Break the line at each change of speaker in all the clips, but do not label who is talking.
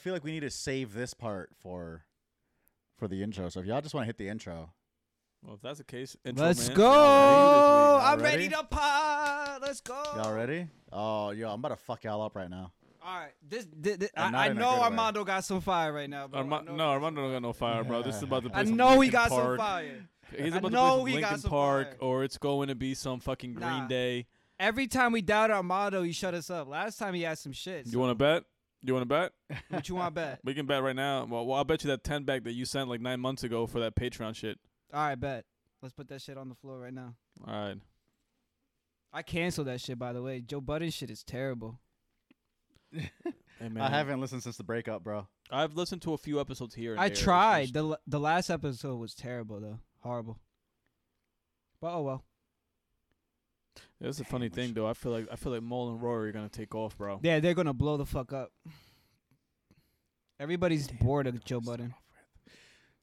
feel like we need to save this part for for the intro. So if y'all just want to hit the intro,
Well, if that's the case, intro
Let's
man.
go!
Y'all
I'm ready
ready?
to pod. Let's go.
y'all ready? Oh, yo, I'm about to fuck y'all up right now.
All right. This, thi- thi-
And not
I, I
in a
know
good way.
Armando got some fire right now. Bro.
Arma-
I know-
no, Armando don't got no fire, bro. This is about to play
I
some
know he
Linkin
got some
Park.
fire.
He's
I
about
know
to play
he
some
got
Linkin
some
Park,
fire.
or it's going to be some fucking Green
Nah.
Day.
Every time we doubt Armando, he shut us up. Last time he had some shit.
You
So
want to bet? You want to bet?
what you want to bet?
We can bet right now. Well, well, I'll bet you that ten back that you sent like nine months ago for that Patreon shit.
All right, bet. Let's put that shit on the floor right now.
All right.
I canceled that shit, by the way. Joe Budden shit is terrible.
Hey, man.
I haven't listened since the breakup, bro.
I've listened to a few episodes here. And
I
there. It's
tried.
just-
The, l- the last episode was terrible, though. Horrible. But oh well.
That's the funny thing, though. I feel like I feel like Mole and Rory are gonna take off, bro.
Yeah, they're going to blow the fuck up. Everybody's bored of Joe Budden.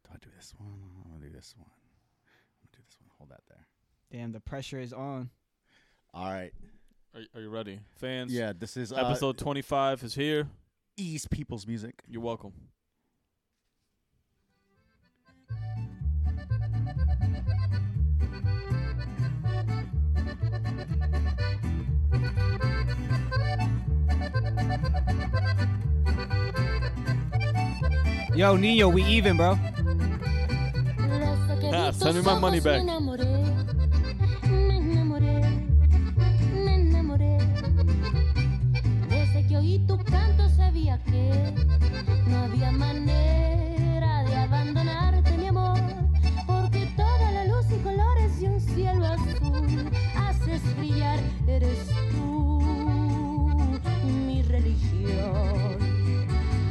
Do I do this one? I'm gonna do this one. I'm gonna do this one. Hold that there.
Damn, the pressure is on.
All right.
Are, are you ready, fans?
Yeah, this is uh,
Episode twenty-five is here.
East People's Music.
You're welcome.
Yo, Nino, we even, bro.
Ah, send me my money back.
Me enamoré, me enamoré, me enamoré. Desde que oí tu canto sabía que no había manera de abandonarte, mi amor. Porque toda la luz y colores de un cielo azul haces brillar, eres tú, mi religión.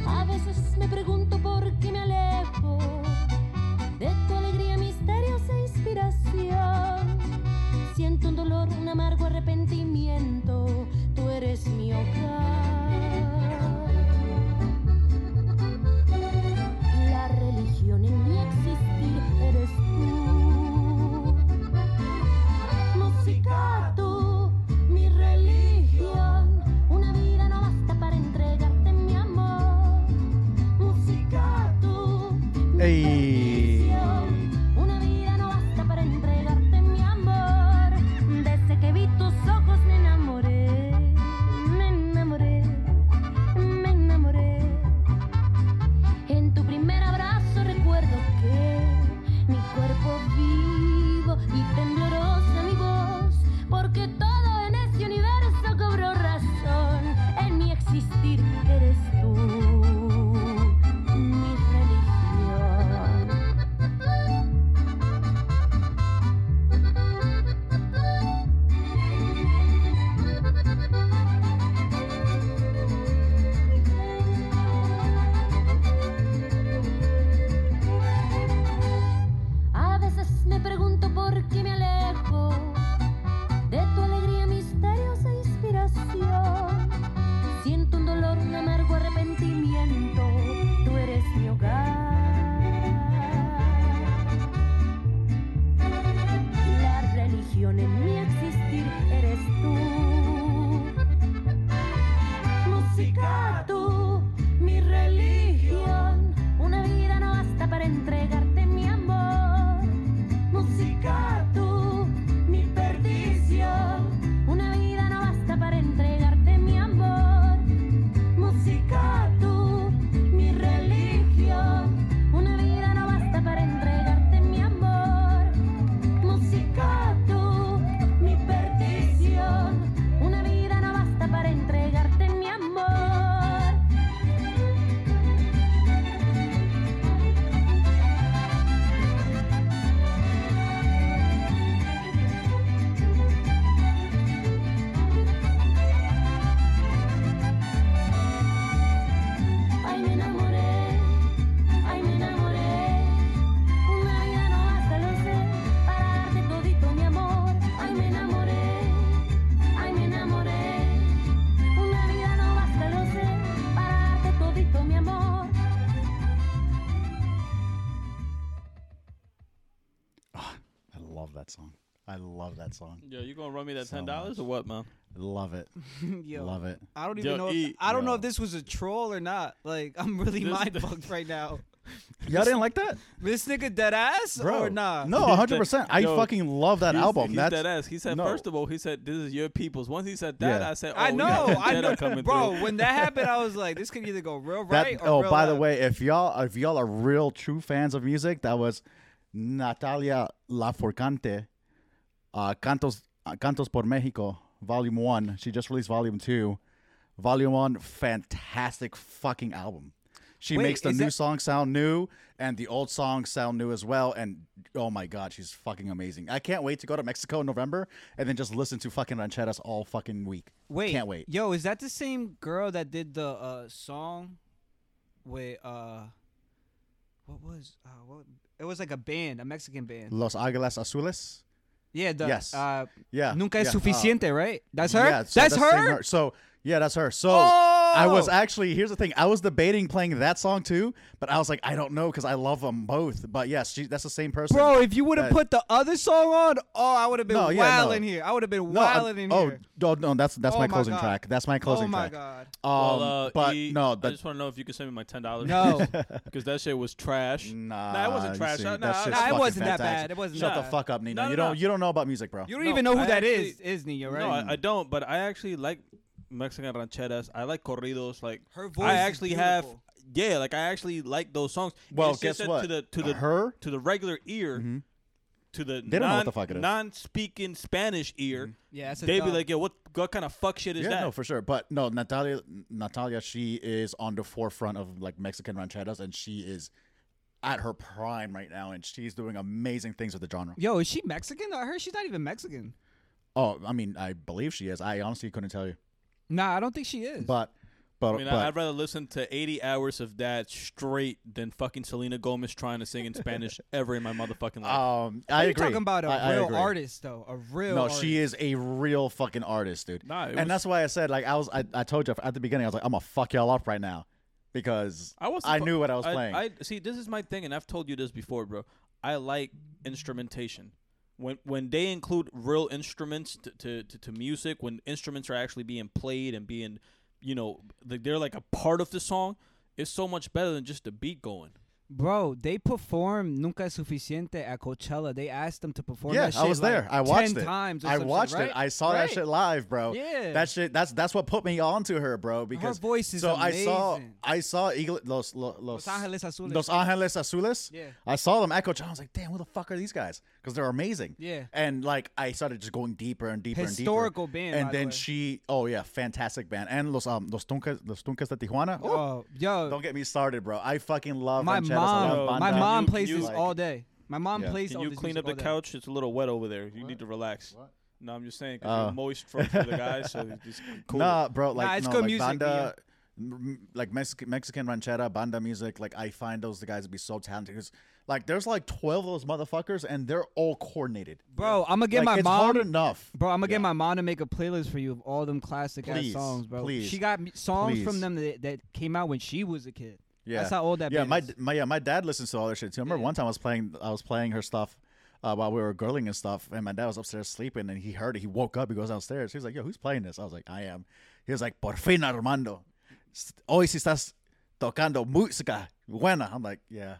A veces me pregunto por qué me alejo de tu alegría, misterios e inspiración. Siento un dolor, un amargo arrepentimiento. Tú eres mi hogar. La religión en mi existir eres tú. Música tú, mi religión. Una vida no basta para entregarte mi amor. Música tú, mi
Ey.
bendición. Una vida no basta para entregarte mi amor. Desde que vi tus ojos me enamoré, me enamoré, me enamoré. En tu primer abrazo recuerdo que mi cuerpo vivo y temblorosa mi voz, porque todo en este universo cobró razón. En mi existir eres tú, mi religión. A veces me pregunto por qué me alejo de tu alegría, misterios e inspiración. Siento un dolor, un amargo arrepentimiento. Tú eres mi hogar. La religión en mi existir eres tú. Música tú, mi religión. Una vida no basta para entregarte mi amor. Música tú, mi perdición. Una vida no basta para entregarte mi amor. Música tú, mi religión. Una vida no basta para entregarte mi amor. Música tú, mi perdición. Una vida no basta para entregarte mi amor. Ay, me enamoré, ay, me enamoré. Una vida no basta, lo sé, para darte todito mi amor. Ay, me enamoré, ay, me enamoré. Una vida no basta, lo sé, para darte todito mi amor.
I love that song. I love that song.
Yo, you gonna run me that
So
ten dollars or
much.
what, man?
Love it.
Yo,
Love it.
I don't even
Yo,
know. If,
eat,
I don't know
yo.
if this was a troll or not. Like, I'm really
This-
mind fucked right now.
Y'all didn't like that,
This nigga dead ass
bro?
or nah?
No,
He's
hundred percent. I
yo,
fucking love that
He's-
album.
He's
That's
dead ass. He said
no.
first of all, he said this is your people's. Once he said that,
Yeah. Um,
I said, oh,
I
you
know,
got that
I
Jedi
know,
coming
bro.
through.
When that happened, I was like, this could either go real
that.
right or
oh,
real
by the
left.
way, if y'all if y'all are real true fans of music, that was Natalia Lafourcade, uh, Cantos uh, Cantos por México, Volume One. She just released Volume Two. Volume One, fantastic fucking album. She
Wait,
makes the
is
new
that-
song sound new and the old songs sound new as well. And oh my god, she's fucking amazing. I can't wait to go to Mexico in November and then just listen to fucking rancheras all fucking week.
Wait,
can't wait.
Yo, is that the same girl that did the uh, song with uh, what was uh, what? It was like a band, a Mexican band.
Los Águilas Azules.
Yeah. The,
Yes.
Uh,
Yeah.
Nunca
yeah,
es
uh,
suficiente, right? That's her.
Yeah, so
that's,
same
her.
So yeah, that's her. So
Oh,
I was actually here's the thing. I was debating playing that song too, but I was like, I don't know because I love them both. But yes, she, that's the same person.
Bro, if you would have
that-
put the other song on, oh, I would have been
No,
wildin'
yeah, no.
here. I would have been
no, I'm-
wildin' in
oh
here.
no, no, that's that's
Oh
my
my
closing
God.
track. That's my closing
oh my
track.
god.
Um,
Well, uh,
but
E,
no,
I
that,
just want to know if you could send me my ten dollars.
No.
because that shit was trash.
nah,
Nah, it wasn't
you
trash.
see,
Nah,
that
nah,
shit's
nah, it
fucking
wasn't that
fantastic.
bad. It wasn't
Shut
that
the
bad.
fuck up, Nina.
No, no,
you don't
no.
you don't know about music, bro.
You don't
No,
even know who
I
that is,
actually-
is Nia, right?
No, I, I don't. But I actually like Mexican rancheras. I like corridos. Like
Her voice
I
is
actually have.
beautiful.
Yeah, like I actually like those songs.
Well,
It's just
guess
that
what?
To the to the
her
to the regular ear,
Mhm.
to the
They don't
non,
know what the fuck it is. Mm-hmm.
non-speaking Spanish ear,
yeah, that's a
they be
dub.
like, "Yo, what what kind of fuck shit is
yeah,
that?"
no, for sure. But no, Natalia, Natalia, she is on the forefront of like Mexican rancheras, and she is at her prime right now, and she's doing amazing things with the genre.
Yo, is she Mexican? I heard she's not even Mexican.
Oh, I mean, I believe she is. I honestly couldn't tell you,
Nah, I don't think she is.
but but
I mean, I
but
I'd rather listen to 80 hours of that straight than fucking Selena Gomez trying to sing in Spanish ever in my motherfucking life.
um, I
you're
agree.
talking about a
I- I
real
agree.
artist, though. A real.
No, she is a real fucking artist, dude.
Nah, it
and
was-
that's why I said like I was. I, I told you at the beginning. I was like, I'm gonna fuck y'all up right now because
I was.
I knew what I was playing.
I see. This is my thing, and I've told you this before, bro. I like instrumentation. When when they include real instruments to to, to, to music, when instruments are actually being played and being, you know, like they're like a part of the song. It's so much better than just the beat going.
Bro, they performed Nunca es Suficiente at Coachella. They asked them to perform
yeah,
that shit.
I was there.
like,
I watched
10
it.
times or
I
some shit,
watched
right?
it. I saw
Right.
that shit live, bro.
Yeah.
That shit. That's that's what put me on to her, bro. Because
voice is
so I saw
amazing.
I saw Eagle, Los, Los Los
Ángeles Azules.
Los Angeles Azules.
Yeah.
I saw them echo. I was like, damn, who the fuck are these guys? Because they're amazing.
Yeah.
And like I started just going deeper and deeper
Historical
and deeper.
band,
And
by the
then
way.
she, oh yeah, fantastic band. And Los um Los Tuncas Los Tuncas de Tijuana. Ooh,
Oh, yo,
Don't get me started, bro. I fucking love
my
rancheras. I love
mom, my
banda.
mom
You-
plays
you-
this
like-
all day. My mom
Yeah.
plays.
Can
all
you
this
clean
music
up the
all day.
couch? It's a little wet over there. You need to relax.
What?
No, I'm just saying 'cause
Oh.
you're moist from for the guys, so just cool. it.
Nah, bro. Like,
it's
no,
good
like
music,
Banda, m- like Mexican Mexican ranchera, banda music. Like, I find those guys to be so talented. 'cause, like, there's like twelve of those motherfuckers, and they're all coordinated.
Bro, I'm gonna get
like,
my
it's
mom.
hard enough.
Bro, I'm gonna
Yeah.
get my mom to make a playlist for you of all them classic ass
Please,
songs, bro.
please,
she got me- songs
please.
from them that, that came out when she was a kid.
Yeah,
That's how old that
Yeah,
band
my,
is.
d- my yeah, my dad listens to all their shit too. I remember
Yeah.
one time I was playing I was playing her stuff uh, while we were girling and stuff, and my dad was upstairs sleeping, and he heard it. He woke up. He goes downstairs. He was like, "Yo, who's playing this?" I was like, "I am." He was like, "Por fin, Armando, S- hoy si estás tocando música buena." I'm like, "Yeah."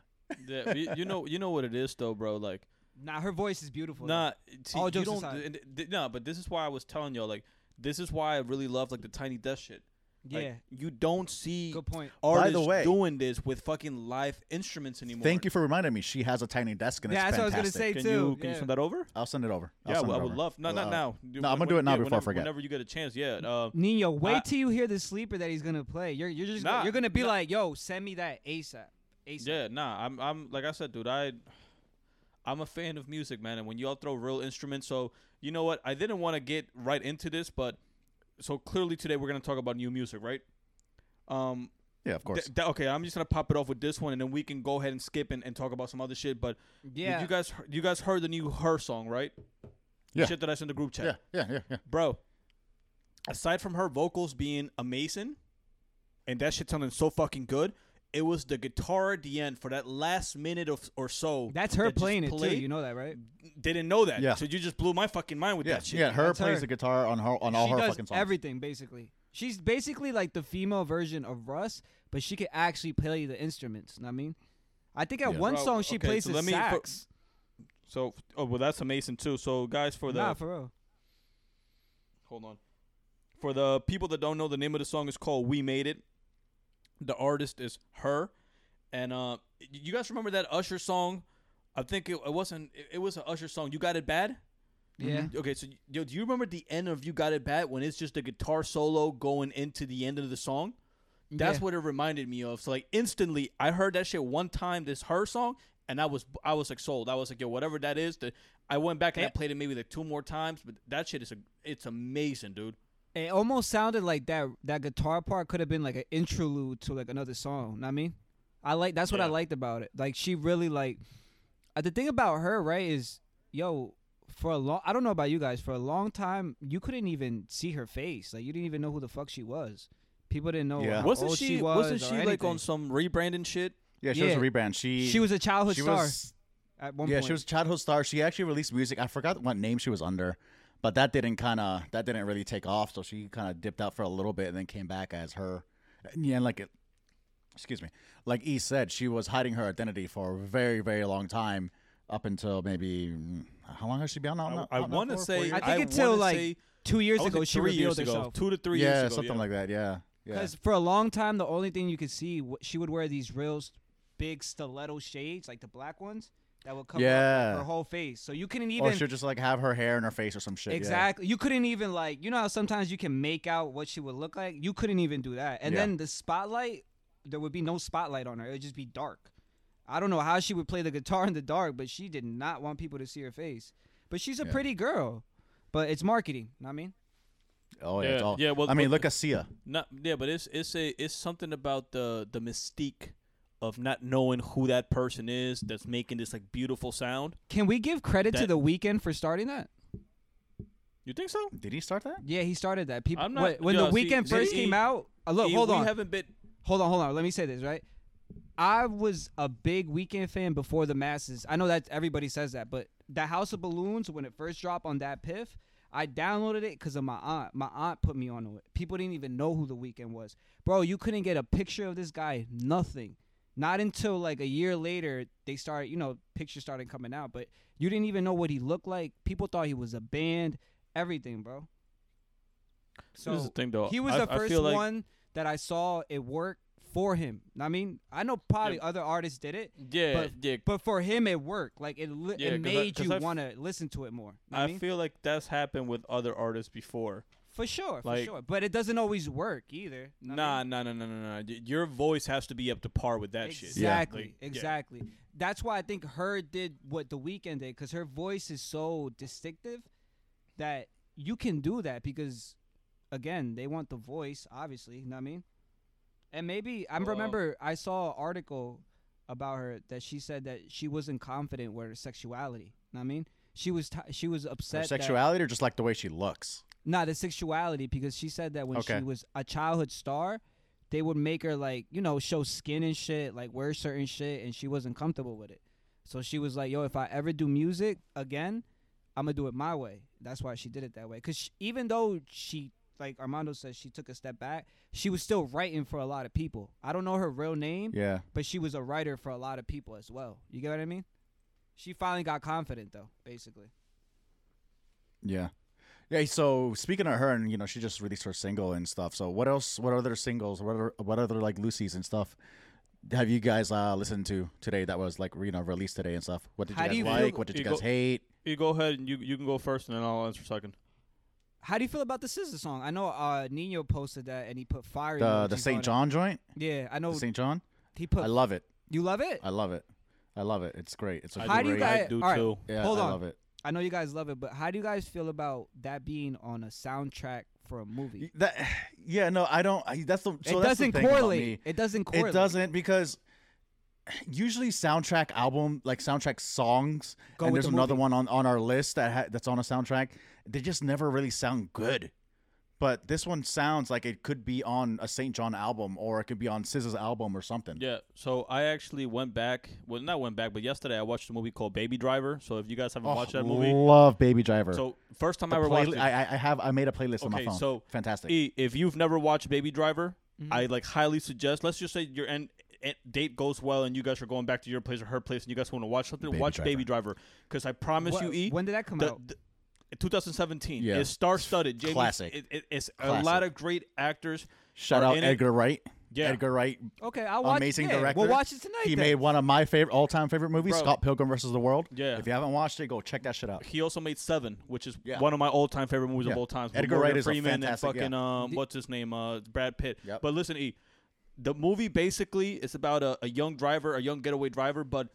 Yeah, but you, you know, you know what it is though, bro. Like,
Nah, her voice is beautiful.
nah, see,
All
you
jokes
don't.
aside.
and th- th- nah, but this is why I was telling y'all. Like, this is why I really love like the tiny desk shit.
yeah,
Like, you don't see
good point.
By
artists
the way-
doing this with fucking live instruments anymore.
Thank you for reminding me. She has a tiny desk, and
Yeah,
it's
that's what I was
fantastic.
Can
gonna say too.
you can
yeah.
you send that over?
I'll send it over. I'll
yeah, I
send
would-
it
I would
over.
love. No, not
Uh,
now.
no, I'm gonna do it now
yeah,
before I
whenever,
forget.
Whenever you get a chance, yeah. Uh,
Nino, wait
I-
till you hear the sleeper that he's gonna play. You're you're just
Nah,
you're gonna be
nah.
like, yo, send me that ASAP. ASAP.
yeah, nah. I'm I'm like I said, dude. I I'm a fan of music, man. And when y'all throw real instruments, so you know what? I didn't want to get right into this, but so clearly today we're gonna talk about new music, right? Um,
Yeah, of course.
Th- th- okay, I'm just gonna pop it off with this one, and then we can go ahead and skip and, and talk about some other shit. But
Yeah.
did you guys, you guys heard the new her song, right? The
Yeah.
Shit that I sent the group chat,
yeah, yeah, yeah, yeah.
bro. Aside from her vocals being amazing, and that shit sounding so fucking good, It was the guitar at the end for that last minute of, or so.
That's her
that just
playing it too.
played.
You know that, right?
Didn't know that.
Yeah.
So you just blew my fucking mind with
Yeah,
that shit.
yeah. Her
That's
plays
her.
the guitar on her on all
she
her
does
fucking songs.
everything basically. She's basically like the female version of Russ, but she can actually play the instruments. Know what I mean, I think at
Yeah.
one
Bro,
song she
okay,
plays
so
the
let me- for-
sax.
So, oh well, that's amazing too. So, guys, for the
nah, for real.
hold on, for the people that don't know, the name of the song is called "We Made It." The artist is her, and uh, y- you guys remember that Usher song? I think it, it wasn't. It, it was an Usher song. You got it bad.
Yeah.
Okay, so yo, do you remember the end of "You Got It Bad" when it's just a guitar solo going into the end of the song? That's
Yeah.
what it reminded me of. So like instantly, I heard that shit one time. This her song, and I was I was like sold. I was like, yo, whatever that is. The, I went back and I
Yeah.
played it maybe like two more times, but that shit is a, it's amazing, dude.
It almost sounded like that that guitar part could have been like an interlude to like another song. Know what I mean, I like that's what I
Yeah.
liked about it. Like she really like uh, the thing about her right is yo for a long I don't know about you guys for a long time you couldn't even see her face like you didn't even know who the fuck she was. People didn't know
Yeah.
how
Wasn't
old
she,
she was.
wasn't
or
she like on
anything.
some rebranding shit?
Yeah, she was a
Yeah.
rebrand. She
She was a childhood
she
star
was-
at one
yeah,
point.
she was a childhood star. She actually released music. I forgot what name she was under, but that didn't kind of that didn't really take off. So she kind of dipped out for a little bit and then came back as her. And yeah, like it. Excuse me. Like E said, she was hiding her identity for a very, very long time, up until maybe mm, how long has she been on?
I,
on- on-
want to
for?
say
I think
I
until
wanna
like
say-
two
I
years
wanna
ago
say
she
three years
revealed
ago,
herself.
two to three
yeah,
years ago,
something
yeah.
like that. Yeah, yeah.
Because for a long time, the only thing you could see, w- she would wear these real s- big stiletto shades, like the black ones, that would cover up,
Yeah.
like, her whole face. So you couldn't
Or
even
she'll just like have her hair in her face or some shit. yeah.
exactly. You couldn't even like you know how sometimes you can make out what she would look like. You couldn't even do that. And
Yeah.
then the spotlight, there would be no spotlight on her. It would just be dark. I don't know how she would play the guitar in the dark, but she did not want people to see her face. But she's a
Yeah.
pretty girl. But it's marketing. know what I mean,
Oh yeah.
Yeah,
it's all-
yeah, well,
I mean,
but-
look at Sia.
Not yeah, but it's it's a it's something about the the mystique of not knowing who that person is that's making this like beautiful sound.
can we give credit to
That-
the weekend for starting that?
You think so?
Did he start that?
Yeah, he started that. People
I'm not-
when, when
yo,
the
see,
weekend
see,
first
E-
came out. uh, look,
Hey,
hold
we
on,
haven't been
hold on, hold on. Let me say this right. I was a big weekend fan before the masses. I know that everybody says that, but the House of Balloons when it first dropped on that Piff, I downloaded it because of my aunt. My aunt put me onto it. People didn't even know who the weekend was, bro. You couldn't get a picture of this guy. Nothing. Not until like a year later they started. You know, pictures started coming out, but you didn't even know what he looked like. People thought he was a band. Everything, bro. So
This is the thing, though.
he was
I-
the
I
first
feel like-
one that I saw it work for him. I mean, I know probably
Yeah.
other artists did it,
yeah,
but-
yeah.
but for him it worked. Like it, li-
Yeah, 'cause I-
it made
'cause
you
I've-
want to listen to it more. know what
I
mean?
feel like that's happened with other artists before.
for sure, for
like-
sure. But it doesn't always work either. know what
Nah,
I mean?
nah, nah, nah, nah, nah. Y- Your voice has to be up to par with that shit.
Yeah.
exactly,
Like, yeah.
exactly. That's why I think her did what The Weeknd did because her voice is so distinctive that you can do that because, again, they want the voice, obviously. You know what I mean? And maybe I
Well-
remember I saw an article about her that she said that she wasn't confident with her sexuality. Know what I mean? She was t- she was upset.
Her
that-
sexuality or just like the way she looks?
Nah, the sexuality because she said that when
Okay.
she was a childhood star, they would make her like you know show skin and shit, like wear certain shit, and she wasn't comfortable with it. So she was like, "Yo, if I ever do music again, I'm gonna do it my way." That's why she did it that way. Cause she, even though she, like Armando says, she took a step back, she was still writing for a lot of people. I don't know her real name,
Yeah.
but she was a writer for a lot of people as well. You get what I mean? She finally got confident though, basically.
Yeah. Yeah, so speaking of her and you know, she just released her single and stuff. So what else what other singles, what other what other like Lucy's and stuff have you guys uh listened to today that was like you know released today and stuff? What did
How
you
do
guys
you feel-
like? what did you
you
guys
go-
hate?
You go ahead and you you can go first, and then I'll answer second.
How do you feel about the Scissor song? I know uh, Nino posted that and he put fire.
The the
emojis on
St.
it. Oh,
John joint?
Yeah, I know.
The St. John?
he
I
put.
love it.
you love it.
I love it. I love it. It's great. It's a
How do you
great-
guys-
I do
all right.
too.
Yeah,
hold
I
on.
love it.
I know you guys love it, but how do you guys feel about that being on a soundtrack for a movie?
That yeah, no, I don't I, that's the so
it
that's the
doesn't
thing about
correlate.
me.
It doesn't correlate.
It doesn't because usually soundtrack album like soundtrack songs
Go
and
with
there's
the
another
movie.
one on, on our list that ha- that's on a soundtrack they just never really sound good But this one sounds like it could be on a St. John album or it could be on SZA's album or something.
Yeah, so I actually went back. Well, not went back, but yesterday I watched a movie called Baby Driver. So if you guys haven't
Oh,
watched that movie,
Love Baby Driver.
so first time
The
I ever
play-
watched it.
I, I I have I made a playlist on my
Okay,
phone.
so
fantastic.
E, if you've never watched Baby Driver, I like highly suggest. Let's just say your end, end date goes well, and you guys are going back to your place or her place, and you guys want to watch something.
Baby
watch
Driver.
Baby Driver, because I promise
Wha-
you, E.
when did that come
the-
out?
the- 2017
Yeah.
It's star-studded. Jamie,
Classic.
It, it- it's a
Classic.
lot of great actors.
Shout
are
out
in it.
Edgar Wright.
Yeah.
Edgar Wright,
Okay, I'll watch.
amazing
it. Yeah,
director.
We'll watch it tonight.
He
then.
made one of my favorite all-time favorite movies,
Bro.
Scott Pilgrim versus the World.
Yeah.
If you haven't watched it, go check that shit out.
He also made Seven, which is
Yeah.
one of my all-time favorite movies of
Yeah.
all time. with
Edgar
Morgan
Wright is a
Freeman and
fantastic- yeah.
fucking um, what's his name, uh, Brad Pitt.
Yep.
But listen, E, the movie basically is about a, a young driver, a young getaway driver, but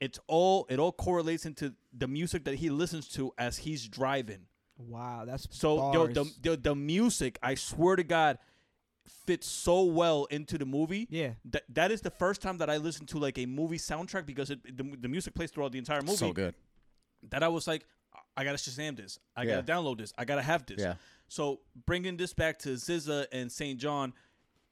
it's all it all correlates into the music that he listens to as he's driving.
Wow, that's
So yo,
bars.
the, the the music, I swear to God, fits so well into the movie.
Yeah.
that that is the first time that I listened to like a movie soundtrack because it, the the music plays throughout the entire movie.
So good.
That I was like, I- I gotta Shazam this. I
Yeah.
gotta download this. I gotta have this.
Yeah.
So bringing this back to ZZA and St. John,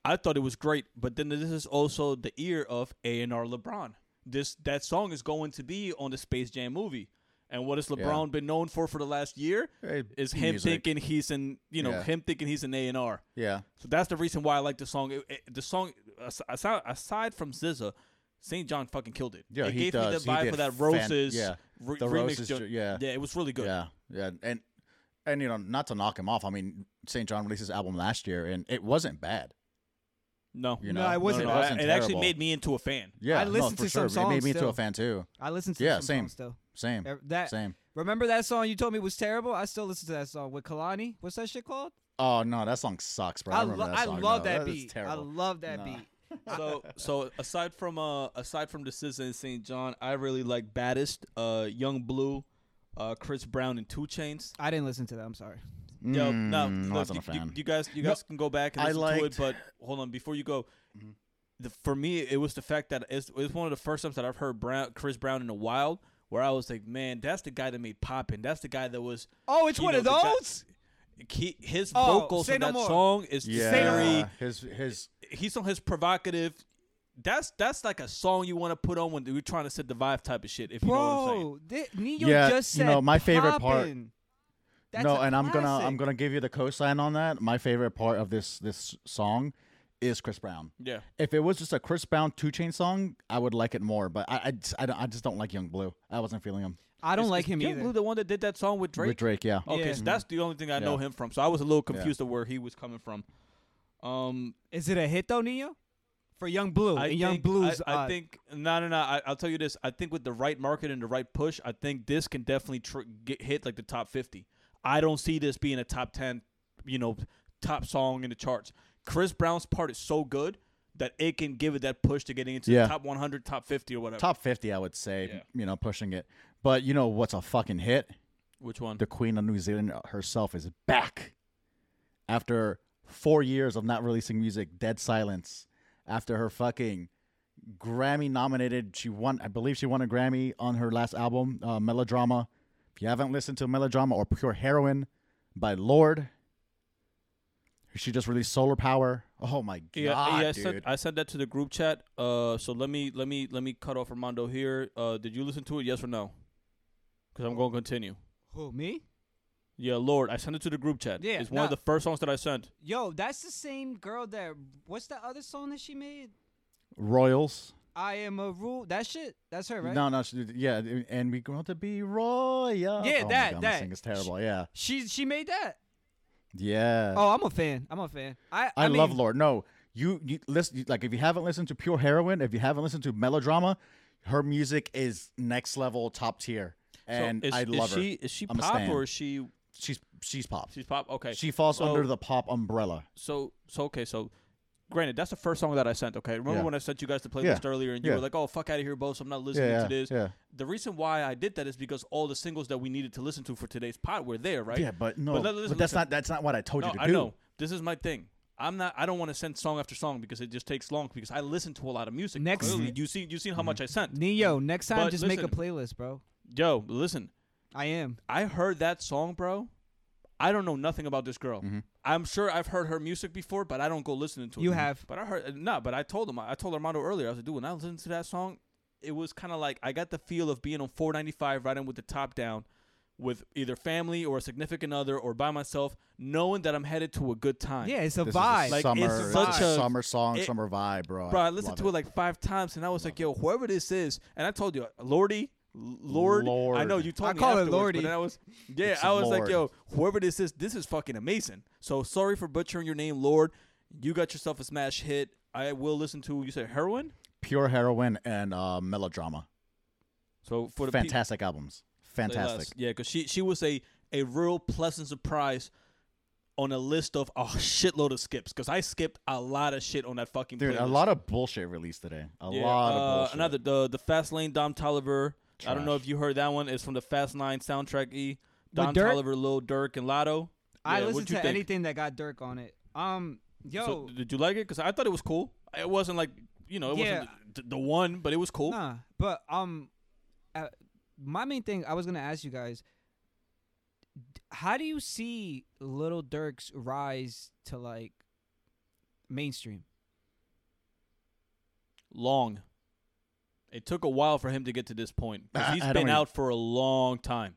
I thought it was great. But then this is also the ear of A and R LeBron. This that song is going to be on the Space Jam movie. And what has LeBron been known for for the last year?
Hey,
is him
music.
thinking he's in, you know,
Yeah.
him thinking he's an A and R.
Yeah.
So that's the reason why I like the song. It- it- the song, as- aside, aside from SZA, St. John fucking killed it.
Yeah,
it
he
gave me
does.
the
He
vibe
did
for that
fan-
Roses,
yeah.
re-
The
remix.
Roses
jo-
ju- yeah.
yeah, it was really good.
Yeah. Yeah. And and you know, not to knock him off. I mean, St. John released his album last year and it wasn't bad.
No,
You
No,
know.
it wasn't
It,
bad.
wasn't
it actually
terrible.
made me into a fan.
Yeah,
I
no,
listened
for
to some
sure. It made me
songs
into
still.
a fan too.
I listened to
Yeah,
some
same.
songs still.
Same.
Er, That
Same.
remember that song you told me was terrible? I still listen to that song with Kalani. What's that shit called?
Oh no, that song sucks, bro. I,
I,
remember
lo-
that
I
song, no,
love that,
is
beat. I
terrible.
love that
Nah.
beat.
So, so aside from uh, aside from the SZA and St. John, I really like Baddest, uh, Young Blue, uh, Chris Brown, and Two Chains.
I didn't listen to that. I'm sorry.
Yo,
Mm,
no,
I
look,
wasn't
you,
a
you-
fan.
you guys, you guys can go back and
I
listen to it.
liked-
But hold on, before you go,
Mm-hmm.
the, for me, it was the fact that it's, it's one of the first times that I've heard Brown, Chris Brown in a while, where I was like, man, that's the guy that made poppin'. That's the guy that was.
Oh, it's
you
one
know,
of
the guy-
those.
He, his
Oh,
vocals
Say
on
No
that
More.
song is just
yeah,
very.
his his
He's on his provocative. That's that's like a song you want to put on when you're trying to set the vibe type of shit. If you know what I'm saying.
Bro, thi- Neo
Yeah,
just
you
said.
know, my favorite part-
"Poppin'." That's
no,
a
and I'm gonna I'm
classic.
gonna give you the cosign on that. My favorite part of this this song is Chris Brown.
Yeah.
If it was just a Chris Brown Two Chain song, I would like it more. But I I, just- I, don't, I just don't like Young Blue. I wasn't feeling him
I don't
Is-
like
is
him
Young
either.
Blue the one that did that song with Drake.
with Drake. Yeah,
Okay,
Yeah.
so that's the only thing I know
Yeah.
him from. So I was a little confused of where he was coming from. Um,
Is it a hit though, Neo? For Young
Oh,
Blue
I
and Young
think-
Blue's,
I, I
uh,
think no, no, no. I, I'll tell you this. I think with the right market and the right push, I think this can definitely tr- get hit like the top fifty. I don't see this being a top ten, you know, top song in the charts. Chris Brown's part is so good that it can give it that push to getting into
Yeah.
the top one hundred, top fifty, or whatever.
top fifty, I would say.
Yeah.
You know, pushing it. But you know what's a fucking hit?
Which one?
The Queen of New Zealand herself is back after four years of not releasing music, dead silence. After her fucking Grammy nominated, she won. I believe she won a Grammy on her last album, uh, Melodrama. If you haven't listened to Melodrama or Pure Heroin by Lord, she just released Solar Power. Oh my god,
I
dude!
sent, I sent that to the group chat. Uh, so let me let me let me cut off Armando here. Uh, did you listen to it? Yes or no? Because I'm going to continue.
who me?
Yeah, Lord, I sent it to the group chat.
Yeah,
it's one of
nah.
the first songs that I sent.
Yo, that's the same girl that. What's the other song that she made?
Royals.
I am a rule. That shit. That's her, right?
No, no, she, yeah, and we want to be royal.
Yeah,
oh my
that-
God,
that.
my singing's terrible. Yeah,
She she made that.
yeah.
Oh, I'm a fan. I'm a fan. I
I, love
mean,
Lord. No, you, you listen. You, like if you haven't listened to Pure Heroin, if you haven't listened to Melodrama, her music is next level, top tier, and
so is,
I
is
love
she,
her.
Is she
I'm a
pop
stan.
or is she
She's she's pop.
she's pop? Okay,
she falls
so-
under the pop umbrella.
so so okay so. Granted, that's the first song that I sent. Okay, remember
Yeah.
when I sent you guys the playlist
Yeah.
earlier, and you
Yeah.
were like, "Oh, fuck out of here, both. I'm not listening
Yeah,
to this."
yeah.
The reason why I did that is because all the singles that we needed to listen to for today's pod were there, right?
Yeah, but no,
But
but,
let- listen,
that's
listen.
not that's not what I told
No,
you to
I
do.
know. This is my thing. I'm not. I don't want to send song after song because it just takes long. Because I listen to a lot of music.
Next- Mm-hmm.
Clearly, you see, you seen how much I sent.
Neo. Next time,
But
just make a
listen.
playlist, bro.
Yo, listen.
I am.
I heard that song, bro. I don't know nothing about this girl.
Mhm.
I'm sure I've heard her music before, but I don't go listening to it.
Mm-hmm. You have.
But I heard nah, but I told him I told Armando earlier, I was like, dude, when I listened to that song, it was kinda like I got the feel of being on four ninety five riding with the top down with either family or a significant other or by myself, knowing that I'm headed to a good time.
Yeah, it's a
This is a
vibe.
Like,
summer,
it's such
a
a-
summer song,
it-
summer vibe, bro.
Bro, I listened
love
to it. like five times, and I was like, "Yo, whoever this is," and I told you, Lordy, L- Lord, I know
Lord.
you told
I
me
call it
afterwards,
Lordy.
but then I was, yeah,
It's
I was like,
Lord.
"Yo, whoever this is, this is fucking amazing." So sorry for butchering your name, Lord. You got yourself a smash hit. I will listen to you said heroin.
pure heroin and uh, melodrama.
So for the pe-
Fantastic albums.
say less.
Fantastic.
yeah, because she she was a a real pleasant surprise on a list of a shitload of skips. Because I skipped a lot of shit on that fucking
Dude, a
playlist.
lot of bullshit released today. A lot
uh,
of bullshit.
Another the the Fast Lane Dom Tolliver. I don't know
Trash.
if you heard that one. It's from the Fast Nine soundtrack. E
With
Dom
Dirk?
Tolliver, Lil Durk, and Lotto.
I
Yeah,
listened
what'd you
to
think?
anything that got Dirk on it. Um, yo,
So, did you like it? Because I thought it was cool. It wasn't like you know, it wasn't
Yeah.
the, the one, but it was cool.
Nah, but um, uh, my main thing I was gonna ask you guys, d- how do you see Little Dirk's rise to like mainstream?
Long. It took a while for him to get to this point. 'cause
I-
He's
I don't
been
even-
out for a long time.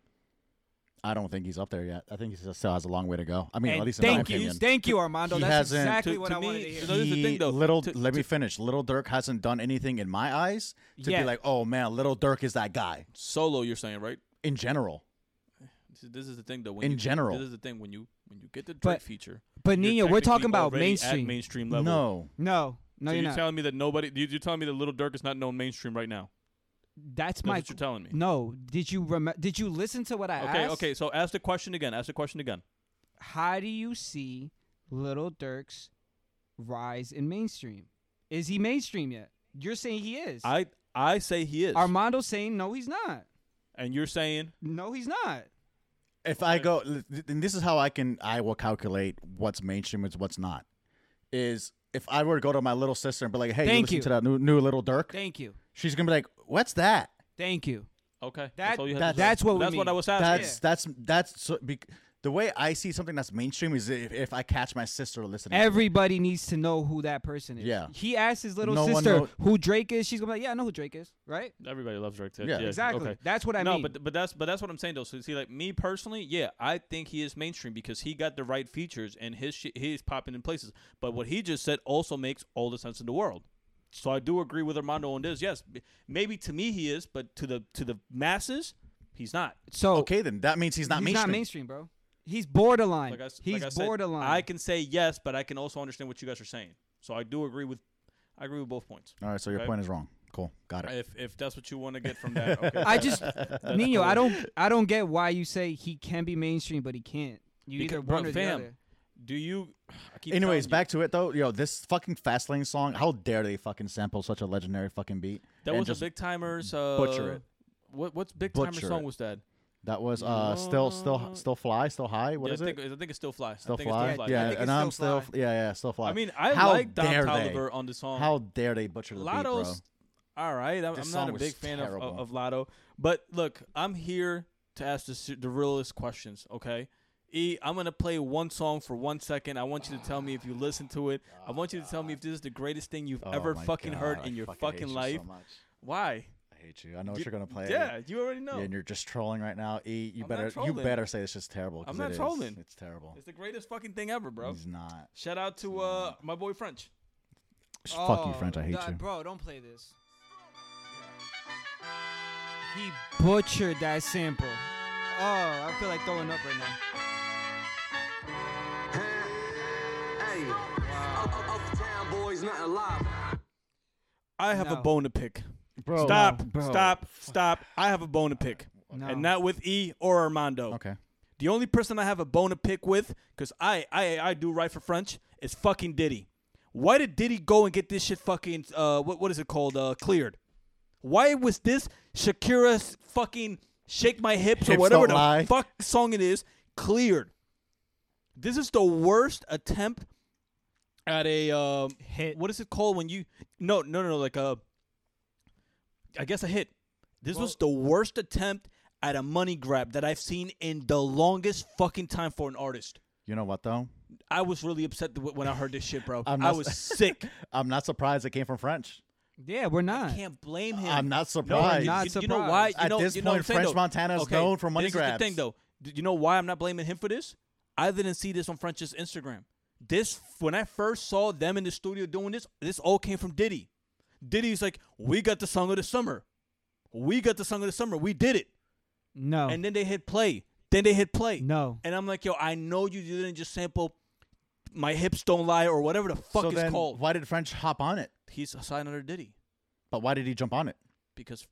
I don't think he's up there yet. I think he still has a long way to go. I mean,
And
at least in my
thank you,
opinion.
thank you, Armando.
He
That's
hasn't-
exactly
To-
what
to
I wanted to
me,
hear.
you know, here's the
He-
thing, though.
Little,
To-
let me
to-
finish. Little Dirk hasn't done anything in my eyes to
Yeah.
be like, oh man, Little Dirk is that guy.
Solo, you're saying right?
In general,
This is, this is the thing, though. When
In
you,
general.
this is the thing when you when you get the Drake
But-
feature.
but
you're
Nino, we're
technically
talking about
already at
mainstream.
mainstream level.
no.
no, no,
so
you're
you're
not.
telling me that nobody? You, you're telling me that Little Dirk is not known mainstream right now?
That's
That's
my.
what you're telling me.
No, did you remember? Did you listen to what I
okay,
asked?
okay. So ask the question again. Ask the question again.
How do you see Little Dirk's rise in mainstream? Is he mainstream yet? You're saying he is.
I I say he is,
Armando's saying no, he's not.
and you're saying
No, he's not.
If I go, and this is how I can, I will calculate what's mainstream and what's not. Is if I were to go to my little sister and be like, hey, you
Thank
listen
you.
to that new, new Little Dirk?
Thank you.
She's gonna be like, what's that?
Thank you.
okay.
That-
that's all you have
that-
to say.
that's what we
That's what I
mean.
was asking.
That's that's that's so, bec the way I see something that's mainstream is if, if I catch my sister listening. to it.
Everybody needs to know who that person is.
Yeah.
He asked his little
No one
sister
know-
who Drake is. She's gonna be like, yeah, I know who Drake is, right?
Everybody loves Drake. Tech.
Yeah.
Yeah,
Exactly.
Okay.
That's what I
no,
mean.
but but that's but that's what I'm saying though. So see, like me personally, yeah, I think he is mainstream because he got the right features and his shit he's popping in places. But what he just said also makes all the sense in the world. So I do agree with Armando on this. Yes, m- maybe to me he is, but to the to the masses, he's not.
so
okay, then that means he's not
he's
mainstream.
not mainstream, bro. He's borderline.
Like I, s-
he's
like I said,
borderline.
I can say yes, but I can also understand what you guys are saying. So I do agree with I agree with both points.
All right, so your
Okay.
point is wrong. Cool, got it.
If if that's what you want to get from that, okay.
I just Nino, I
cool.
don't I don't get why you say he can be mainstream but he can't. You
Because-
either
bro,
one or the
fam,
other.
do you. I keep
Anyways,
telling you,
back to it though. Yo, this fucking Fastlane song. How dare they fucking sample such a legendary fucking beat?
That
and
was a
just
big timers. Uh,
butcher it.
What what's big
Butcher
timer song
it.
was that?
That was uh, still, still, still fly, still high. What
yeah,
is
I
it?
think, I think it's still fly.
Still
I think it's
fly.
still fly.
Yeah,
I think
and
it's
I'm
Still
still,
Fly.
yeah, yeah, still fly.
I mean, um, I
How
like Dom
dare they?
Tolliver on the song.
how dare they butcher the beat, bro?
Lotto's all right. I'm,
This
I'm not
song
a
was
big fan of, of
terrible.
of Lotto, but look, I'm here to ask the se- the realest questions. Okay, E, I'm gonna play one song for one second. I want you to tell me if you listen to it. I want you to tell me if this is the greatest thing you've
Oh
ever
my
fucking
God,
heard
I
in your
fucking, hate
fucking
you so
life.
much.
Why?
I hate you. I know what
You-
you're gonna play.
Yeah, you already know.
Yeah, and you're just trolling right now. E, you
I'm not
better you
trolling.
better say it's just terrible. 'cause
I'm not
it is.
trolling.
It's terrible.
It's the greatest fucking thing ever, bro.
He's not.
Shout out to uh my boy French.
Sh- Fuck you,
Oh,
French. I hate you.
Oh, Bro, don't play this. He butchered that sample. Oh, I feel like throwing up right now.
Hey, up- up- uptown boys, not alive.
I have
No.
a bone to pick.
Bro,
stop,
bro.
stop, stop. I have a bone to pick.
No.
And not with E or Armando.
Okay.
The only person I have a bone to pick with, because I, I I do right for French, is fucking Diddy. Why did Diddy go and get this shit fucking uh what what is it called? Uh cleared. Why was this Shakira's fucking shake my hips,
Hips
or whatever
Don't
the
Lie.
fuck song it is cleared? This is the worst attempt at a um
Hit.
What is it called when you no uh, no no like a I guess a hit. This was the worst attempt at a money grab that I've seen in the longest fucking time for an artist.
You know what though?
I was really upset th- when I heard this shit, bro.
I'm
I
not-
was sick.
I'm not surprised it came from French.
Yeah, we're not.
Can't blame him.
I'm not
No,
surprised.
not
you, you know why? You
At
know,
this
you know what
point,
I'm saying,
French
though?
Montana is known for money
this Is
grabs.
the thing, though. Do you know why I'm not blaming him for this? I didn't see this on French's Instagram. This when I first saw them in the studio doing this, this all came from Diddy. Diddy's like, "We got the song of the summer. We got the song of the summer. We did it."
No.
And then they hit play. Then they hit play.
No.
And I'm like, "Yo, I know you didn't just sample my hips don't lie or whatever the fuck
so
it's
then,
called."
why did French hop on it?
He's signed under Diddy
But why did he jump on it?
because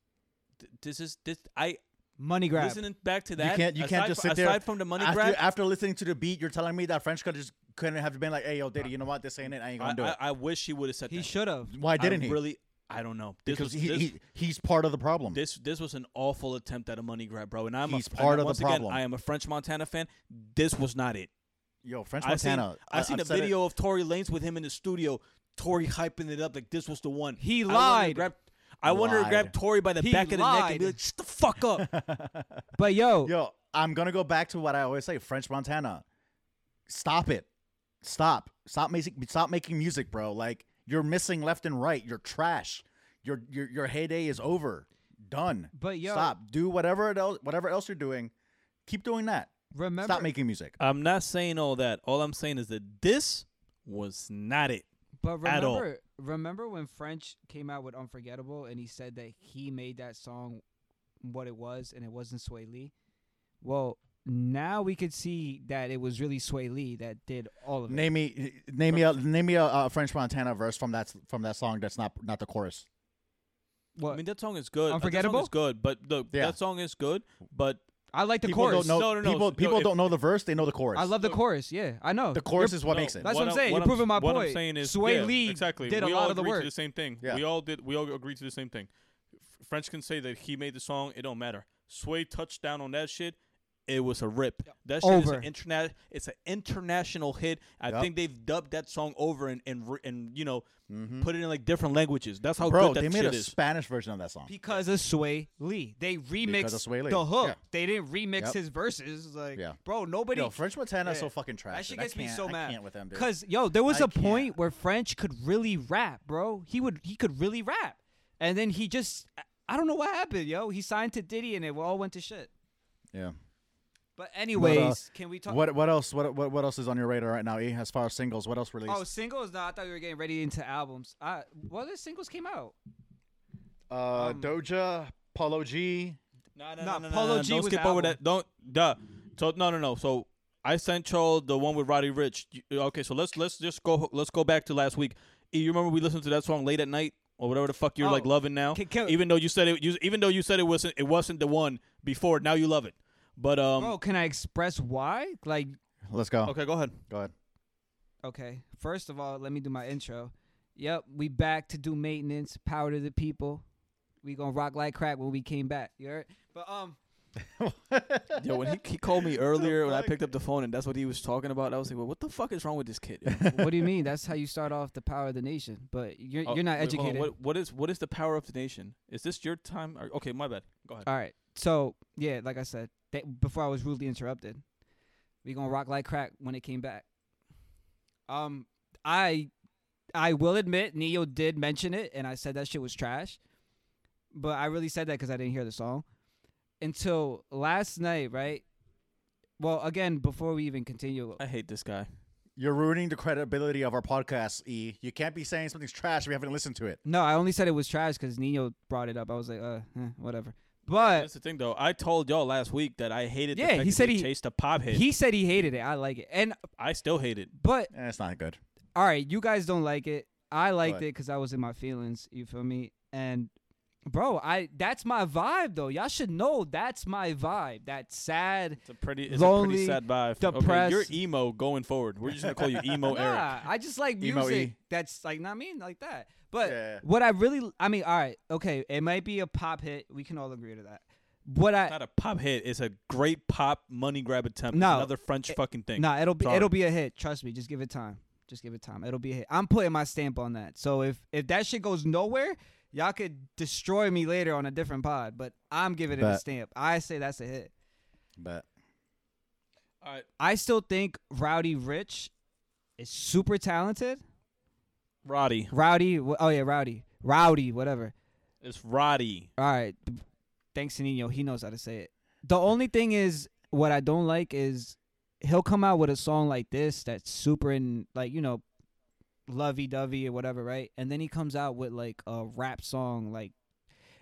th- this is this I
Money grab.
listening back to that.
you can't. You can't
aside
just
fr-
sit there.
Aside from the money
after,
grab,
after listening to the beat, you're telling me that French could just couldn't have been like, "Hey, yo, Diddy, you know what? This ain't it. I ain't
I,
gonna do
I-
it."
I wish he would have said
He
that.
should have.
why didn't
I
he?
Really, I don't know. This
because
was,
he,
this,
he he's part of the problem.
this this was an awful attempt at a money grab, bro. And I'm
He's
a, and
part of the
once
problem.
Again, I am a French Montana fan. This was not it.
yo, French
I've seen,
Montana. uh,
I've seen a
I've said it.
video of Tory Lanez with him in the studio. Tory hyping it up like this was the one.
He
I wanted to
lied.
grab- I wanted to grab
Lied.
Tory by the
He
back of the neck and be
lied.
like, "Shut the fuck up."
But yo,
Yo, I'm gonna go back to what I always say, French Montana. Stop it. Stop. Stop making stop making music, bro. Like you're missing left and right. You're trash. Your your your heyday is over. Done.
But yo-
stop. Do whatever it else whatever else you're doing. Keep doing that.
remember.
Stop making music.
I'm not saying all that. All I'm saying is that this was not it.
But
at all.
remember, remember when French came out with Unforgettable and he said that he made that song what it was and it wasn't Sway Lee? Well, now we could see that it was really Sway Lee that did all of it.
Name me name me a name me a, uh French Montana verse from that from that song that's not not the chorus.
What?
I mean, that song is good. Uh, That
Unforgettable?
song is good, but look,
Yeah.
that song is good, but
I like the
people
chorus.
don't know
No, no, no.
people
No,
people
if-
don't know the verse, they know the chorus.
I love the chorus. Yeah, I know.
the chorus is what makes it.
That's what I'm saying. You're proving my
what
point.
I'm saying is,
Sway
yeah,
Lee
exactly.
did a
we
lot
all
of the
agreed
work.
to the same thing.
Yeah.
We all did. We all agreed to the same thing. F- French can say that he made the song. It don't matter. Sway touched down on that shit.
it was a rip. That shit is
Over.
an interna- It's an international hit. I
Yup.
think they've dubbed that song over and and re- and you know put it in like different languages. That's how
Mm-hmm. Bro,
good that
they made
shit
a
is.
Spanish version of that song.
because of Sway Lee. They remixed
of Sway Lee.
the hook.
Yeah.
They didn't remix
Yep.
his verses. It's Like,
Yeah.
bro, nobody.
Yo, French Montana is
Yeah.
so fucking trash.
That
dude.
shit
I
gets me
can't-
so
I
mad.
can't with them, dude.
Cause yo, there was
I
a point
can't.
where French could really rap, bro. He would, he could really rap, and then he just, I don't know what happened, yo. He signed to Diddy, and it all went to shit.
yeah.
But
But, uh,
anyways, can we talk? Oh,
What what else? What, what what else is on your radar right now? eh, As far as singles, what else
oh,
released?
singles? No, I thought we were getting ready into albums. Uh, what other singles came out?
uh,
um,
Doja, Polo G.
No,
Nah, Polo G
Don't
was
skip
the
over
album.
that. Don't duh. So no, no, no. So I sent y'all the one with Roddy Rich. You- Okay, so let's let's just go let's go back to last week. E, You remember we listened to that song late at night or whatever the fuck you're like
Oh,
loving now.
can- can-
even though you said it, you, even though you said it wasn't it wasn't the one before. Now you love it. But um,
Bro, can I express why? Like,
Let's go.
okay, go ahead.
Go ahead.
Okay. First of all, let me do my intro. Yep, we back to do maintenance. Power to the people. We gonna rock like crack when we came back. You heard? But um,
Yo, when he, he called me earlier when I picked up the phone and that's what he was talking about, I was like, well, what the fuck is wrong with this kid?
what do you mean? That's how you start off the power of the nation. But you're
Oh,
you're not
wait, hold on.
educated.
What, what is what is the power of the nation? Is this your time? Or- Okay, my bad. Go ahead.
all right. So yeah, like I said, that, before I was rudely interrupted. We gonna rock like crack when it came back. Um, I I will admit Neo did mention it, and I said that shit was trash. But I really said that because I didn't hear the song until last night, right? Well, again, before we even continue,
I hate this guy.
You're ruining the credibility of our podcast, E. You can't be saying something's trash if you haven't listened to it.
no, I only said it was trash because Neo brought it up. I was like, uh, eh, whatever. But
That's the thing, though. I told y'all last week that I hated.
Yeah,
the fact
he
that
said
they
he-
chased a pop hit.
he said he hated it. I like it, and
I still hate it.
but
Eh, it's not good.
all right, you guys don't like it. I liked
Right.
it because I was in my feelings. You feel me? And bro, I that's my vibe though. Y'all should know that's my vibe. That sad.
It's a pretty, it's a
Lonely,
pretty sad vibe. Okay, you're
depressed.
emo going forward. We're just gonna call you emo Eric.
Nah, I just like
Emo E.
music. That's like not mean like that. But
Yeah.
what I really, I mean, all right, okay, it might be a pop hit. We can all agree to that. What I
It's not a pop hit. It's a great pop money grab attempt. It's
No.
another French fucking thing.
Eh, Nah, it'll be
Sorry.
it'll be a hit. Trust me. Just give it time. Just give it time. It'll be a hit. I'm putting my stamp on that. So if if that shit goes nowhere, Y'all could destroy me later on a different pod, but I'm giving it a
Bet.
stamp. I say that's a hit.
But
All right,
I still think Rowdy Rich is super talented.
Roddy.
Rowdy, wh- oh yeah, Rowdy, Rowdy, whatever.
It's Roddy.
All right, th- thanks to Nino, he knows how to say it. The only thing is, what I don't like is he'll come out with a song like this that's super in like you know, lovey dovey or whatever, right? And then he comes out with like a rap song like.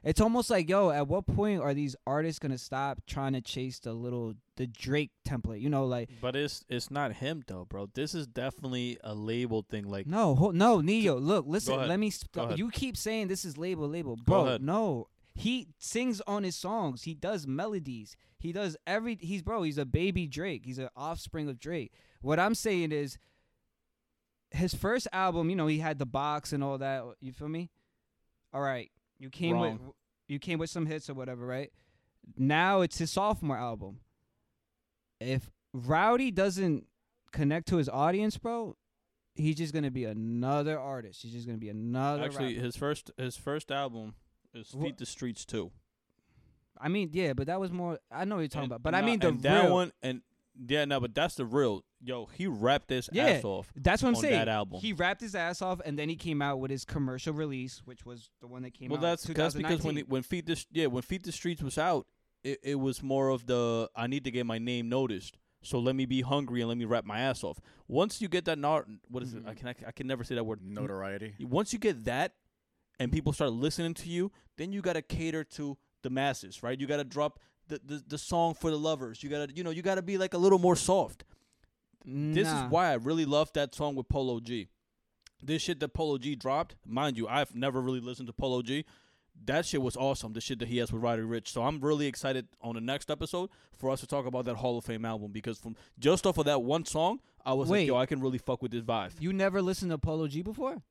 It's almost like, yo, at what point are these artists gonna stop trying to chase the little the Drake template? You know, like
But it's it's not him though, bro. This is definitely a label thing. Like
No, ho- no, Neo. Look, listen.
ahead.
Let me. Sp-
Go ahead.
You keep saying this is label, label, bro.
ahead.
No, he sings on his songs. He does melodies. He does every. He's bro. He's a baby Drake. He's an offspring of Drake. What I'm saying is, his first album. You know, he had the box and all that. You feel me? All right. You came with. You came with some hits or whatever, right? Now it's his sophomore album. If Rowdy doesn't connect to his audience, bro, he's just gonna be another artist. He's just gonna be another.
actually,
rapper.
his first his first album is
Wha-
Feed the Streets too.
I mean, yeah, but that was more. I know what you're talking
and-
about, but I
nah,
mean the
and that
real-
one and yeah, no, but that's the real yo. He rapped this
Yeah.
ass off.
That's what I'm
on
saying.
that album.
He rapped his ass off, and then he came out with his commercial release, which was the one that came
Well,
out.
that's that's because when
2019.
he- when Feed the yeah when Feed the Streets was out, it, it was more of the I need to get my name noticed. So let me be hungry and let me rap my ass off. Once you get that nar- what is it? I
Mm-hmm.
can I, can never say that word.
notoriety.
Once you get that, and people start listening to you, then you gotta cater to the masses, right? You gotta drop the, the, the song for the lovers. You gotta you know you gotta be like a little more soft. This
Nah.
is why I really love that song with Polo G. This shit that Polo G dropped, mind you, I've never really listened to Polo G. That shit was awesome. The shit that he has with Roddy Rich. So I'm really excited on the next episode for us to talk about that Hall of Fame album because from just off of that one song, I was
Wait.
like, yo, I can really fuck with this vibe.
you never listened to Polo G before.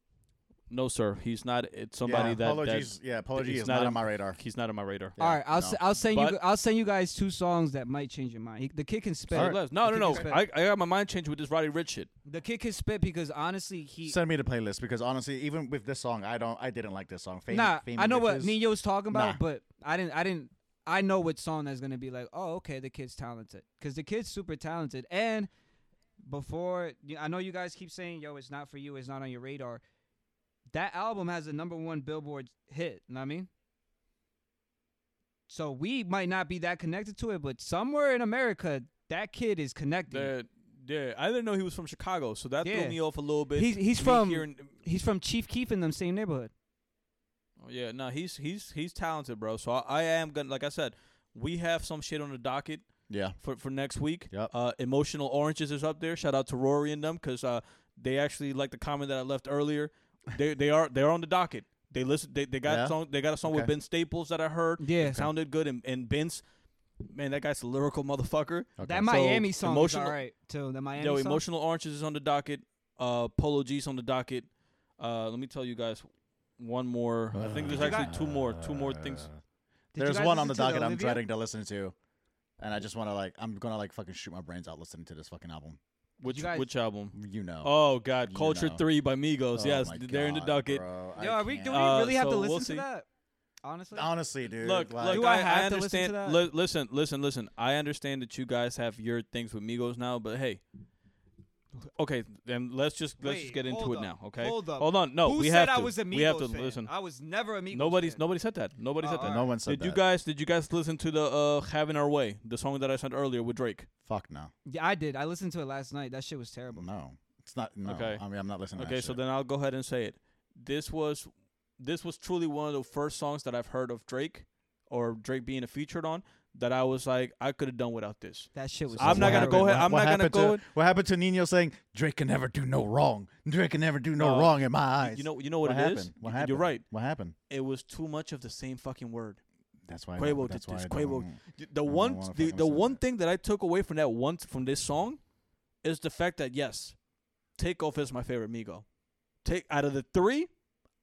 No, sir, he's not. It's somebody
yeah,
that,
Polo
that-
G's- yeah, Polo G
it's
is not
in-
on my radar.
He's not on my radar.
Yeah,
All right, I'll
no.
s- I'll send you
But-
I'll send you guys two songs that might change your mind. He, the kid can spit.
All right.
Less. No, no,
The
no.
kid can
I,
spit.
I got my mind changed with this Roddy Rich shit.
The kid can spit because honestly, he
Send me the playlist because honestly, even with this song, I don't, I didn't like this song. Fame,
nah.
Fame
I know what
Bitches.
Nino's talking about,
Nah.
but I didn't. I didn't. I know what song that's gonna be like. Oh, okay, the kid's talented because the kid's super talented. And before y- I know you guys keep saying, "Yo, it's not for you. It's not on your radar." That album has a number one Billboard hit. Know what I mean? So we might not be that connected to it, but somewhere in America, that kid is connected.
That, yeah, I didn't know he was from Chicago, so that
Yeah.
threw me off a little bit.
He's- he's
Me
from-
hearing-
He's from Chief Keef in them same neighborhood.
Oh, yeah, no, he's he's he's talented, bro. So I, I am gonna, like I said, we have some shit on the docket
Yeah,
for for next week.
Yep.
Uh, emotional oranges is up there. Shout out to Rory and them because uh, they actually like the comment that I left earlier. They they are they're on the docket. They listen. They, they got
Yeah?
song. They got a song with
Okay.
Ben Staples that I heard.
Yeah.
It sounded good. And and Ben's, man, that guy's a lyrical motherfucker.
okay.
That Miami
So,
song
emotional-
is all right too. The Miami
Yo,
song.
emotional oranges is on the docket. Uh, Polo G's on the docket. Uh, let me tell you guys one more. I think there's
Uh,
actually two more. Two more things.
Did you
There's
guys
one on the
listen to
docket I'm
Olivia?
dreading to listen to, and I just want to like, I'm gonna like fucking shoot my brains out listening to this fucking album.
Which
guys-
which album?
You know.
Oh God,
You
Culture
know.
Three by Migos.
Oh
yes,
my
they're in the
God,
docket.
bro. I
Yo, are we,
can't.
do we
Uh,
really have to
so
listen
we'll
to
see.
that? Honestly,
Honestly, dude.
Look,
like,
look,
Do
I,
I
I,
have to listen to
understand.
that?
li- listen, listen, listen. I understand that you guys have your things with Migos now, but hey, okay, then let's just let's just
Wait,
get into
hold
it
up,
now. Okay,
hold up.
hold on. No,
Who
we
said
have
I
to.
was a Migos
we have to
fan?
listen.
I was never a Migos
Nobody's
fan.
nobody said that. Nobody
Oh,
said that.
no one said
did
that.
you guys did you guys listen to the uh having our way the song that i sent earlier with drake
Fuck no,
Yeah, I did. I listened to it last night. That shit was terrible.
no. It's not. No.
Okay.
I mean, I'm not listening. to
okay
that
so
Ah, shit.
then i'll go ahead and say it this was this was truly one of the first songs that i've heard of drake or drake being featured on that i was like i could have done without this
That shit was.
I'm not gonna
terrible.
go ahead- I'm
what
not gonna
happened
go
To, what happened to Nino saying Drake can never do no wrong? Drake can never do no
Uh,
wrong in my
You-
eyes.
you know you know what, it is.
happened? What
You-
happened?
you're right
What happened?
it was too much of the same fucking word
That's why. I
Quavo
don't-
did
that's why
this.
I
Quavo,
don't-
the,
I
the
don't
one,
wanna
the,
fucking
the
listen to
one
that.
thing that I took away from that one from this song, is the fact that yes, Takeoff is my favorite Migo. Take out of the three,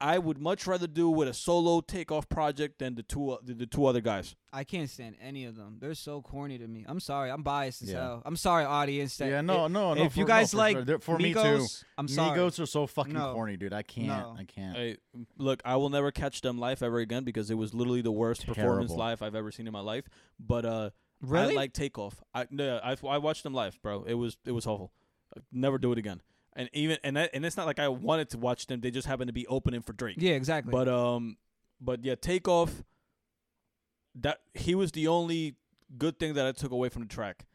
I would much rather do with a solo takeoff project than the two the, the two other guys.
I can't stand any of them. They're so corny to me. I'm sorry. I'm biased as
Yeah.
hell. I'm sorry, audience. That
Yeah, no,
if-
no, no.
If you
for- no,
guys
for
like
sure. They're- for me too.
Migos, I'm sorry.
Migos are so fucking
No.
corny, dude. I can't.
No.
I can't.
I, look, I will never catch them live ever again because it was literally the worst performance
Terrible.
live I've ever seen in my life. But uh,
really?
I like Takeoff. I no, I, I watched them live, bro. It was it was awful. I'd never do it again. And even and that, and it's not like I wanted to watch them. They just happened to be opening for Drake.
yeah, exactly.
But um, but yeah, Takeoff. That he was the only good thing that I took away from the track.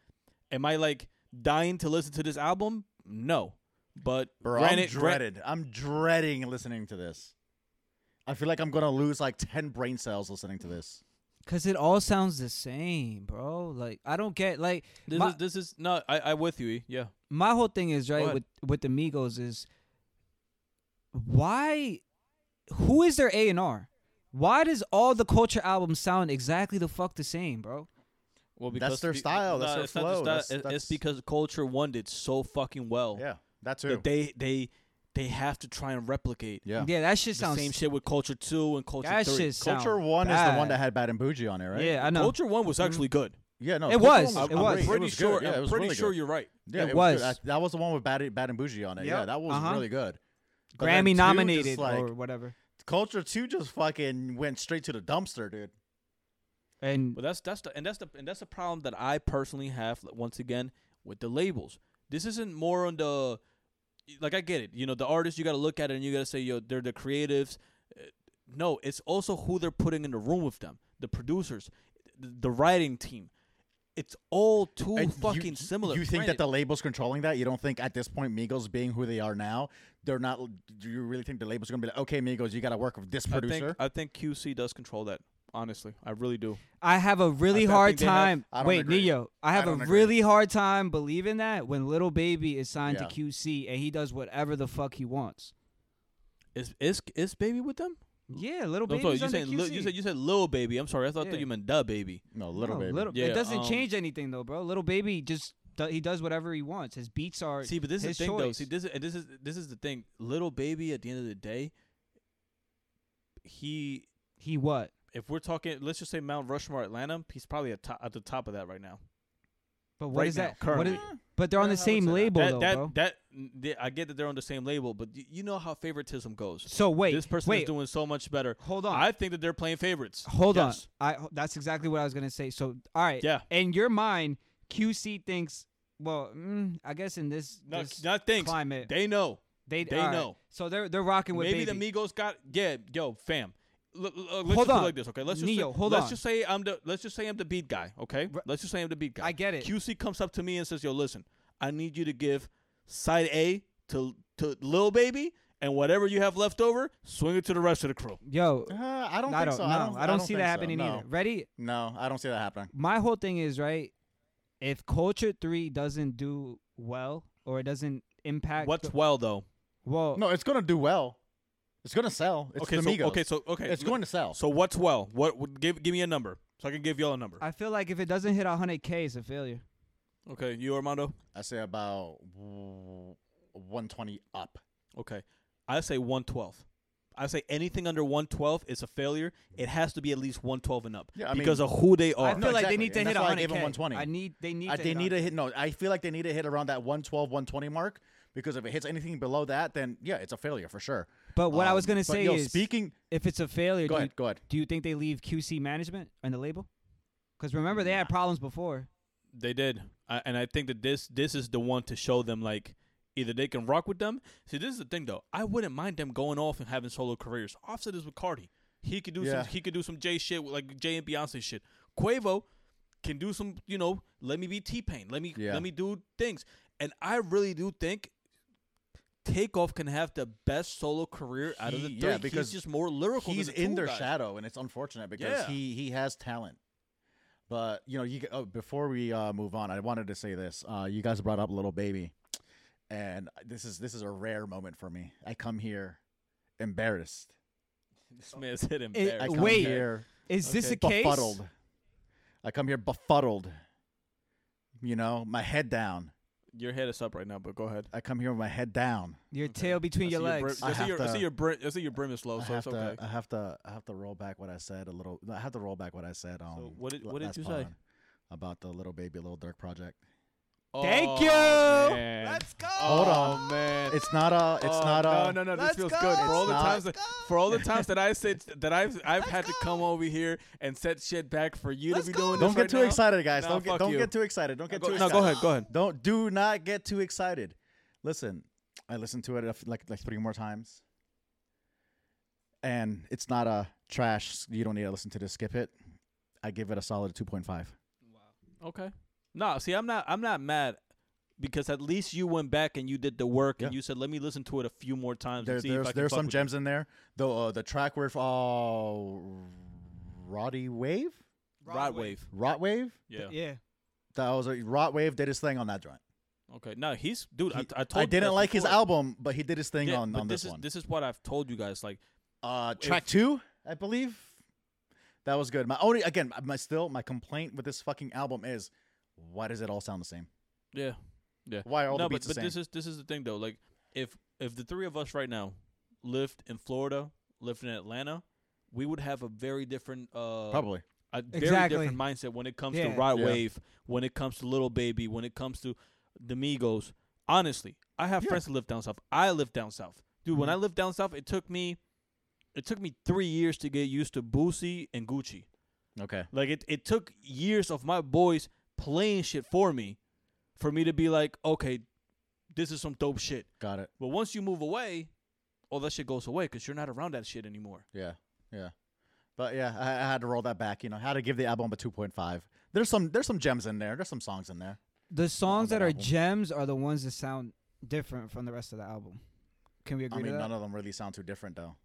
Am I like dying to listen to this album? No, but
Bro,
granted-
I'm
gra-
dreaded. I'm dreading listening to this. I feel like I'm gonna lose like ten brain cells listening to this.
Cause it all sounds the same, bro. Like I don't get like
This
my,
is this is no, I I with you. E. Yeah,
my whole thing is right
ahead.
with with the Migos is why who is their A and R? Why does all the culture albums sound exactly the fuck the same, bro?
well,
That's their
be-
style, that's
nah,
their
it's not the
flow,
style,
that's-
it-
that's-
It's because Culture One did so fucking well.
Yeah, that too.
that they they they have to try and replicate
yeah.
Yeah, that shit
the
sounds
same shit with Culture Two and Culture
That
Three.
shit sounds
Culture One is the one
bad.
that had Bad and Bougie on it, right?
Yeah, I know.
Culture One was actually good.
Yeah, no.
It
Culture
was,
One
Mm-hmm. it was.
great.
I'm
pretty
was good.
sure.
Yeah, it
I'm
was
pretty
really
sure
good.
you're right.
Yeah,
It was.
good. That, that was the one with Bad, Bad and Bougie on it. Yeah,
Yep.
that was
Uh-huh.
really good. But then two
Grammy
just,
nominated
like,
or whatever.
Culture Two just fucking went straight to the dumpster, dude.
And
But that's that's the and that's the and that's the problem that I personally have like, once again with the labels. This isn't more on the like I get it. You know, the artists you got to look at it and you got to say, yo, they're the creatives. Uh, No, it's also who they're putting in the room with them, the producers, the, the writing team. It's all too
And you-
fucking similar.
You think that
Granted,
the label's controlling that? You don't think at this point Migos being who they are now, they're not do you really think the label's gonna be like, Okay, Migos, you gotta work with this
I think
producer?
I think QC does control that. Honestly, I really do.
I have a really
th- I
hard
think they have-
time.
I don't
Wait,
agree.
Neo, I have a
don't agree.
really hard time believing that when Little Baby is signed
Yeah.
to QC and he does whatever the fuck he wants.
Is is is baby with them?
Yeah, Little
No,
Baby.
sorry, you said
QC.
Lil- you said you said little baby. I'm sorry, I thought
Yeah.
you meant da baby.
no, little
No,
baby.
Oh, Little,
Yeah,
it doesn't
um,
change anything though, bro. Little baby just do, he does whatever he wants. His beats are
See, but this
his
is the thing, though.
choice.
See, this is and this is this is the thing. Little baby, at the end of the day, he.
he what?
If we're talking, let's just say Mount Rushmore, Atlanta, he's probably at, to- at the top of that right now.
But what
Right
is
now,
that? What is,
currently.
but they're
Yeah,
on the
I would
same
say that.
label
that
though,
that
bro.
that they- I get that they're on the same label, but y- you know how favoritism goes.
so wait,
this person
wait,
is doing so much better.
hold on,
I think that they're playing favorites.
hold
Yes.
on. I that's exactly what I was gonna say. So all right,
Yeah.
In your mind, QC thinks. Well, mm, I guess in this,
Not,
this
not thinks.
climate,
They know.
they,
they
all right.
know.
So they're they're rocking with
Maybe
baby.
the Migos got yeah, yo, fam. L- l- uh, let's
Hold
just do
on.
it like this, okay? Let's just
Neo,
say,
hold
let's
on.
just say I'm the let's just say I'm the beat guy, okay?
Re-
Let's just say I'm the beat guy.
I get it.
QC comes up to me and says, "Yo, listen, I need you to give side A to to Lil Baby, and whatever you have left over, swing it to the rest of the crew."
Yo,
Uh, I don't
I
think
don't
so.
know.
I don't,
see
think
that
so.
happening
no.
either. Ready?
No, I don't see that happening.
my whole thing is right if culture 3 doesn't do well or it doesn't impact
What's
the-
well though?
well
No, it's gonna do well. It's gonna sell. It's
okay,
the
so
Migos.
okay, so okay,
it's
l-
going to sell.
So what's well? What would give give me a number so I can give y'all a number?
i feel like if it doesn't hit 100k it's a failure
okay, you Armando.
I say about one twenty up.
Okay. I say 112. I say anything under 112 is a failure. It has to be at least 112 and up
Yeah, I
because
mean-
of who they
i
are.
feel
No,
like
exactly,
they need to
and
hit
that's why I gave 'em
100k
120.
i need they need
Uh,
to
they
hit
need to
100K.
hit no. I feel like they need to hit around that 112, 120 mark because if it hits anything below that, then yeah, it's a failure for sure.
but what i was
Um,
going to
but,
say
yo,
is
speaking.
if it's a failure
Go
do,
ahead.
You,
Go ahead.
do you think they leave qc management and the label because remember they had problems before
They did. I, and I think that this this is the one to show them like either they can rock with them. See, this is the thing though. I wouldn't mind them going off and having solo careers. Offset is with Cardi. He could do
Yeah.
some he could do some Jay shit with, like Jay and Beyonce shit. Quavo can do some, you know, let me be T-Pain. Let me
Yeah.
let me do things. And I really do think Takeoff can have the best solo career out of the
He-
three.
yeah, because
he's just more lyrical.
He's
than the
in
two
their
guys.
shadow, and it's unfortunate because
Yeah.
he he has talent. But you know, you g- oh, before we uh, move on, I wanted to say this. Uh, you guys brought up little baby, and this is this is a rare moment for me. I come here embarrassed.
This man's hit him.
It-
I come
Wait.
here
is this
Okay.
a case
befuddled. I come here befuddled. You know, my head down.
Your head is up right now, but go ahead.
I come here with my head down.
Your tail between your
I see
legs.
Your brim, I,
I
see
have
your, I
to-
see your brim. I see your brim is low,
I
Oh, so it's
have
okay.
to. I have to. I have to roll back what I said a little. I have to roll back what I said. Um,
what did-
la-
what did
last
you say?
pod about the little baby, little Dirk project?
Thank
Oh,
you.
man.
go.
Hold on.
Oh man.
It's not a. It's
Oh,
not uh, a.
No, no, no. This
Let's
feels
go.
good for all the
It's
times
not-
that for all the times that I said that I've I've had to come over here and set shit back for you
Let's
to be
go.
doing.
Don't
this
get
right
too
now.
excited, guys.
Nah,
don't get.
fuck
Don't
you.
get too excited. Don't
Now
get
go-
too
no,
excited.
go ahead. Go ahead.
Don't do not get too excited. Listen, I listened to it a f- like like three more times, and it's not a trash. You don't need to listen to this. Skip it. I give it a solid two point five.
Okay.
No, see, I'm not. I'm not mad because at least you went back and you did the work and
Yeah.
you said, "Let me listen to it a few more times."
There,
and see if I
there's
can
there's
fuck
some
with it."
gems in there. The uh, the track with uh, Roddy Wave,
Rod wave.
Rot Wave.
Yeah.
Yeah.
That was a Rot Wave did his thing on that joint.
Okay. No, he's dude. I,
He-
I told.
I
you guys
didn't like his
before.
album, but he did his thing
Yeah,
on,
but
on this,
this is
one.
this is what I've told you guys. Like,
uh, track
if-
two, I believe. That was good. My only again, my still my complaint with this fucking album is, why does it all sound the same?
yeah, yeah.
Why are all
no,
the beats
but,
the
but this
same?
is this is the thing though. Like, if if the three of us right now lived in Florida, lived in Atlanta, we would have a very different uh
Probably.
a very
Exactly.
different mindset when it comes
Yeah.
to Rod
Yeah.
Wave, when it comes to Little Baby, when it comes to the Migos. Honestly, I have
Yeah.
friends that live down south. I live down south, dude.
Mm-hmm.
When I lived down south, it took me, it took me three years to get used to Boosie and Gucci.
Okay.
Like it, it took years of my boys playing shit for me, for me to be like, okay, this is some dope shit.
Got it.
But once you move away, all that shit goes away because you're not around that shit anymore.
Yeah. Yeah. But yeah, I, I had to roll that back. You know, how to give the album a two point five. There's some there's some gems in there. There's some songs in there.
The songs
that
that are
album.
gems are the ones that sound different from the rest of the album. Can we agree
I mean,
to
none
that?
of them really sound too different though.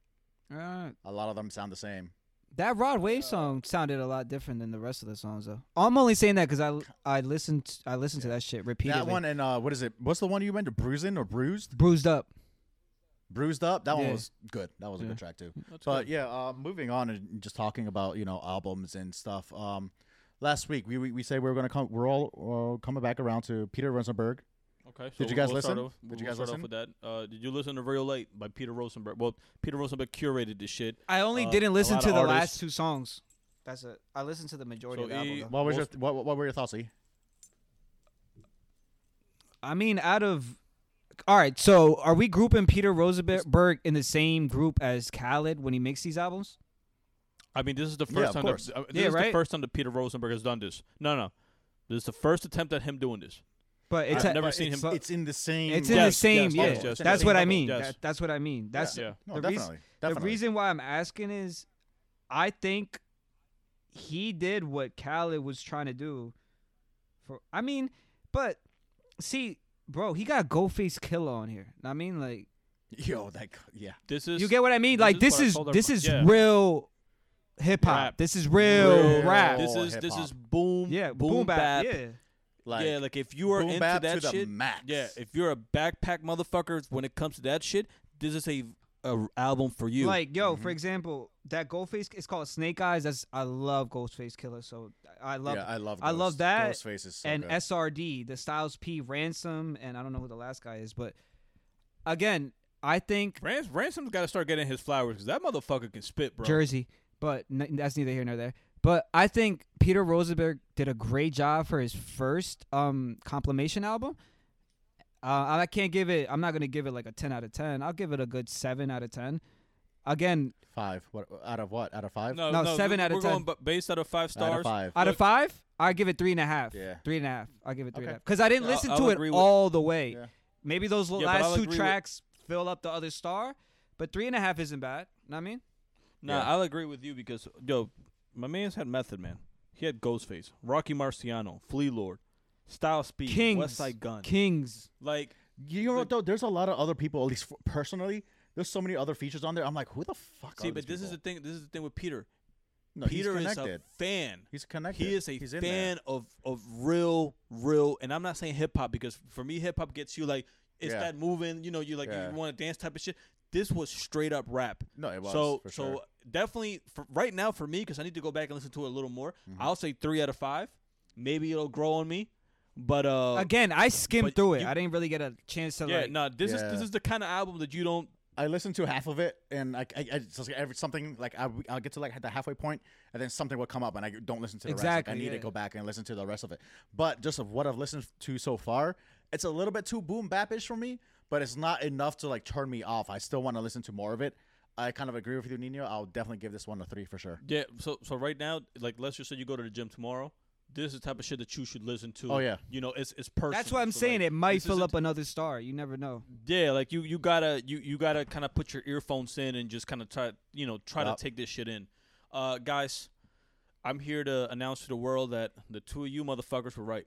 Uh,
A lot of them sound the same.
that Rod
Uh,
Wave song sounded a lot different than the rest of the songs, though. I'm only saying that because I I listened I listened to that shit repeatedly.
That one and uh, what is it? What's the one you went to? Bruising or bruised?
bruised up.
Bruised up. That one
Yeah.
was good. That was a
Yeah.
good track too.
That's
but
good.
yeah, uh, moving on and just talking about you know albums and stuff. Um, last week we we, we say we were gonna come. We're all uh, coming back around to Peter Rosenberg.
Okay. So
Did you
we-
guys
we'll start
listen?
off-
Did
we'll
you guys
start off
listen?
with that? Uh, did you listen to Real Late by Peter Rosenberg? Well, Peter Rosenberg curated this shit.
I only
Uh,
didn't
a
listen
lot
to
of
the
artists-
last two songs. That's it. I listened to the majority
So E,
of the album.
he-
though.
What was your
Most-
what, what were your thoughts? E?
I mean, out of all right, so are we grouping Peter Rosenberg in the same group as Khaled when he makes these albums?
I mean, this is the first
Yeah, of
time.
course.
That, uh, this
Yeah,
is the
right?
first time that Peter Rosenberg has done this. No, no, this is the first attempt at him doing this.
But it's
I've
a-
never
but
seen him-
it's, uh,
It's in the same.
It's in
Yes,
the same.
yes,
yeah,
yes, yes,
that's
yes.
what I
Yes.
mean.
Yes.
That, that's what I mean. That's
Yeah.
no,
the reason-
definitely. definitely.
the reason why I'm asking is, I think he did what Khaled was trying to do. For I mean, but see, bro, he got Goldface Killer on here. Know what I mean, like
Yo, that yeah.
This is
you get what I mean.
this
Like
is
this
what I
is
told our
this
fr-
is
yeah.
real hip
Rap.
hop. This is real,
Real
rap.
hip
This is this
hip-hop.
is boom.
yeah,
boom, bap.
Yeah,
Like,
yeah, like if you are
boom
into
bap
that
to the
shit,
max.
yeah, if you're a backpack motherfucker when it comes to that shit, this is a, a album for you.
Like, yo,
Mm-hmm.
for example, that Goldface it's called Snake Eyes. That's I love Ghostface Killer, so I love
yeah, I love.
I love
Ghost.
that
Ghostface is so
and
good.
SRD, the Styles P Ransom, and I don't know who the last guy is, but again, I think
Rans- Ransom's got to start getting his flowers because that motherfucker can spit, bro.
Jersey, but n- that's neither here nor there. But I think Peter Rosenberg did a great job for his first um compilation album. Uh, I can't give it. I'm not gonna give it like a ten out of ten. I'll give it a good seven out of ten. Again,
five. What out of what? Out of five.
No,
No,
no,
seven
we-
out of
we're Going
ten.
bu- based out of five
out
stars.
of five.
out of five, I give it three and a half.
Yeah.
three and a half. I'll give it three and a
Okay.
half because I didn't
Yeah,
listen
I'll-
to
I'll
it
agree with-
all the way.
Yeah.
Maybe those
Yeah, but I'll
last two
agree with-
tracks fill up the other star, but three and a half isn't bad. Know what I mean,
Nah,
Yeah.
I'll agree with you because yo, my man's had Method Man. He had Ghostface, Rocky Marciano, Flea Lord, Style Speed,
Kings,
West Side Gun.
Kings.
like
You know what though? There's a lot of other people. At least f- personally, there's so many other features on there. I'm like, who the fuck?
see,
are
but
these
this is the
people?
thing. This is the thing with Peter.
no,
Peter
he's
is
connected.
a fan.
he's connected.
He is a
He's in there.
fan of of real, real, and I'm not saying hip hop because for me, hip hop gets you like it's
Yeah.
that moving. You know, you like
Yeah.
you want to dance type of shit. This was straight up rap.
No, it was
so
for
so
sure.
definitely for right now
Mm-hmm.
for me because I need to go back and listen to it a little more. I'll say three out of five. Maybe it'll grow on me, But uh,
Again, I skimmed
but
through it.
you-
I didn't really get a chance to
yeah,
like.
no, this is this
Yeah.
is the kind of album that you don't.
I listened to half of it, and I, I, I it's just like every something like I, I'll get to like the halfway point, and then something will come up, and I don't listen to the
Exactly,
rest. Like, I need
yeah.
to go back and listen to the rest of it. But just of what I've listened to so far, it's a little bit too boom bapish for me, but it's not enough to like turn me off. I still want to listen to more of it. I kind of agree with you, Nino. I'll definitely give this one a three for sure.
Yeah, so so right now, like let's just say you go to the gym tomorrow. This is the type of shit that you should listen to.
Oh, yeah.
you know it's it's personal.
That's what I'm
so,
saying.
like,
it might
this
fill
isn't-
up another star. You never know.
Yeah, like you you gotta you you gotta kind of put your earphones in and just kind of try you know try
Yup.
to take this shit in. Uh, guys, I'm here to announce to the world that the two of you motherfuckers were right.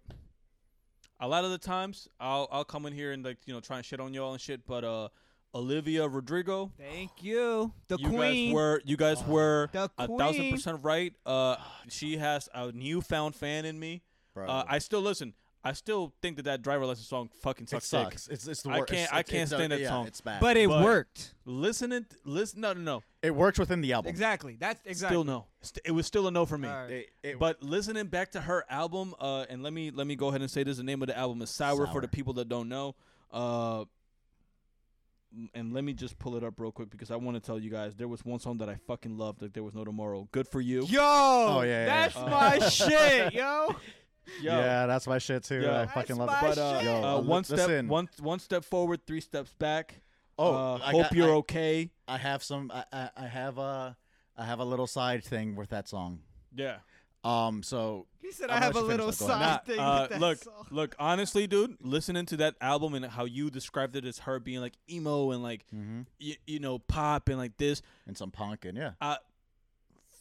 A lot of the times, I'll I'll come in here and like you know try and shit on y'all and shit, but uh, Olivia Rodrigo,
Thank you, the
you
queen.
guys were you guys were
The
a thousand
queen.
percent right. Uh, she has a newfound fan in me.
Bro.
Uh, I still listen. I still think that that driver lesson song fucking
it
sucks. dick
sucks. It's it's the
I
worst.
can't-
It's,
I
it's-
can't
it's a-
stand that
yeah,
song.
It's bad.
but it
But-
worked.
Listening, t- listen. No, no, no.
it works within the album.
Exactly. That's exactly.
Still no. St- It was still a no for me.
All right.
It- it-
But listening back to her album, uh, and let me let me go ahead and say this: the name of the album is Sour, for
Sour.
the people that don't know. Uh, m- and let me just pull it up real quick because I want to tell you guys there was one song that I fucking loved. Like there was no tomorrow. Good for you.
Yo,
Oh,
yeah, yeah.
that's
Uh,
my shit, yo.
Yo.
yeah, that's my shit too.
Yo.
I fucking
That's
love
my
it.
But, uh, shit.
Ah, Yo,
Uh,
li-
one step,
listen.
one one step forward, three steps back.
Oh,
uh,
I
hope
got-
you're
I-
okay.
I have some. I, I, I have a. I have a little side thing with that song.
Yeah.
Um. So
He said
I'm
i
gonna
have
let
a
you finish
little
that. Go ahead.
side
Nah,
thing
uh,
with that
look,
song.
look. Honestly, dude, listening to that album and how you described it as her being like emo and like
mhm,
y- you know pop and like this.
and some punk and yeah.
Uh,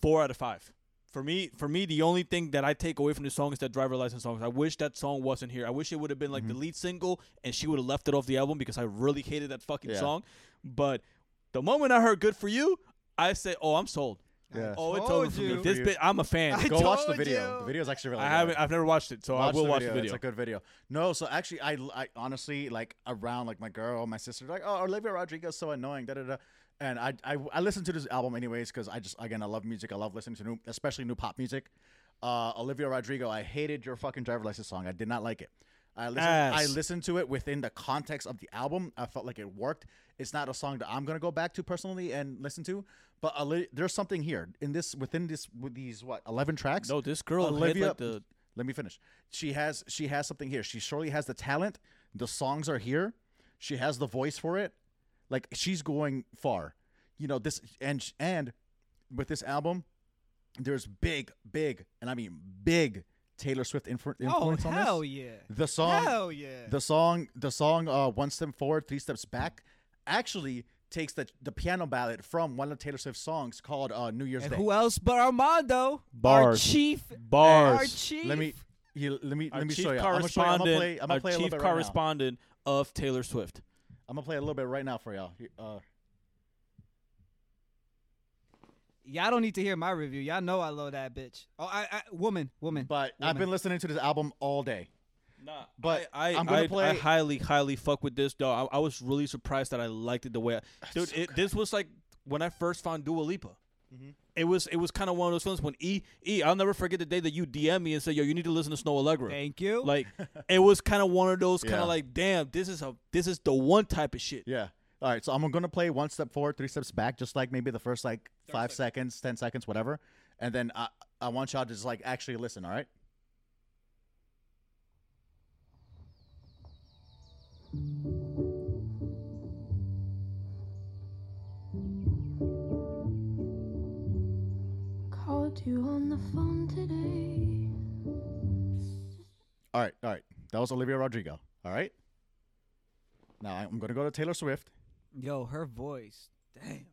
four out of five. For me, for me, the only thing that I take away from the song is that driver license songs. I wish that song wasn't here. I wish it would have been like
Mm-hmm.
the lead single, and she would have left it off the album because I really hated that fucking
Yeah.
song. But the moment I heard "Good for You," I said, "Oh, I'm sold.
Yeah.
Oh, it's
told
over for me.
you.
This
You-
bit, I'm a fan.
I
I,
Go watch the
told
video.
you.
The video is actually really. good.
haven't. I've never watched it, so I will watch the video.
It's a good video. No, so actually, I, I honestly like around like my girl, my sister, like oh Olivia Rodrigo's so annoying, da da da. And I I, I listen to this album anyways because I just again I love music. I love listening to new, especially new pop music. Uh, Olivia Rodrigo, I hated your fucking driver license song. I did not like it. I listened, I
Ass.
listened to it within the context of the album. I felt like it worked. It's not a song that I'm gonna go back to personally and listen to, but Oli- there's something here in this within this with these what 11 tracks.
No, this girl had,
Olivia.
like, the-
Let me finish. She has she has something here. She surely has the talent. The songs are here. She has the voice for it. Like she's going far. You know this and and with this album, there's big, big, and I mean big Taylor Swift influ-
Oh
influence on this.
hell yeah.
The song,
Hell yeah.
the song, the song. Uh, one step forward, three steps back. Actually, takes the the piano ballad from one of Taylor Swift's songs called uh, "New Year's
And
Day."
who else but Armando? Our
Bars.
chief. Our
Bars.
chief.
Let me, he, let me,
Our
let me
chief
show you. I'm gonna show you. I'm
correspondent,
gonna play. I'm gonna
our
play a little
chief
bit right now.
correspondent of Taylor Swift.
I'm gonna play a little bit right now for y'all. Here, Uh,
Y'all don't need to hear my review. Y'all know I love that bitch. Oh, I, I woman, woman.
but I've been listening to this album all day.
Nah,
But
I, I,
I'm gonna
I, I
play-
highly, highly fuck with this though. I, I was really surprised that I liked it the way. I, dude, it, this was like when I first found Dua Lipa.
Mm-hmm.
It was it was kind of one of those films when E E. I'll never forget the day that you DM me and said, "Yo, you need to listen to Snow Allegra."
Thank you.
Like, it was kind of one of those kind of
Yeah.
like, damn, this is a this is the one type of shit.
Yeah. All right. So I'm gonna play one step forward, three steps back, just like maybe the first like five seconds, ten seconds, whatever. And then I, I want y'all to just like actually listen. All right.
Called you on the phone today.
All right. All right. That was Olivia Rodrigo. All right. Now I'm gonna go to Taylor Swift.
Yo, her voice. Damn.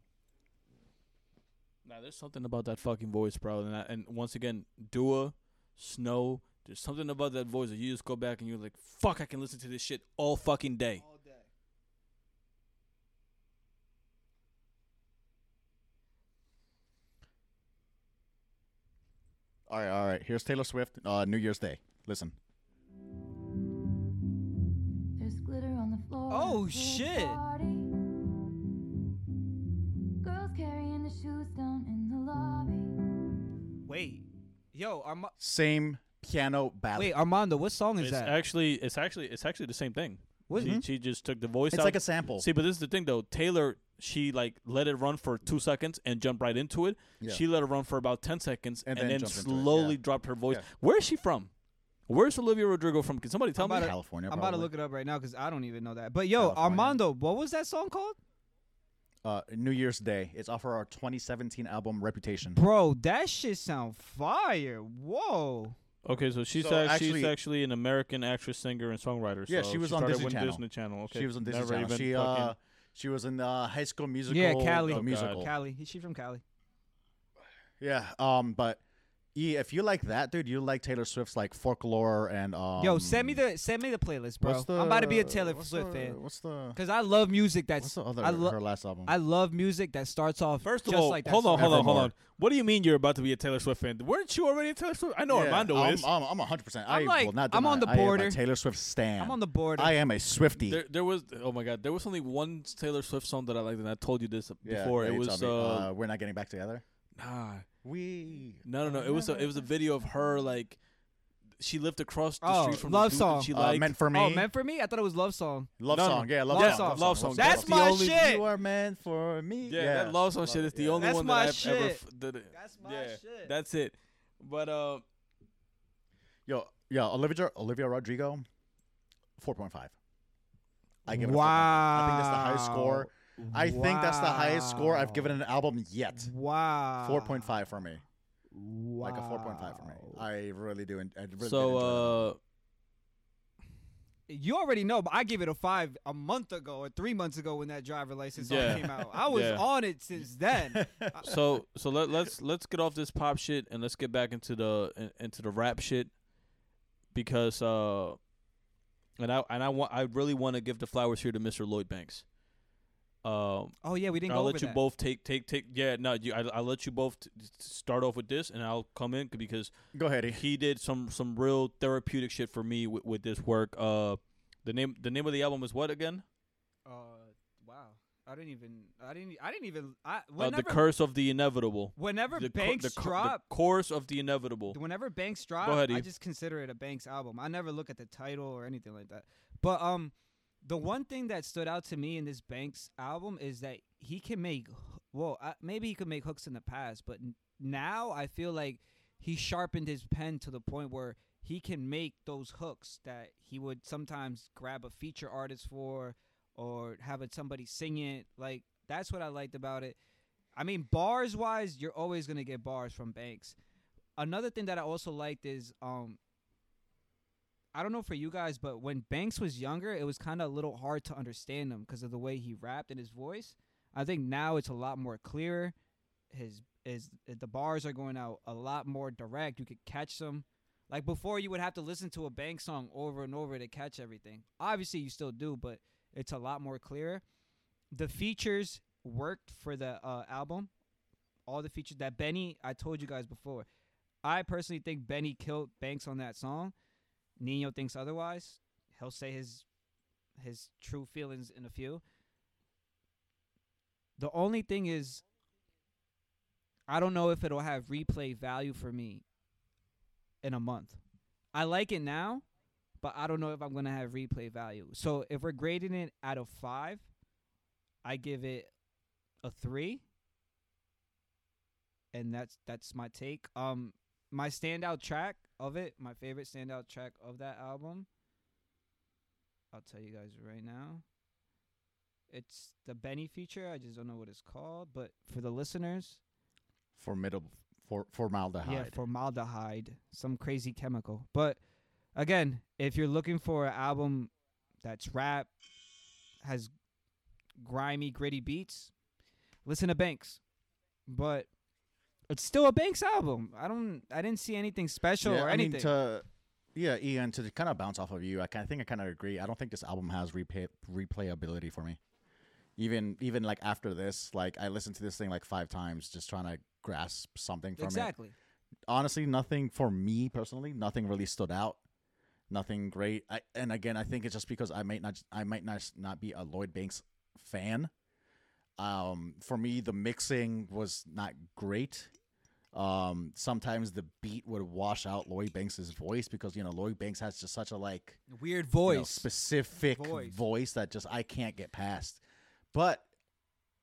Nah, there's something about that fucking voice, bro. And I, and once again, Dua, Snow. There's something about that voice that you just go back and you're like, fuck, I can listen to this shit all fucking day.
All right. All right. Here's Taylor Swift. Uh, New Year's Day. Listen.
There's glitter on the floor.
Oh,
at the
shit.
party. Girls carrying the shoes down in the lobby.
Wait. Yo, Arma-
Same piano ballad.
Wait, Armando, what song is
It's
that?
actually it's actually it's actually the same thing.
What-
She, she just took the voice
it's
out.
like a sample.
See, but this is the thing though. Taylor, she like let it run for two seconds and jumped right into it.
Yeah.
She let it run for about ten seconds
And
and,
then
then,
jumped into it,
slowly
yeah.
dropped her voice.
Yeah.
Where is she from? Where's Olivia Rodrigo from? Can somebody tell
about
me?
to-
California.
I'm about to
probably.
look it up right now because I don't even know that. But yo,
California.
Armando, what was that song called?
Uh, New Year's Day. It's off of our 2017 album Reputation.
Bro, that shit sound fire. Whoa.
Okay, so she's
So
act-
actually-
she's actually an American actress, singer, and songwriter.
Yeah,
so
she was on
started
Disney
when
Channel.
Disney Channel. Okay,
She was on Disney
never
Channel.
even
She
fucking-
uh, she was in uh, High School Musical.
Yeah, Cali.
the
Oh, God.
musical.
Cali. He- She from Cali.
Yeah. Um, but E, if you like that, dude, you like Taylor Swift's like folklore and um.
Yo, send me the send me the playlist, bro.
what's the-
I'm about to be a Taylor
what's the-
Swift fan
What's the
because I love music
What's
that's
the other
I, lo-
her last album?
I love music that starts off
First of
just
all,
like that
hold on,
song.
hold on, hold
Evermore.
on. What do you mean you're about to be a Taylor Swift fan? Weren't you already a Taylor Swift? I know
Yeah,
Armando
I'm,
is.
I'm, I'm 100%. I
I'm like-
will not
I'm on
deny
the
I am a
border.
Taylor Swift stan.
I'm on the border.
I am a Swifty.
there, there was oh my god, there was only one Taylor Swift song that I liked, and I told you this
Yeah,
before.
yeah,
it
you tell
was
me.
uh,
Uh, we're not getting back together.
nah,
We
no, no, no. It was a, it was a video of her like she lived across the
Oh,
street from
love
the dude
song.
That she
uh,
liked.
meant for me.
oh, meant for me? I thought it was love song.
love
No, no,
song. Yeah, love,
love
song.
song.
Love song.
That's
the
my
only-
shit.
You are meant for me.
Yeah, that love song shit is the
yeah.
only
That's
one
my
that I've ever.
shit.
F- that it-
That's my
yeah,
shit.
That's it. But uh,
Yo, yo, Olivia Olivia Rodrigo, four point five. I give it. a 4.5. I think that's the highest score. I think that's the highest score I've given an album yet.
Wow.
Four point five for me,
Wow.
like a four point five for me. I really do. en- I really did enjoy that.
so uh,
You already know, but I give it a five a month ago or three months ago when that driver license song
Yeah.
came out. I was
Yeah.
on it since then.
uh,
so so let, let's let's get off this pop shit and let's get back into the in- into the rap shit because uh and I and I want I really want to give the flowers here to Mr. Lloyd Banks. Um,
Oh yeah, we didn't
I'll
go over
let you
that.
both take take take yeah no you I I'll let you both t- t- start off with this and I'll come in c- because
go ahead. E.
he did some some real therapeutic shit for me with, with this work. Uh, the name the name of the album is what again?
Uh, wow, I didn't even. I didn't. I didn't even. I
Uh,
whenever.
the curse of the inevitable.
whenever
The, cur-
Banks
the, cur-
drop.
the chorus of the inevitable.
whenever Banks drop,
ahead,
I
Eve.
just consider it a Banks album. I never look at the title or anything like that. But um, the one thing that stood out to me in this Banks album is that he can make. h- Well, I, maybe he could make hooks in the past, but n- now I feel like he sharpened his pen to the point where he can make those hooks that he would sometimes grab a feature artist for or have it somebody sing it. Like that's what I liked about it. I mean, bars wise, you're always gonna get bars from Banks. Another thing that I also liked is, um, I don't know for you guys, but when Banks was younger, it was kind of a little hard to understand him because of the way he rapped and his voice. I think now it's a lot more clearer. His is the bars are going out a lot more direct. You could catch them. Like before, you would have to listen to a Banks song over and over to catch everything. Obviously, you still do, but it's a lot more clearer. The features worked for the uh, album. All the features that Benny, I told you guys before. I personally think Benny killed Banks on that song. Nino thinks otherwise. He'll say his his true feelings in a few. The only thing is I don't know if it'll have replay value for me in a month. I like it now, but I don't know if I'm going to have replay value. So if we're grading it out of 5, I give it a 3. And that's that's my take. Um my standout track of it, my favorite standout track of that album, I'll tell you guys right now. It's the Benny feature. I just don't know what it's called, but for the listeners,
formidable for formaldehyde.
yeah, formaldehyde, some crazy chemical. But again, if you're looking for an album that's rap, has grimy, gritty beats, listen to Banks. But it's still a Banks album. I don't. I didn't see anything special
Yeah,
or
I mean,
anything.
to, yeah, Ian, to kind of bounce off of you, I, kind of think I kind of agree. I don't think this album has replay, replayability for me. Even even like after this, like I listened to this thing like five times, just trying to grasp something from it.
exactly.
Honestly, nothing for me personally. Nothing really stood out. Nothing great. I, and again, I think it's just because I might not I might not not be a Lloyd Banks fan. Um, for me, the mixing was not great. Um, sometimes the beat would wash out Lloyd Banks's voice because you know Lloyd Banks has just such a like
Weird
you
voice.
know, specific
Voice.
voice. that just I can't get past. But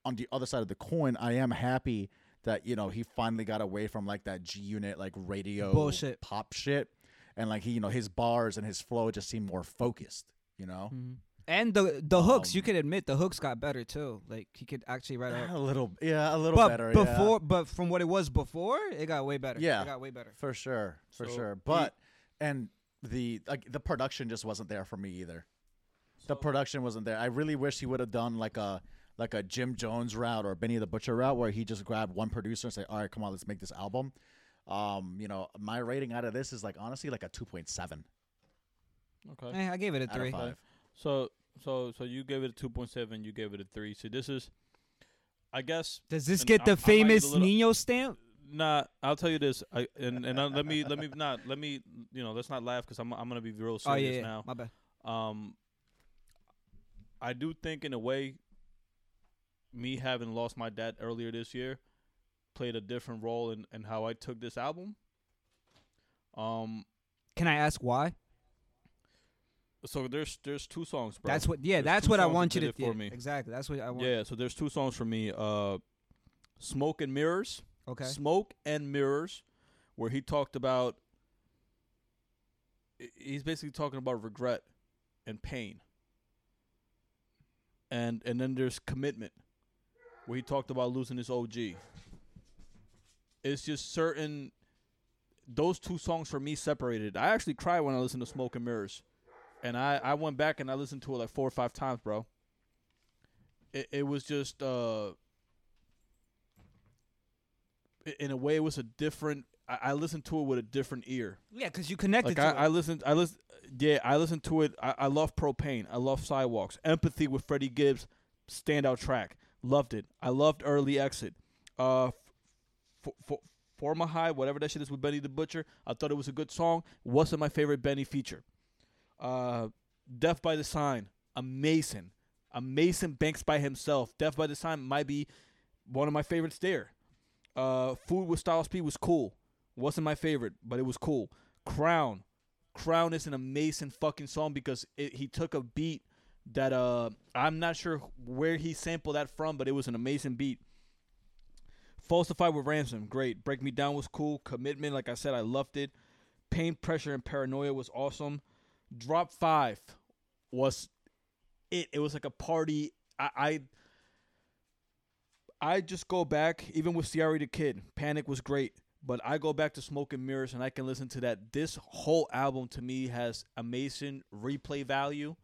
on the other side of the coin, I am happy that you know he finally got away from like that G Unit like radio
Bullshit.
pop shit, and like he you know his bars and his flow just seem more focused. You know,
Hmm. and the the hooks, you
Um,
can admit the hooks got better too. Like he could actually write a
a little yeah, a little
but
better yeah.
before but from what it was before, it got way better.
Yeah.
It got way better.
for sure, for
So
sure.
he-
But and the like the production just wasn't there for me either. the production wasn't there. I really wish he would have done like a like a Jim Jones route or Benny the Butcher route where he just grabbed one producer and say, "All right, come on, let's make this album." Um, you know, my rating out of this is like honestly like a 2.7
Okay.
Eh, I gave it a
out of
three.
5.
So so so you gave it a two point seven. You gave it a three. So this is, I guess,
Does this
And
get
I-
the
I might be a
famous
little-
Nino stamp?
Nah, I'll tell you this. I and and uh, let me let me not let me you know let's not laugh because I'm I'm gonna be real
Oh
serious
yeah, yeah,
now.
my bad.
Um, I do think in a way, me having lost my dad earlier this year, played a different role in in how I took this album. Um,
Can I ask why?
so there's there's two songs, bro.
That's what. Yeah,
There's
that's
two
what I
songs that
want you
did
to.
it for
yeah,
me.
Exactly. That's what I want.
yeah. So there's two songs for me. Uh, smoke and mirrors.
Okay.
Smoke and Mirrors, where he talked about he- he's basically talking about regret and pain. And and then there's commitment, where he talked about losing his OG. It's just certain those two songs for me separated. I actually cried when I listened to Smoke and Mirrors. And I, I went back and I listened to it like four or five times, bro. It it was just uh i- in a way it was a different I, I listened to it with a different ear
Yeah, because you connected
like I,
to
I
it.
listened I listened yeah I listened to it I, I love propane I love sidewalks empathy with Freddie Gibbs standout track loved it I loved early exit uh for, for Forma High, whatever that shit is with Benny the Butcher. I thought it was a good song. Wasn't my favorite Benny feature. Uh, Death by the Sign, amazing. Amazing Banks by himself. Death by the Sign might be one of my favorites there. Uh, Food with Styles P was cool. Wasn't my favorite, but it was cool. Crown. Crown is an amazing fucking song because it, he took a beat that uh I'm not sure where he sampled that from, but it was an amazing beat. Falsified with Ransom, great. Break Me Down was cool. Commitment, like I said, I loved it. Pain, Pressure, and Paranoia was awesome. Drop Five was it. It was like a party. I I, I just go back, even with Ciari the Kid, Panic was great. But I go back to Smoke and Mirrors and I can listen to that. This whole album to me has amazing replay value.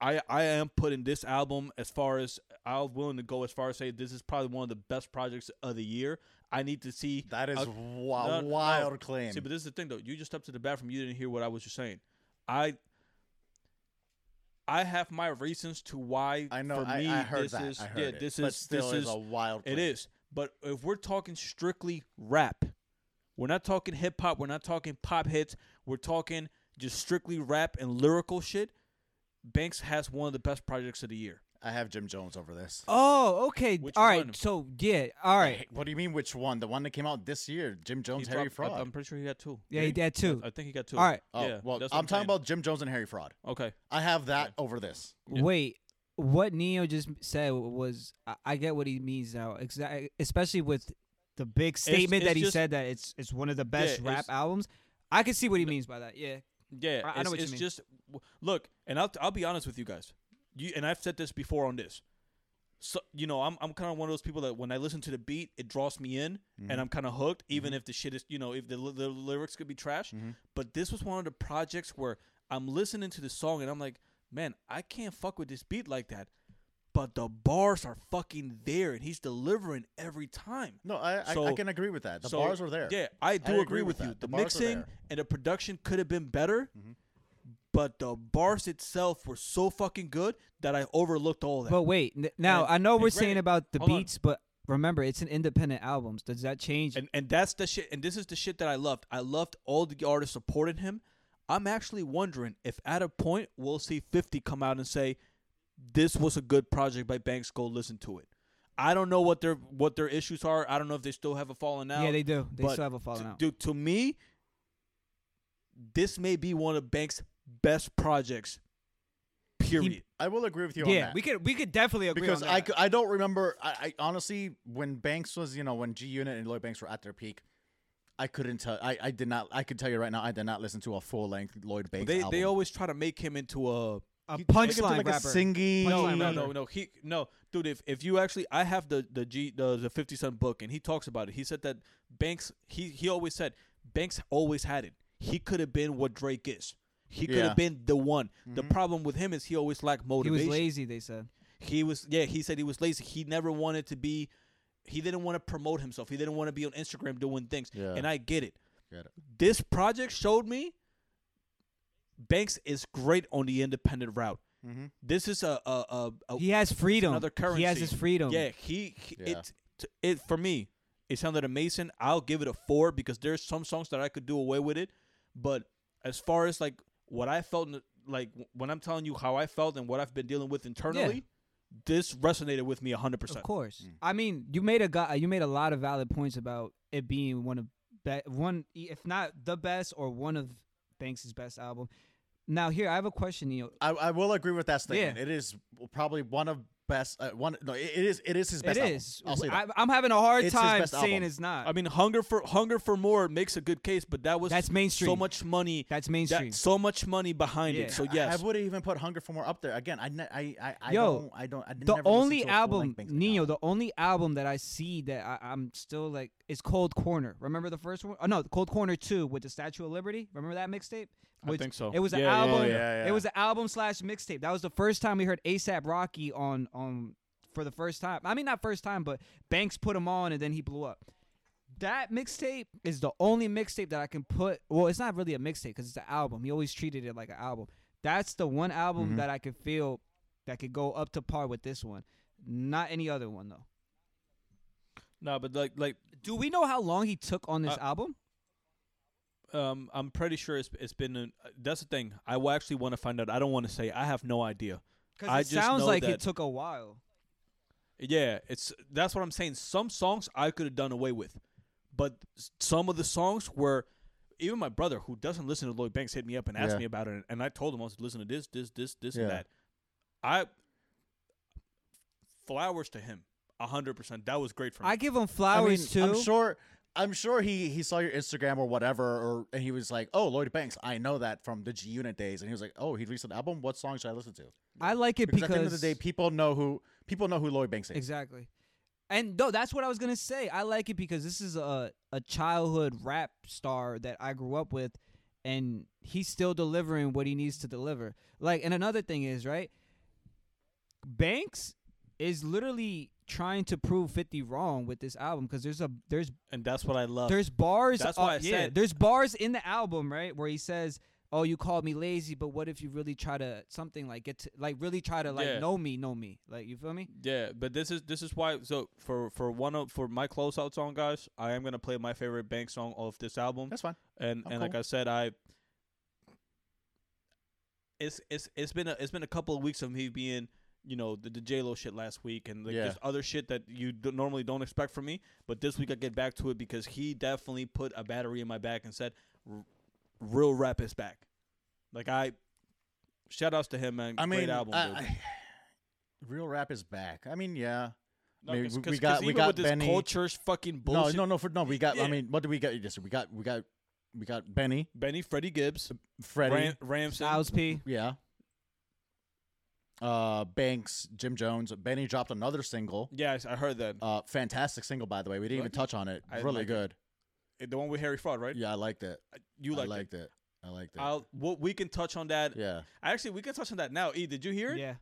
I I am putting this album as far as I'm willing to go as far as say this is probably one of the best projects of the year. I need to see
That is
a-
wa-
no, no.
wild claim.
See, but this is the thing though. You just stepped to the bathroom. You didn't hear what I was just saying. I I have my reasons to why.
I know.
For
I,
me,
I heard
this
that.
is
I heard
yeah.
it.
This
but
is
still
this
is a wild.
it
claim.
is. But if we're talking strictly rap, we're not talking hip hop. We're not talking pop hits. We're talking just strictly rap and lyrical shit. Banks has one of the best projects of the year.
I have Jim Jones over this.
Oh, okay.
Which
All right.
one?
So yeah. All right.
What do you mean? Which one? The one that came out this year? Jim
He
Jones, Harry
dropped- I-
Fraud.
I'm pretty sure he got two.
Yeah, he did too.
I think he got two.
All right.
oh
yeah,
well,
that's what
I'm talking
saying.
about Jim Jones and Harry Fraud.
Okay.
I have that over this.
Yeah.
Wait, what Neo just said was I, I get what he means now, exactly, especially with the big statement
it's
that he
just-
said that it's it's one of the best
Yeah,
rap
it's-
albums. I can see what he means by that. Yeah,
Yeah,
I- I
it's,
know what you
it's
mean.
just w- look, and I'll I'll be honest with you guys. You and I've said this before on this. So you know, I'm I'm kind of one of those people that when I listen to the beat, it draws me in,
Mm-hmm.
and I'm kind of hooked, even if the shit is you know if the, li- the lyrics could be trash.
Mm-hmm.
But this was one of the projects where I'm listening to the song and I'm like, man, I can't fuck with this beat like that. But the bars are fucking there, and he's delivering every time.
No, I I, I
So-
can agree with that. The
So,
bars were there.
Yeah, I do agree,
agree
with
with
you.
that.
The,
The bars were
mixing
there. Mm-hmm.
and the production could have been better, but the bars itself were so fucking good that I overlooked all that.
but wait, n- now
And-
I know
and
we're
granted-
saying about the
hold on.
beats, but remember it's an independent album. Does that change?
and and that's the shit. And this is the shit that I loved. I loved all the artists supporting him. I'm actually wondering if at a point we'll see 50 come out and say, "This was a good project by Banks. Go listen to it." I don't know what their what their issues are. I don't know if they still have a falling out.
yeah, they do. They
but
still have a
to,
falling out.
Dude, to me, this may be one of Banks' best projects. Period.
I will agree with you on
Yeah,
that.
we could we could definitely agree
because
on
I,
that.
c- I don't remember I, I honestly when Banks was you know when G Unit and Lloyd Banks were at their peak, I couldn't tell I, I did not I could tell you right now I did not listen to a full length Lloyd Banks
they
album.
they always try to make him into a
a
He-
punchline
like a
rapper.
singy.
no
Punchline
no
rapper.
no no he no dude if, if you actually I have the the G the, the Fifty Cent book and he talks about it. He said that Banks he he always said Banks always had it. He could have been what Drake is. He could
Yeah.
have been the one. The problem with him is he always lacked
Mm-hmm. he
motivation.
was lazy. They said.
He was yeah, he said he was lazy. He never wanted to be he didn't want to promote himself. He didn't want to be on Instagram doing things.
Yeah.
And I get it.
Get it.
This project showed me Banks is great on the independent route.
Mm-hmm.
Mhm.
This is a a, a, a
He has freedom.
Oh, another currency.
He has his freedom.
Yeah, he, he
Yeah.
it t- it for me. It sounded amazing. I'll give it a four because there's some songs that I could do away with it, but as far as like what I felt, in the- like w- when I'm telling you how I felt and what I've been dealing with internally, this resonated with me hundred
Of
percent.
course. I mean, you made a guy. You made a lot of valid points about it being one of be- one, if not the best, or one of Banks' best album. Now, here I have a question, Neil.
I, I will agree with that
Yeah.
statement. It is probably one of best uh, one no it it is it is his
It
best album.
is.
I'll say that.
I, am having a hard
It's his
time
best
saying
album.
it's not.
I mean, hunger for hunger for more makes a good case, but that was
That's mainstream.
So much money.
That's
that-
mainstream.
so much money behind
Yeah.
it. So
I-
yes,
I would have even put Hunger for More up there. Again, I, ne- I, I, I
Yo,
don't, I don't. I
the
never listened
only
to a full-length
album,
Banks
Neo,
album.
the only album that I see that I, I'm still like is Cold Corner. Remember the first one? Oh no, Cold Corner Two with the Statue of Liberty. Remember that mixtape?
I
Which-
think so.
It was an
Yeah, yeah,
album.
yeah, yeah.
It was an album slash mixtape. That was the first time we heard ASAP Rocky on on for the first time. I mean, not first time, but Banks put him on and then he blew up. That mixtape is the only mixtape that I can put. Well, it's not really a mixtape because it's an album. He always treated it like an album. That's the one album
Mm-hmm.
that I could feel that could go up to par with this one. Not any other one though.
no, but like like
Do we know how long he took on this
Uh,
album?
um, I'm pretty sure it's it's been. An, that's the thing. I will actually want to find out. I don't want to say. I have no idea.
Because
I
it
just
sounds
know
like
that-
it took a while.
Yeah, it's that's what I'm saying. Some songs I could have done away with, but s- some of the songs were. Even my brother, who doesn't listen to Lloyd Banks, hit me up and asked
Yeah.
me about it, and I told him I was listening to this, this, this, this,
Yeah.
and that. I flowers to him, hundred percent. That was great for me.
I give
I
him
mean,
flowers too.
I'm sure, I'm sure he he saw your Instagram or whatever, or and he was like, "Oh, Lloyd Banks, I know that from the G Unit days." And he was like, "Oh, he released an album. What song should I listen to?"
I like it
Because,
because
at the end of the day, people know who people know who Lloyd Banks is.
Exactly. And no, that's what I was gonna say. I like it because this is a a childhood rap star that I grew up with, and he's still delivering what he needs to deliver. Like, and another thing is right. Banks is literally trying to prove Fifty wrong with this album because there's a there's
and that's what I love.
there's bars.
Uh, That's
on-
why I
yeah,
said-
there's bars in the album, right, where he says, "Oh, you called me lazy, but what if you really try to something like get to, like really try to like
Yeah.
know me, know me, like you feel me?
Yeah, but this is this is why. So for for one of for my closeout song, guys, I am gonna play my favorite Banks song of this album.
That's fine.
and
I'm
and like
cool.
I said, I it's it's it's been a it's been a couple of weeks of me being you know the, the J Lo shit last week and like
Yeah.
just other shit that you d- normally don't expect from me, but this week I get back to it because he definitely put a battery in my back and said, "R- "Real rap is back." Like I, shout outs to him man.
I mean,
Great album,
I-
dude.
I- real rap is back. I mean, yeah.
No,
maybe
'cause-
we- we
'cause- 'cause
got- we
even
got
with this
Benny.
culture's fucking bullshit.
No, no, no. For no, we got. I
Yeah.
mean, what do we got? This we got. We got. We got Benny,
Benny, Freddie Gibbs,
Freddie.
Ram- Ramson,
Styles P.
Yeah. Uh, Banks, Jim Jones, Benny dropped another single.
Yes, I heard that.
Uh, fantastic single, by the way. We didn't even touch on it.
I
really
like it.
good.
the one with Harry Fraud, right?
Yeah, I liked it.
You
I
like
liked it. I liked it.
I'll well, we can touch on that.
yeah.
Actually, we can touch on that now. E, did you hear it?
Yeah,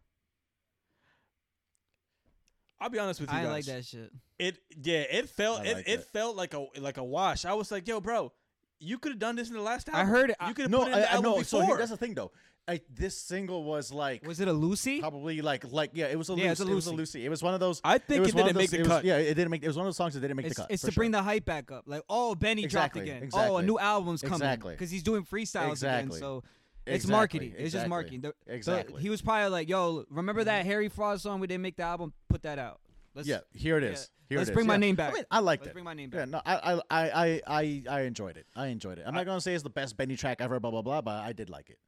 I'll be honest with you
I
guys.
like that shit.
It yeah, it felt
I
it,
like
it
it.
felt like a like a wash. I was like, yo, bro, you could have done this in the last
I
album.
heard it- I-
You could have
No,
put it in the
I, I
album
know. So
before.
here- that's the thing, though. I, this single was like
Was it a Lucy?
probably like like yeah, it was a
Yeah,
loose,
it's a
it was a
loosey.
Lucy. It was one of those.
I think
was
it
one of
didn't
those-
make the
it was-
cut.
yeah, it didn't make. It was one of those songs that didn't make
It's,
the cut.
it's
for
to bring
sure.
the hype back up. Like, oh, Benny
Exactly,
dropped again. Oh, a
exactly.
new album's coming.
Exactly.
Because he's doing freestyles again.
Exactly.
So it's
Exactly,
marketing. It's just
exactly,
marketing. The- the-
exactly. Mm-hmm.
he was probably like, yo, remember that Harry Fraud song? We didn't make the album. Put that out. Let's,
yeah, here it
yeah.
is. Here
Let's
it is.
bring my
Yeah.
name back.
I mean, I liked
Let's
it.
bring my name
Yeah,
back.
no, I, I, I, I, I enjoyed it. I enjoyed it. I'm not gonna say it's the best Benny track ever, blah blah blah, but I did like it.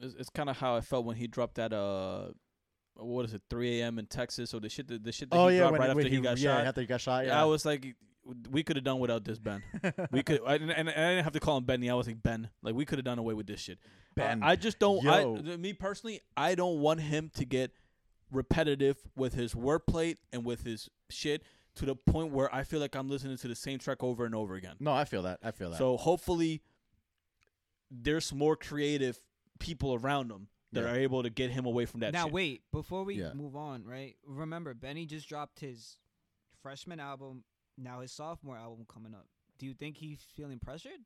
It's, it's kind of how I felt when he dropped that. Uh, what is it? 3 a.m. in Texas or the shit. That, the shit that
oh
he
yeah,
dropped
when,
right
when
after he got
yeah,
shot.
after he got shot.
Yeah, I
Yeah,
was like, we could have done without this Ben. we could, I, and, and I didn't have to call him Benny. I was like Ben. Like we could have done away with this shit. Uh,
Ben.
I just don't. I,
Yo.
th- me personally, I don't want him to get repetitive with his wordplay and with his shit to the point where I feel like I'm listening to the same track over and over again.
no, I feel that. I feel that.
So hopefully, there's more creative people around him that
Yeah.
are able to get him away from that.
now
shit.
wait, before we
Yeah.
move on, right? Remember, Benny just dropped his freshman album. Now his sophomore album coming up. Do you think he's feeling pressured?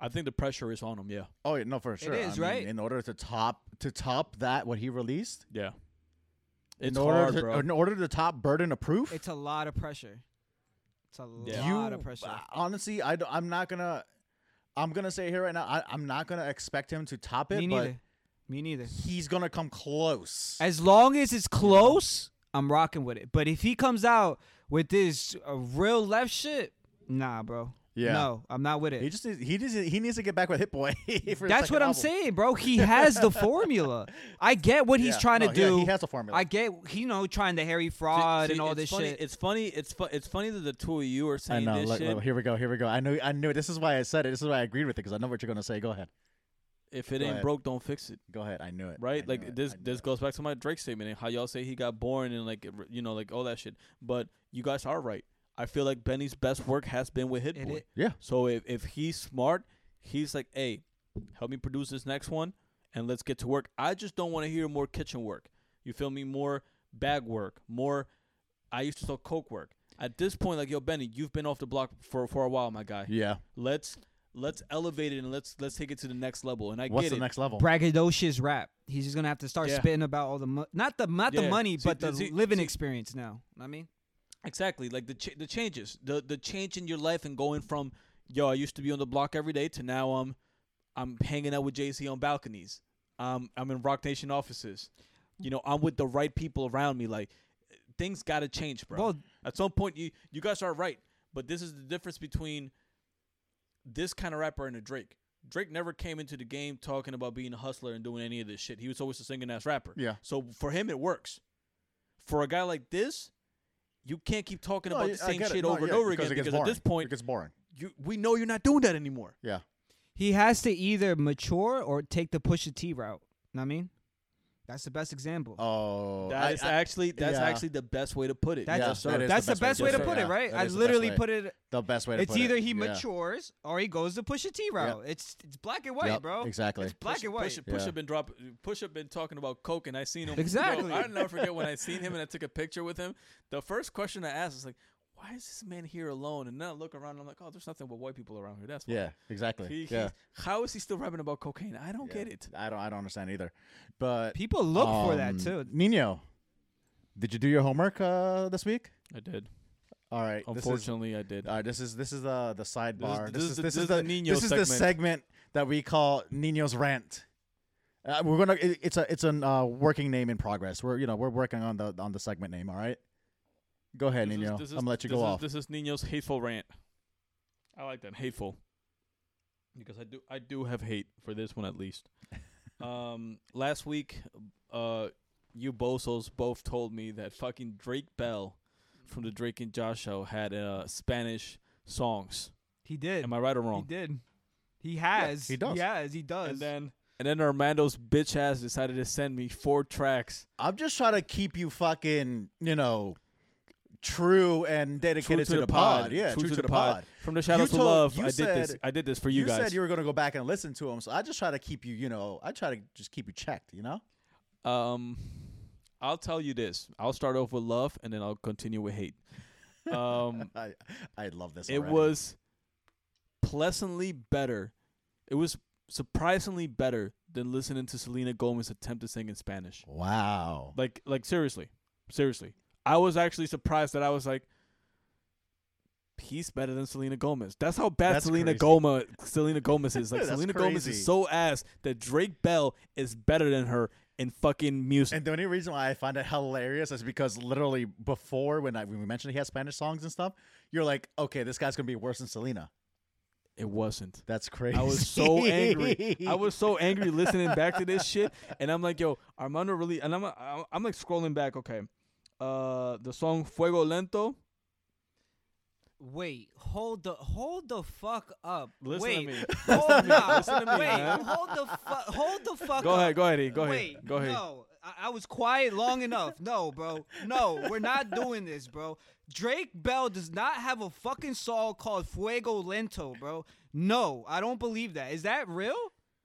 I think the pressure is on him. Yeah,
oh yeah, no, for sure. I
is,
mean,
right?
In order to top to top that what he released,
yeah. It's
in order
hard,
to,
bro.
in order to top burden of proof,
It's a lot of pressure. It's a
Yeah.
lot of pressure.
uh, honestly, I don't- I'm not gonna. I'm gonna say here right now, I, I'm not gonna expect him to top it,
Me
but
neither. Me neither.
he's gonna come close.
As long as it's close, I'm rocking with it. But if he comes out with this uh, real left shit, nah, bro.
Yeah.
No, I'm not with it.
He just needs, he needs he needs to get back with Hit Boy. for his
That's
second
what I'm
album.
saying, bro. He has the formula. I get what he's
Yeah,
trying
no,
to
yeah,
do.
he has a formula.
I get, you know, trying the Harry
See-
fraud
see,
and all
it's
this
funny,
shit.
It's funny. It's fu- It's funny that the two of you are
I
saying
know.
this
Look,
shit.
look, here we go. Here we go. I knew. I knew. it. This is why I said it. This is why I agreed with it because I know what you're gonna say. Go ahead.
if it
Go
ain't
ahead.
broke, don't fix it.
Go ahead. I knew it. I
Right?
knew
Like
it.
this.
I knew
This
it.
goes back to my Drake statement and how y'all say he got born and like it re- you know like all that shit. But you guys are right. I feel like Benny's best work has been with Hit
It
Boy.
i-
Yeah.
So if if he's smart, he's like, hey, help me produce this next one and let's get to work. I just don't want to hear more kitchen work. You feel me? More bag work. More. I used to sell coke work. At this point, like yo, Benny, you've been off the block for for a while, my guy.
Yeah.
let's let's elevate it and let's let's take it to the next level. And I
What's
get
the
it.
next level?
Braggadocious rap. He's just gonna have to start
Yeah.
spitting about all the mo- not the not the
Yeah.
money,
See,
but
th-
the
see-
living
see-
experience now. Know what I mean,
exactly like the ch- the changes, the the change in your life and going from yo I used to be on the block every day to now I'm I'm hanging out with JC on balconies. Um, I'm in Rock Nation offices. You know, I'm with the right people around me. Like things got to change, bro.
Well-
At some point, you you guys are right, but this is the difference between this kind of rapper and a Drake. Drake never came into the game talking about being a hustler and doing any of this shit. He was always a singing ass rapper.
Yeah.
So for him, it works. For a guy like this, you can't keep talking
No,
about
yeah,
the
I
same
get it.
shit
No,
over and
yeah,
over
because
again
it gets
because at
boring.
this point,
it gets boring.
you we know you're not doing that anymore.
Yeah.
he has to either mature or take the Pusha T route. Know what I mean, that's the best example.
Oh,
That
I-
is
I-
actually that's
yeah.
actually the best way to put it.
That's-
yeah,
Yes, sir.
that is
that's the best way to
yes,
put
sir.
it,
Yeah,
right?
that
I
is the
literally
best way.
put it.
the best way. To
It's
put
either
it.
he
Yeah.
matures or he goes the Pusha T route. It's it's black and white,
Yep,
bro.
Exactly.
It's black and
Push,
white.
push
Yeah.
up and drop. Push up been talking about coke, and I seen him. yo,
Exactly.
I never forget when I seen him and I took a picture with him. The first question I asked is like, "Why is this man here alone?" And then I look around and I'm like, "Oh, there's nothing but white people around here." That's why.
Yeah. Exactly.
He,
yeah.
he- how is he still rapping about cocaine? I don't
Yeah.
get it.
I don't. I don't understand either. But
People look for that
um,
too.
Nino, did you do your homework uh, this week?
I did.
All right. this is-
Unfortunately, I did.
All right, this is this is the the sidebar.
this
This
is
is
the-
this is
this is the
the
Nino
this is the
segment.
segment that we call Nino's rant. Uh, we're gonna it, it's a it's an uh, working name in progress. We're you know we're working on the on the segment name. All right, go ahead,
This is-
Nino.
this is-
I'm gonna let you
this
go
is-
off.
This is Nino's hateful rant. I like that hateful because I do I do have hate for this one at least. um, last week, uh, you bozos both told me that fucking Drake Bell from the Drake and Josh show had uh Spanish songs.
He did.
Am I right or
He
wrong?
did. He has.
he does.
He has. He does.
And then and then Armando's bitch ass decided to send me four tracks
I'm just trying to keep you fucking you know true and dedicated to, the, pod. Yeah, true, to, the pod.
From the shadows
told-
of love,
you
I did this.
said-
I did this for you, guys.
said you were gonna go back and listen to him, so I just try to keep you you know I try to just keep you checked. You know.
Um, I'll tell you this. I'll start off with love, and then I'll continue with hate. Um,
I I love this.
it
already.
was pleasantly better. It was surprisingly better than listening to Selena Gomez attempt to sing in Spanish.
wow.
Like, like seriously, seriously. I was actually surprised that I was like, He's better than Selena Gomez. That's how bad
That's
Selena
crazy.
Gomez Selena Gomez is. Like
That's
Selena Gomez
crazy.
is so ass that Drake Bell is better than her in fucking music.
And the only reason why I find it hilarious is because literally before when I when we mentioned he has Spanish songs and stuff, you're like, okay, this guy's gonna be worse than Selena.
it wasn't.
That's crazy.
I was so angry. I was so angry listening back to this shit, and I'm like, yo, Armando really, and I'm I'm, I'm like scrolling back. Okay, uh, the song Fuego Lento.
Wait, hold the hold the fuck up.
Listen to
Wait,
me.
Hold
Listen to me.
up.
Listen to me,
Wait,
man.
hold the fuck. Hold the fuck.
Go
up.
ahead, go ahead, E, go ahead,
Wait,
go ahead.
No, I, I was quiet long enough. No, bro. No, we're not doing this, bro. Drake Bell does not have a fucking song called Fuego Lento, bro. No, I don't believe that. Is that real?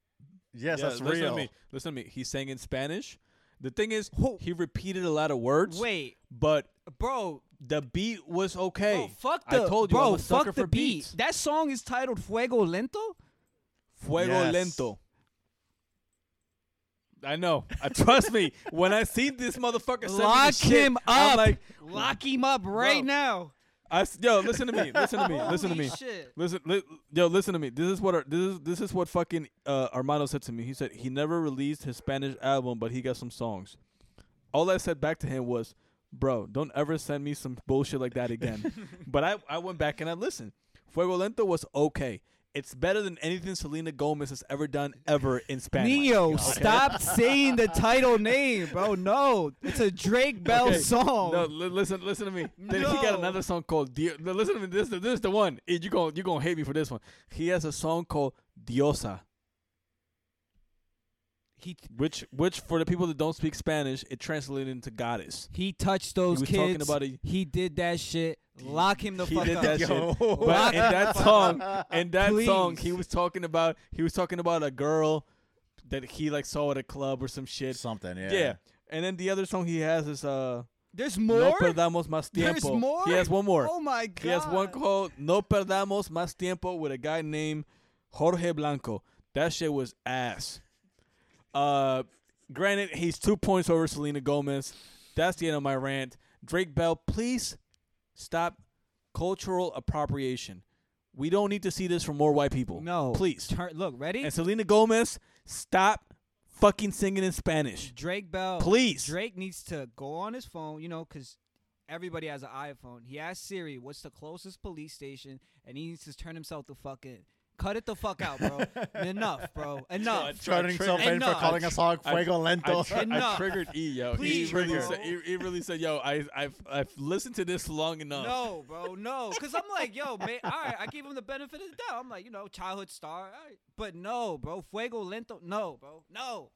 yes,
Yeah,
that's
listen
real.
To me. Listen to me. He sang in Spanish. The thing is,
Who-
he repeated a lot of words.
Wait,
but
bro.
the beat was okay.
bro, fuck the
I told you,
bro.
I'm a sucker
fuck the
for
beat.
beats.
That song is titled Fuego Lento.
Fuego
Yes.
lento. I know. I trust me. When I see this motherfucker, send me
Lock
this shit,
him
I'm
up.
like,
Lock him up right
Bro.
now.
I s- yo, listen to me. Listen to me. Listen to
Holy
me.
shit.
Listen, li- yo, listen to me. This is what our, this is this is what fucking uh, Armando said to me. He said he never released his Spanish album, but he got some songs. All I said back to him was, "Bro, don't ever send me some bullshit like that again." but I I went back and I listened. Fuego Lento was okay. It's better than anything Selena Gomez has ever done ever in Spanish.
Neo, stop saying the title name, bro. No, it's a Drake Bell
Okay.
song.
No, li- listen, listen to me. Then he got
No.
another song called. Di- no, listen to me. This, this is the one. Eh, You going you gonna hate me for this one. He has a song called Diosa,
He
which which for the people that don't speak Spanish, it translated into goddess.
he touched those
was
kids.
talking about a-
he did that shit. Lock him the
He
fuck
did
up.
that shit.
Yo.
But in that song, in that song,
Oh. Please.
he was talking about he was talking about a girl that he like saw at a club or some shit.
Something, yeah.
yeah. And then the other song he has is uh
There's
No
more.
perdamos más tiempo.
There's more.
He has one more.
Oh my god.
He has one called No Perdamos Más Tiempo with a guy named Jorge Blanco. That shit was ass. Uh, granted, he's two points over Selena Gomez. That's the end of my rant. Drake Bell, please stop cultural appropriation. We don't need to see this from more white people.
No,
Please.
Turn, look, ready?
And Selena Gomez, stop fucking singing in Spanish.
Drake Bell.
Please.
Drake needs to go on his phone, you know, because everybody has an iPhone. He asked Siri, what's the closest police station? And he needs to turn himself the fuck in. Cut it the fuck out, bro. Enough, bro. Enough.
Turning himself
Enough.
in for calling a song
I-
Fuego
I,
Lento.
tr- I
Enough.
triggered E, yo.
Please,
e, really
bro.
said, e, E really said, yo, I, I've, I've listened to this long enough.
No, bro, no. Because I'm like, yo, man, all right, I gave him the benefit of the doubt. I'm like, you know, childhood star. All right. But no, bro. Fuego Lento. No, bro. No.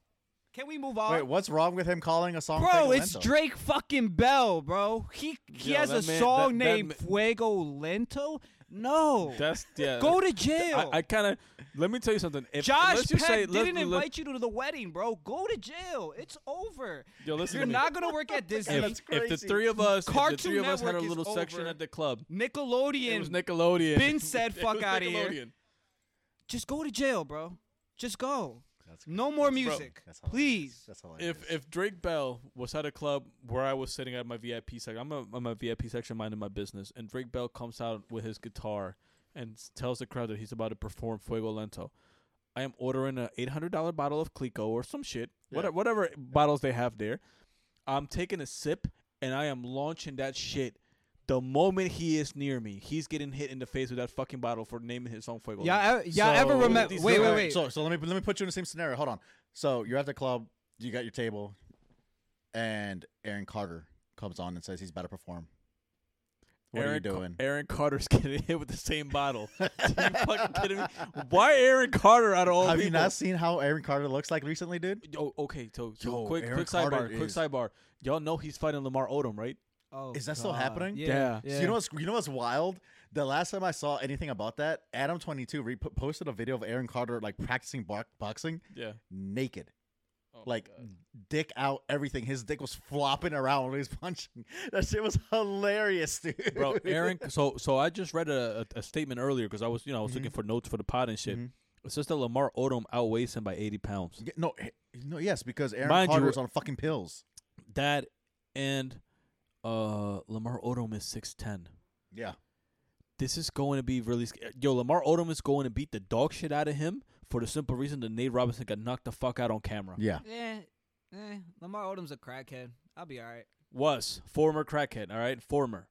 Can we move on?
Wait, what's wrong with him calling a song?
Bro,
Fuego
it's
Lento?
Drake fucking Bell, bro. He he
Yo,
has
that
a
man-
song
that- that
named
ma-
Fuego Lento. No,
That's yeah.
go to jail.
uh, I, I kind of let me tell you something. If,
Josh
unless you
Peck
say, let-
didn't
let-
invite you to the wedding, bro. Go to jail. It's over.
Yo, listen
You're
to me.
not gonna work at Disney.
If, if the
crazy.
three of us, if the
Cartoon
three of us had a
Network is
little section
over.
at the club. It was
Nickelodeon
Nickelodeon.
Ben said,
It
"Fuck
was
outta here."
Nickelodeon.
just go to jail, bro. Just go.
That's
No more music,
That's hilarious.
please.
That's hilarious.
If if Drake Bell was at a club where I was sitting at my VIP section, I'm a, I'm a VIP section minding my business, and Drake Bell comes out with his guitar and s- tells the crowd that he's about to perform Fuego Lento. I am ordering a eight hundred dollar bottle of Clico or some shit,
Yeah.
whatever, whatever bottles they have there. I'm taking a sip and I am launching that shit. The moment he is near me, he's getting hit in the face with that fucking bottle for naming his song Fuego. Lento.
Y'all, e- y'all
So-
ever remember?
These
Wait,
All
wait,
right,
wait.
So, so let me let me put you in the same scenario. Hold on. So you're at the club, you got your table, and Aaron Carter comes on and says he's about to perform. What
Aaron
are you
Ca-
doing?
Aaron Carter's getting hit with the same bottle. Are you fucking kidding me? Why Aaron Carter out of all
Have
people?
you not seen how Aaron Carter looks like recently, dude?
Yo, okay, so, so
Yo,
quick,
Aaron
quick
Carter
sidebar, quick
is-
sidebar. Y'all know he's fighting Lamar Odom, right?
Oh,
Is that still
God.
happening?
Yeah.
Yeah.
So you know what's you know what's wild? The last time I saw anything about that, Adam twenty two re- po- posted a video of Aaron Carter like practicing bo- boxing
Yeah.
naked,
Oh
like dick out, everything. His dick was flopping around when he was punching. That shit was hilarious, dude.
bro, Aaron. So, so I just read a, a, a statement earlier because I was, you know, I was
Mm-hmm.
looking for notes for the pod and shit. It says that Lamar Odom outweighs him by eighty pounds.
Yeah, no, eh, no, yes, because Aaron
Mind you-
Carter was on fucking pills.
That and uh Lamar Odom is six ten.
Yeah,
this is going to be really sc- yo Lamar Odom is going to beat the dog shit out of him for the simple reason that Nate Robinson got knocked the fuck out on camera.
Yeah.
Eh, eh, Lamar Odom's a crackhead. I'll be all right.
Was former crackhead, all right, former.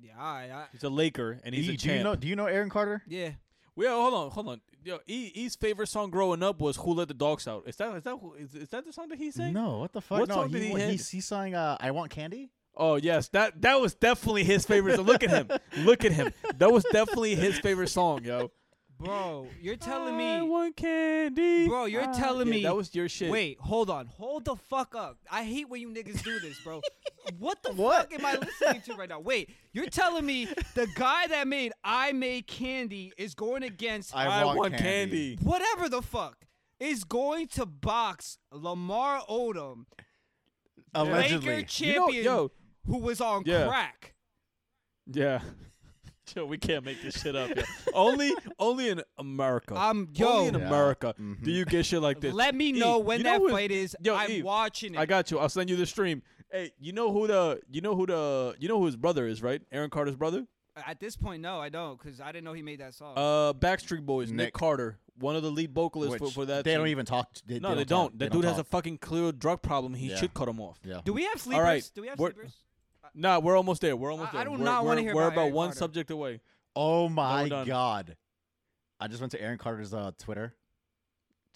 Yeah, all right. I,
He's a Laker and
E,
he's
do,
a
you- do
champ.
you know? Do you know Aaron Carter?
yeah.
Well, hold on, hold on. Yo, E E's favorite song growing up was "Who Let the Dogs Out." Is that is that who- is, is that the song that he sang?
No. What the fuck?
What
no.
song did
he
he
he
hit?
he's, he's sang, uh, "I Want Candy."
Oh yes, that that was definitely his favorite. song. Look at him, look at him. That was definitely his favorite song, yo.
Bro, you're telling
I
me.
want candy.
Bro, you're
Ah,
telling
yeah,
me.
that was your shit.
Wait, hold on. Hold the fuck up. I hate when you niggas do this, bro. what the
What?
fuck am I listening to right now? Wait, you're telling me the guy that made I Made Candy is going against
I, want, candy.
whatever the fuck is going to box Lamar Odom, Laker
Allegedly.
champion,
yo.
who was on
Yeah.
crack.
Yeah. Yo, we can't make this shit up. yo. only, only in America. only
I'm- Um, yo.
in
Yeah. Mm-hmm.
America do you get shit like this.
Let me
E,
know when
you
that
who-
fight is.
Yo,
I'm
E,
watching it.
I got you. I'll send you the stream. Hey, you know who the, you know who the, you know who his brother is, right? Aaron Carter's brother.
At this point, no, I don't, because I didn't know he made that song.
Uh, Backstreet Boys, Nick,
Nick.
Carter, one of the lead vocalists
Which
for, for that.
they don't
team.
even talk. t- They,
No, they
talk.
don't. That dude has a
talk.
fucking clear drug problem. He
Yeah.
should cut him off.
Yeah.
Do we have
All
sleepers?
right,
Do we have
we're-
sleepers?
Nah, we're almost there. We're almost
I-
there.
I do
we're,
not wanna
we're-
hear
We're
about
about
Aaron
one
Carter.
subject away.
Oh my
done.
god! I just went to Aaron Carter's uh, Twitter.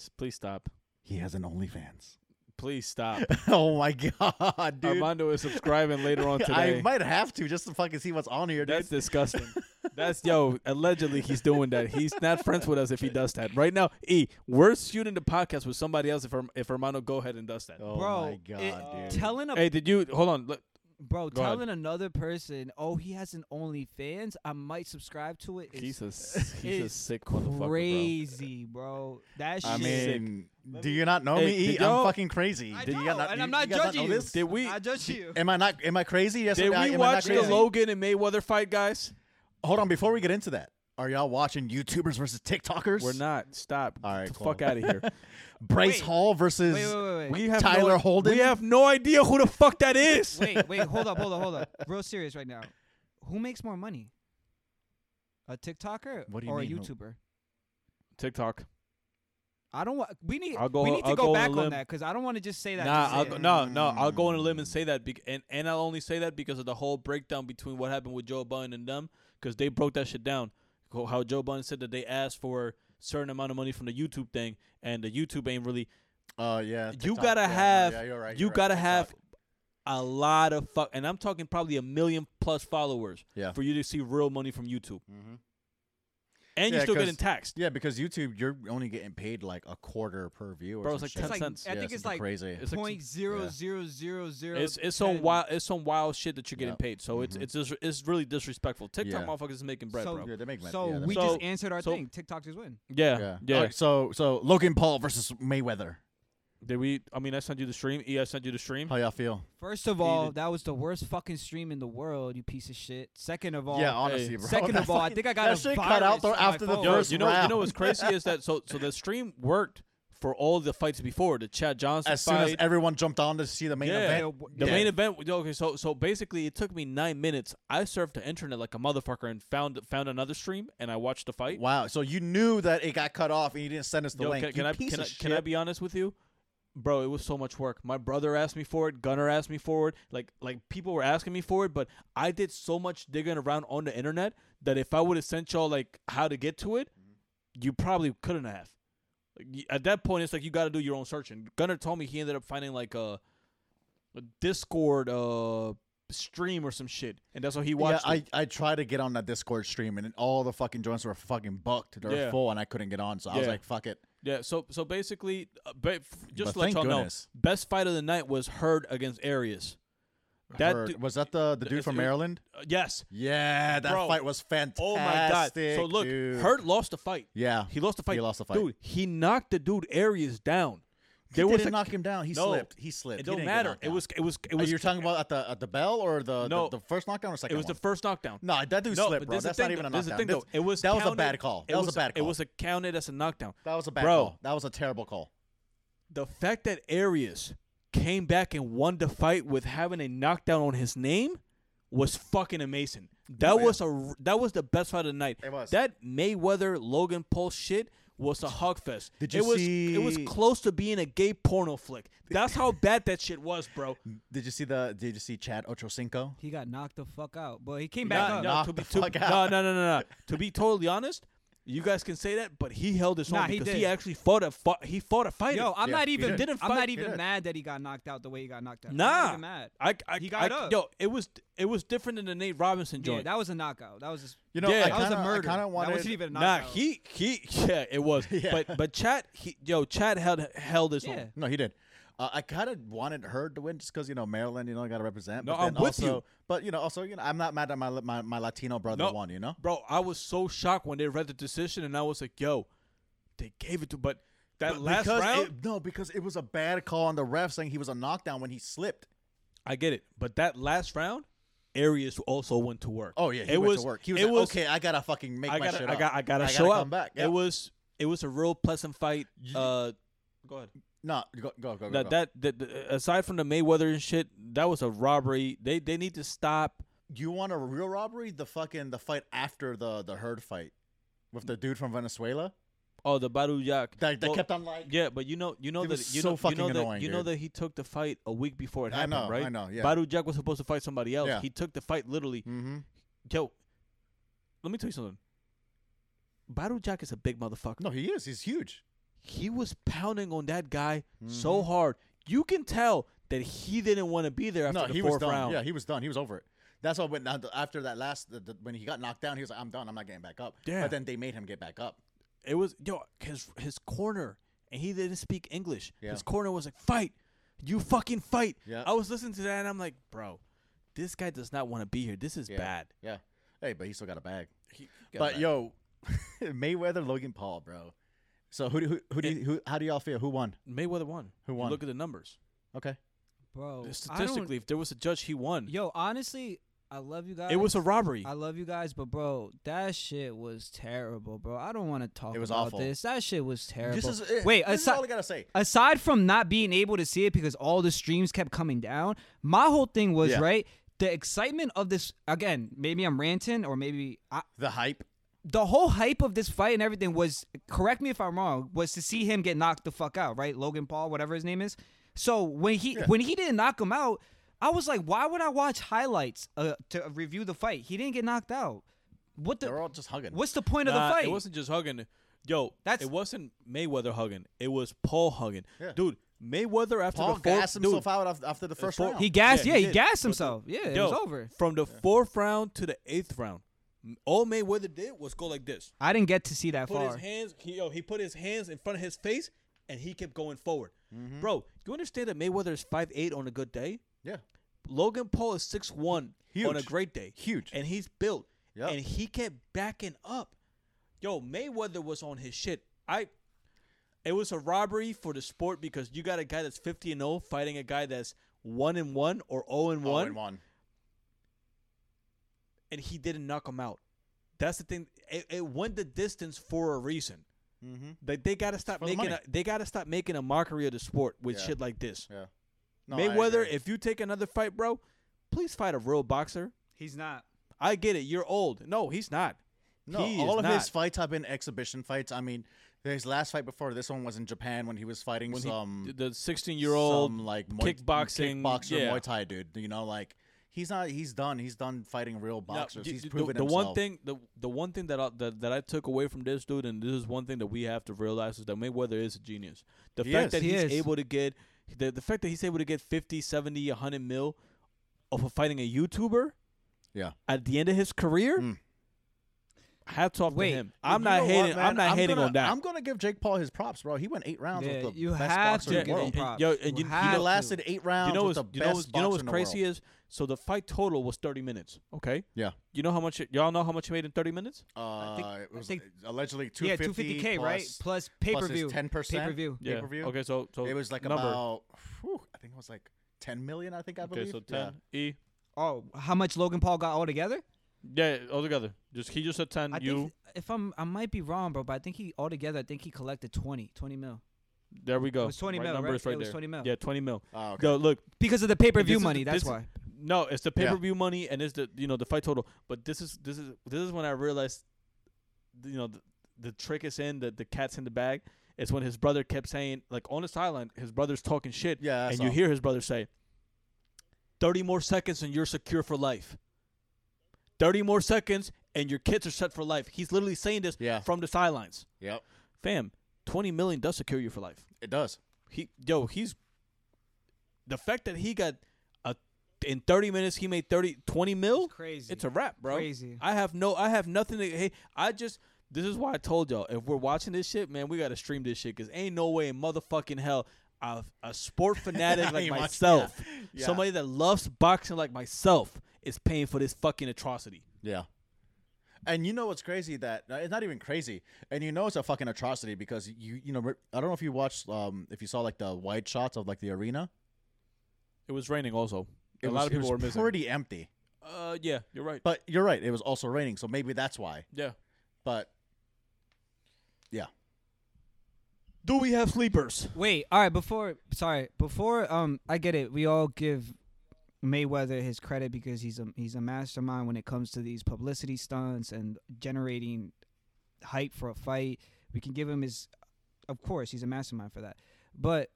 S- Please stop.
He has an OnlyFans.
Please stop.
oh my god, dude!
Armando is subscribing later on today.
I might have to just to fucking see what's on here, dude.
That's disgusting. That's yo. Allegedly, he's doing that. He's not friends with us if he does that. Right now, E, we're shooting the podcast with somebody else. If Arm- if Armando go ahead and does that.
oh
Bro,
my
it-
god, dude!
Telling a
Hey, did you hold on? Look,
bro,
go ahead.
telling another person, oh, he has an OnlyFans. I might subscribe to it.
he's
Is
a s- he's a
it's
sick motherfucker, bro.
crazy, bro. That
I
shit.
mean, do you not know
Hey,
me?
did
E? I'm
y'all-
fucking crazy.
I
Did
know,
you guys not,
and
you-
I'm not
you guys
judging
know
you.
this?
Did we
I judge you.
Am I not? Am I crazy? Yes.
did
or not?
we
am I not
watch the
crazy?
Logan and Mayweather fight, guys?
Hold on, before we get into that, are y'all watching YouTubers versus TikTokers?
We're not. Stop.
All
All
right,
right, the
cool.
fuck out of here.
Bryce
Wait.
Hall versus
Wait, wait, wait, wait.
We have
Tyler
no,
Holden?
We have no idea who the fuck that is.
wait, wait, hold up, hold up, hold up. Real serious right now. Who makes more money? A TikToker
What do you
or
mean
a
who-
YouTuber?
TikTok.
I don't want. We need.
I'll go-
we need to
I'll
go,
go on a
back on,
limb.
that because I don't want to just say that.
Nah,
just
I'll
say
go,
it.
no, no. I'll go on a limb and say that, bec- and and I'll only say that because of the whole breakdown between what happened with Joe Budden and them, because they broke that shit down. Ho- How Joe Budden said that they asked for certain amount of money from the YouTube thing, and the YouTube ain't really.
Oh yeah,
you
TikTok.
gotta
Yeah, no,
have.
yeah, you're right,
you
you're right,
gotta
TikTok.
have a lot of fuck, and I'm talking probably a million plus followers
Yeah.
for you to see real money from YouTube. And you're
Yeah,
still
'cause-
getting taxed.
Mm-hmm. Yeah, because YouTube, you're only getting paid like a quarter per view. Or
Bro,
some
it's
shit.
like
It's like,
10 cents.
I
Yeah,
think it's
something
like
crazy.
It's like
point zero
yeah.
zero zero zero.
It's it's some
10.
wild it's some wild shit that you're getting
Yep. Mm-hmm.
paid. So it's it's dis- it's really disrespectful. TikTok
Yeah.
motherfuckers is making bread,
So-
bro.
Yeah, they make money.
So
yeah, they
we
make
So-
just answered our
so-
thing. TikTok just win.
Yeah,
money.
yeah.
All right, so so Logan Paul versus Mayweather.
Did we? I mean, I sent you the stream. E, I sent you the stream.
How y'all feel?
First of all, that was the worst fucking stream in the world. You piece of shit. Second of all,
yeah, honestly, bro.
second
that
of all, I
fucking-
think I got
that
a
shit cut
virus
out though
on my
after the
phone.
Yo,
first
you know,
round.
you know what's crazy is that so so the stream worked for all the fights before the Chad Johnson
as soon
fight.
as everyone jumped on to see the main
Yeah.
event,
the
yeah.
main event. Okay, so so basically, it took me nine minutes. I surfed the internet like a motherfucker and found found another stream and I watched the fight.
Wow, so you knew that it got cut off and you didn't send us the
Yo,
link.
Can,
you
can I
piece
can I,
of
can I
shit.
be honest with you, bro? It was so much work. My brother asked me for it. Gunner asked me for it. Like like people were asking me for it, but I did so much digging around on the internet that if I would have sent y'all like how to get to it, you probably couldn't have. Like, y- At that point, it's like you got to do your own searching. Gunner told me he ended up finding like a, a Discord uh stream or some shit, and that's how he
Yeah,
watched.
I,
it.
I tried to get on that Discord stream and all the fucking joints were fucking booked. They were
Yeah.
full and I couldn't get on, so I was
Yeah.
like, fuck it.
yeah. So so basically, uh, ba- f- just
But
to let
thank
y'all
goodness.
know, best fight of the night was Heard against Arias. That
Heard-
du-
was that the, the dude
it's-
from
it was-
Maryland?
Uh, yes.
Yeah, that
Bro.
fight was fantastic.
Oh my god. So look,
dude.
Hurt lost the fight.
Yeah,
He lost the fight.
He lost the fight.
Dude, he knocked the dude Arias down.
They
There was
didn't
a-
knock him down. He
No.
slipped. He slipped.
It
He
don't
didn't get
matter.
knocked
It
down.
was it was it
Uh,
was
you're talking about at the at the bell or the
No.
the, the first knockdown or second
it was the
one?
first knockdown.
no, that dude
No,
slipped,
but
bro.
there's the
That's not
thing
even a
though- there's the
knockdown.
thing,
This-
though. It was
that was a
counted-
bad call.
it
That was, a bad call.
It was accounted as a knockdown.
that was a bad
Bro.
call. That was a terrible call.
The fact that Arias came back and won the fight with having a knockdown on his name was fucking amazing. That was a r- that was the best fight of the night.
Oh, It was.
That Mayweather Logan Paul shit was a hog fest.
Did you
it was it was
see-
close to being a gay porno flick. That's how bad that shit was, bro.
Did you see the? Did you see Chad Ochocinco?
He got knocked the fuck out, but he came back
No,
up.
no,
Knock
to be,
the
to, no,
fuck
no,
out.
no, no, no. To be totally honest, you guys can say that, but he held his
Nah,
own
he
because he,
did.
actually fought a fought, he fought a fighter.
Yo, I'm
Yeah,
not
he
even.
did.
Didn't
I'm not
fight-
he
even
did.
mad that he got knocked out the way he got knocked out. I'm not
nah,
even mad.
I, I,
He got
I-
up.
Yo, it was it was different than the Nate Robinson
Yeah,
joint.
that was a knockout. That was just.
You know,
Yeah.
I
That
was a
kind of I
murder.
kind of
That
wanted.
wasn't even a
Nah,
knockout.
he he yeah, it was.
Yeah.
But but Chad he yo, Chad held held his
Yeah.
own.
no, he did. Uh, I kind of wanted her to win just because you know Maryland, you know, got to represent.
No,
but then
I'm with you.
also, But you know, also, you know, I'm not mad at my my, my Latino brother
No.
won. You know,
Bro, I was so shocked when they read the decision and I was like, yo, they gave it to but that
But
last
because
round
it- no, because it was a bad call on the ref saying he was a knockdown when he slipped.
I get it. But that last round, Arias also went to work.
Oh yeah, he
it
went
was
to work. He was,
it
like,
was
okay. I gotta fucking make
I
my
gotta,
shit
I
up.
got, I gotta
I
show
gotta
up.
come back. Yeah.
It was, it was a real pleasant fight.
You-
Uh, go ahead.
no, go go go. go,
That,
go.
that, that, that- uh, aside from the Mayweather and shit, that was a robbery. They, they need to stop.
you want a real robbery? The fucking the fight after the the herd fight with the dude from Venezuela
Oh, the Badu Yak.
that, that
Well,
kept on like.
Yeah, but you know, you know
It
that
was
you
so
know,
fucking
you know that
annoying,
you know
dude.
that he took the fight a week before it
I
happened,
know,
right?
I know, yeah.
Badu Jack was supposed to fight somebody else.
Yeah.
He took the fight literally.
Mm-hmm.
Yo, let me tell you something. Badu Jack is a big motherfucker.
No, he is. He's huge.
he was pounding on that guy
Mm-hmm.
so hard. You can tell that he didn't want to be there after
no,
the
he was
fourth
done.
round.
Yeah, he was done. He was over it. That's why when after that last the, the, when he got knocked down, he was like, "I'm done. I'm not getting back up."
Yeah.
But then they made him get back up.
It was yo his his corner, and he didn't speak English.
Yeah.
His corner was like, "Fight, you fucking fight."
Yeah.
I was listening to that, and I'm like, "Bro, this guy does not want to be here. This is
Yeah.
bad."
Yeah. Hey, but he still got a bag.
He-
but
God,
yo, Mayweather, Logan Paul, bro. So who do who, who do you, who how do y'all feel? Who won?
Mayweather won.
Who
You
won?
Look at the numbers.
Okay.
Bro,
Statistically, if there was a judge, he won.
Oh, Yo, honestly, I love you guys.
it was a robbery.
I love you guys, but bro, that shit was terrible, bro. I don't want to talk
It was
about
awful.
this. That shit was terrible.
This is it.
Wait,
uh,
This is
aside-
all I gotta say.
aside from not being able to see it because all the streams kept coming down, my whole thing was
Yeah.
right. The excitement of this again, maybe I'm ranting or maybe I,
The hype.
the whole hype of this fight and everything was correct me if I'm wrong, was to see him get knocked the fuck out, right? Logan Paul, whatever his name is. So when he when he didn't knock him out, I was like, why would I watch highlights uh, to review the fight? He didn't get knocked out. What
They're
the
all just hugging.
What's the point of
Nah,
the fight?
It wasn't just hugging. Yo,
That's-
it wasn't Mayweather hugging. It was Paul hugging.
Yeah.
Dude, Mayweather after
Paul
the fourth
gassed
dude, uh,
himself out af- after the first
four-
round.
he gassed,
Yeah,
yeah,
he
he,
did.
gassed
But the-
himself. yeah, it
yo,
was over.
From the fourth round to the eighth round, m- all Mayweather did was go like this.
I didn't get to see that
Put
far.
his hands, he, yo, he put his hands in front of his face, and he kept going forward.
Mm-hmm.
Bro, you understand that Mayweather is five eight on a good day?
Yeah.
Logan Paul is six one on a
Huge.
great day.
Huge.
And he's built.
Yep.
And he kept backing up. Yo, Mayweather was on his shit. I it was a robbery for the sport because you got a guy that's 50 and 0 fighting a guy that's 1 and 1 or 0 and 1
Oh, and one.
and he didn't knock him out. That's the thing. It, it went the distance for a reason.
Mm-hmm.
Like they gotta stop
for the
making a,
money.
they gotta stop making a mockery of the sport with
Yeah.
shit like this.
Yeah. No, I
Mayweather,
agree.
if you take another fight, bro, please fight a real boxer.
He's not.
I get it. You're old. No, he's not.
no,
he
all
is
of
not.
his fights have been exhibition fights. I mean, his last fight before this one was in Japan when he was fighting
When he-
some
the 16 year old
some, like
kickboxing-
kickboxer
yeah.
Muay Thai dude. You know, like he's not he's done. He's done fighting real boxers. He's
the,
proven
the
himself.
one thing the the one thing that I, that that I took away from this dude, and this is one thing that we have to realize is that Mayweather is a genius. The
He
fact
is.
that
He
he's
is.
able to get the the fact that he's able to get 50, 70, 100 mil off of fighting a YouTuber
Yeah.
at the end of his career.
Mm.
Hats off
Wait,
to him. I'm
You
not
know what,
hating.
man?
I'm not hating
gonna-
on that.
I'm gonna give Jake Paul his props, bro. He went eight rounds
Yeah,
with the
you
best
have
boxer
to
in the
give him
world.
and-
props.
yo, and
You
you- you
have
He
to.
lasted eight rounds
you know
with
what's,
the
you
best
know what's, you know what's
boxer in the
crazy
world.
is so the fight total was 30 minutes. Okay.
Yeah.
You know how much y'all know how much he made in 30 minutes?
Uh,
think-
it was
think-
allegedly
Yeah,
250
250 k right plus pay per view.
ten percent
Pay per view.
Yeah.
Pay-per-view?
Okay, so so
It was like
number.
about, whew, I think it was like ten million. I think I
okay,
believe.
so
Yeah.
10 e
Oh, how much Logan Paul got altogether?
Yeah, all together. Just he just said 10
I
you
think if I'm I might be wrong, bro, but I think he altogether I think he collected 20, 20 mil
there we go.
was 20
right
mil,
number
right?
is right
It was
there.
20 mil.
Yeah, 20 mil.
Oh, okay.
Yo, look.
because of the pay per
this
view
is-
money.
this
That's
is-
why.
No, it's the pay
Yeah.
per view money and it's the you know the fight total. But this is this is this is when I realized, th- you know, the, the trick is in the the cat's in the bag. It's when his brother kept saying like on the sideline, his brother's talking shit.
Yeah, I
and
saw.
you hear his brother say, 30 more seconds and you're secure for life. 30 more seconds and your kids are set for life. He's literally saying this
Yeah.
from the sidelines.
Yep,
Fam, 20 million does secure you for life.
it does.
He yo, he's the fact that he got a in 30 minutes he made 30 20 mil.
Crazy.
It's a wrap, bro.
Crazy.
I have no I have nothing to hey, I just this is why I told y'all if we're watching this shit, man, we got to stream this shit cuz ain't no way in motherfucking hell a, a sport fanatic like
Ain't much-
myself,
yeah.
somebody that loves boxing like myself is paying for this fucking atrocity.
Yeah. And you know what's crazy that uh, it's not even crazy, and you know it's a fucking atrocity because you you know re- I don't know if you watched um if you saw like the wide shots of like the arena.
It was raining also.
It
a
was,
lot of
it
people were
was
missing.
pretty empty.
uh yeah, you're right.
But you're right, it was also raining, so maybe that's why.
yeah.
But yeah,
Do we have sleepers?
Wait, all right. Before, sorry, before um, I get it. We all give Mayweather his credit because he's a he's a mastermind when it comes to these publicity stunts and generating hype for a fight. We can give him his, of course, he's a mastermind for that. But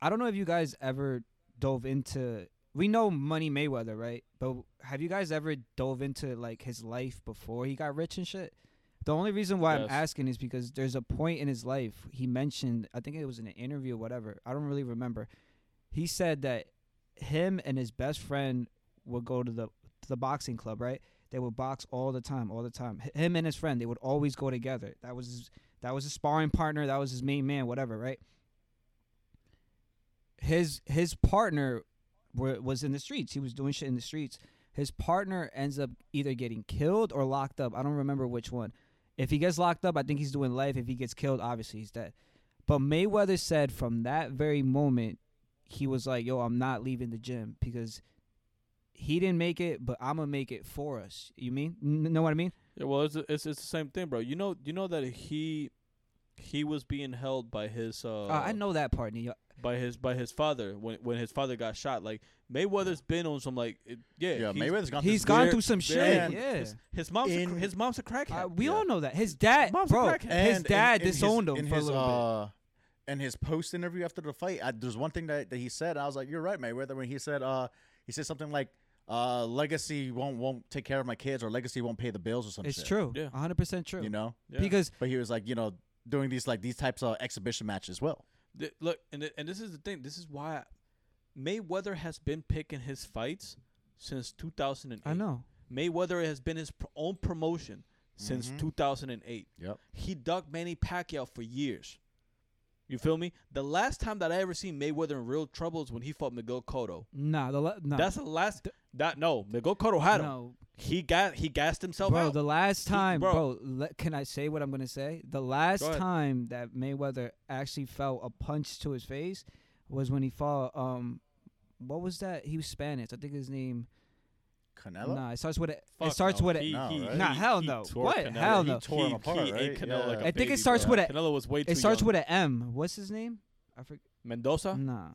I don't know if you guys ever dove into. We know Money Mayweather, right? But have you guys ever dove into like his life before he got rich and shit? The only reason why I'm
Yes.
asking is because there's a point in his life he mentioned. I think it was in an interview or whatever. I don't really remember. He said that him and his best friend would go to the to the boxing club, right? They would box all the time, all the time. H- Him and his friend, they would always go together. That was his, that was his sparring partner. That was his main man, whatever, right? His his partner wa- was in the streets. He was doing shit in the streets. His partner ends up either getting killed or locked up. I don't remember which one. If he gets locked up, I think he's doing life. If he gets killed, obviously he's dead. But Mayweather said from that very moment, he was like, "Yo, I'm not leaving the gym because he didn't make it, but I'm gonna make it for us." You mean? N- know what I mean?
Yeah, well, it's, it's it's the same thing, bro. You know, you know that he he was being held by his uh,
Uh, I know that part, Neo.
by his by his father when when his father got shot. Like Mayweather's been on some like it, yeah
yeah.
he's-
Mayweather's gone.
He's
through
gone
Ver-
through some shit.
very-
Yeah.
his, his mom's a, cr-
In-
his mom's a crackhead.
Uh, we
Yeah.
all know that his dad,
mom's a
bro.
crackhead.
And
His
in-
dad
in his-
disowned him
in
for
his,
a little bit.
uh, In his post interview after the fight, I, there's one thing that, that he said. I was like, "You're right, Mayweather." When he said, uh, he said something like, uh, "Legacy won't won't take care of my kids, or legacy won't pay the bills, or something."
It's true.
Yeah.
100% true.
uh, you know.
Yeah.
Because
But he was like, you know, doing these like these types of exhibition matches as well.
Th- look, and th- and this is the thing. This is why Mayweather has been picking his fights since 2008.
I know.
Mayweather has been his pr- own promotion since 2008.
Mm-hmm. Yep.
He ducked Manny Pacquiao for years. You feel me? The last time that I ever seen Mayweather in real trouble is when he fought Miguel Cotto.
Nah, the la- nah.
That's the last. That no, Miguel Cotto had him.
no.
He got he gassed himself
Bro,
out.
the last
He-
time,
bro.
bro, le- can I say what I'm going to say? The last
Go ahead.
time that Mayweather actually felt a punch to his face was when he fought um what was that? He was Spanish. I think his name
Canelo.
Nah, it starts with a, it
Fuck
starts
no.
with
He-
a,
No,
he-
right?
he-
Nah, hell
he
no.
tore
What?
Canelo.
Hell no.
He tore him apart,
he
right?
ate Canelo
Yeah.
like a
I
think it
baby,
starts
bro.
with a-
Canelo was way too
it starts
young.
with an M. What's his name? I forget.
Mendoza,
Nah.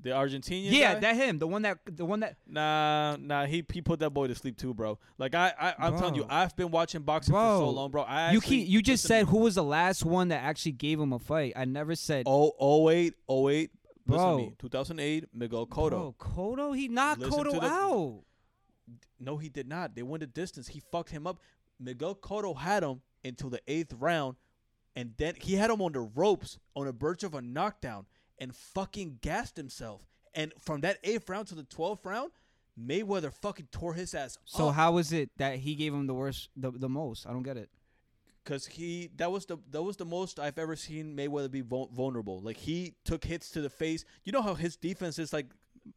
the Argentinian.
Yeah,
guy?
that him, the one that the one that
Nah, nah, he he put that boy to sleep too, bro. Like I, I I'm telling you,
Bro.
I've been watching boxing for
Bro.
so long, bro. I
you
actually,
keep, you just
listen
said who was the last one that actually gave him a fight. I never said
Oh, oh eight, oh eight. Listen to
Bro.
me. 2008, Miguel Cotto.
Bro, Cotto, he knocked
Listen to
Cotto
the-
out.
No, he did not. They went the distance. He fucked him up. Miguel Cotto had him until the eighth round, and then he had him on the ropes on the verge of a knockdown and fucking gassed himself. And from that eighth round to the twelfth round, Mayweather fucking tore his ass
So
up.
how is it that he gave him the worst, the, the most? I don't get it.
Cause he that was the that was the most I've ever seen Mayweather be vul- vulnerable. Like he took hits to the face. You know how his defense is like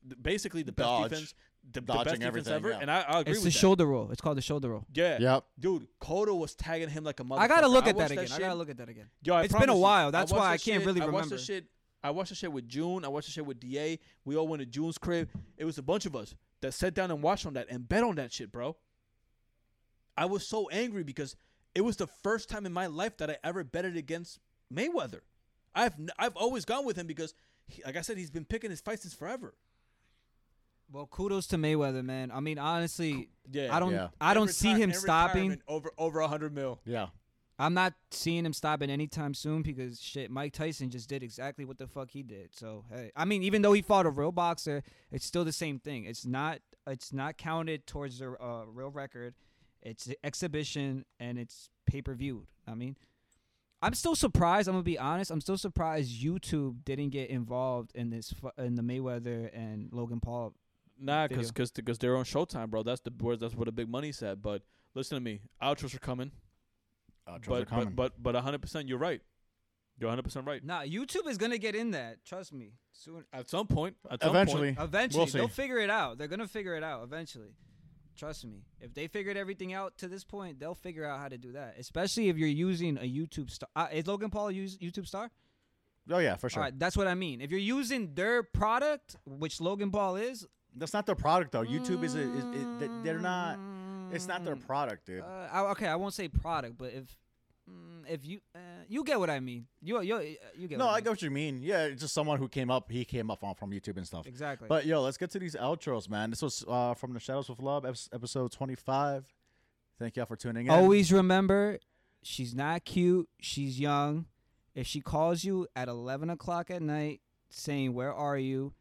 th- basically the best
Dodge.
defense, the, the
Dodging
best defense
everything,
ever.
yeah.
And I, I agree with
It's the
that.
shoulder roll. It's called the shoulder roll.
Yeah.
Yep.
Dude, Cotto was tagging him like a motherfucker.
I gotta look at
watched
that again. I
shit.
gotta look at that again.
Yo, I
It's been a
promise you,
while. That's
watched
why
the
I can't
shit-
really
I watched
remember.
the shit. I watched the shit with June. I watched the shit with Da. We all went to June's crib. It was a bunch of us that sat down and watched on that and bet on that shit, bro. I was so angry because it was the first time in my life that I ever betted against Mayweather. I've n- I've always gone with him because, he, like I said, he's been picking his fights since forever.
Well, kudos to Mayweather, man. I mean, honestly,
Yeah.
I don't,
Yeah.
I don't
In
see
retire-
him
in
stopping.
retirement, over over a hundred mil.
Yeah.
I'm not seeing him stopping anytime soon because shit, Mike Tyson just did exactly what the fuck he did. So hey, I mean, even though he fought a real boxer, it's still the same thing. It's not, it's not counted towards the uh, real record. It's exhibition and it's pay per view. I mean, I'm still surprised. I'm gonna be honest. I'm still surprised YouTube didn't get involved in this fu- in the Mayweather and Logan Paul.
Nah,
Video.
because because because they're on Showtime, bro. That's the where that's where the big money's at. But listen to me, outros are coming.
Uh, Trump's
But,
coming.
but but but hundred percent, you're right. You're hundred percent right.
Nah, YouTube is gonna get in that. Trust me. Soon,
At some point, at some
Eventually.
point,
Eventually,
We'll see.
they'll figure it out. They're gonna figure it out eventually. Trust me. If they figured everything out to this point, they'll figure out how to do that. Especially if you're using a YouTube star. Uh, is Logan Paul a use- YouTube star?
oh yeah, for sure.
All right, that's what I mean. If you're using their product, which Logan Paul is,
That's not their product though. YouTube is, a, is, is they- they're not. It's not their product, dude.
uh, I, okay, I won't say product, but if mm, if you uh, you get what I mean, you you you get.
no,
what
I
mean.
get what you mean. Yeah, it's just someone who came up. He came up on from YouTube and stuff.
exactly.
But yo, let's get to these outros, man. This was uh, from the Shadows with Love, epis- episode twenty-five. Thank y'all for tuning in.
Always remember, she's not cute. She's young. If she calls you at 11 o'clock at night saying, Where are you?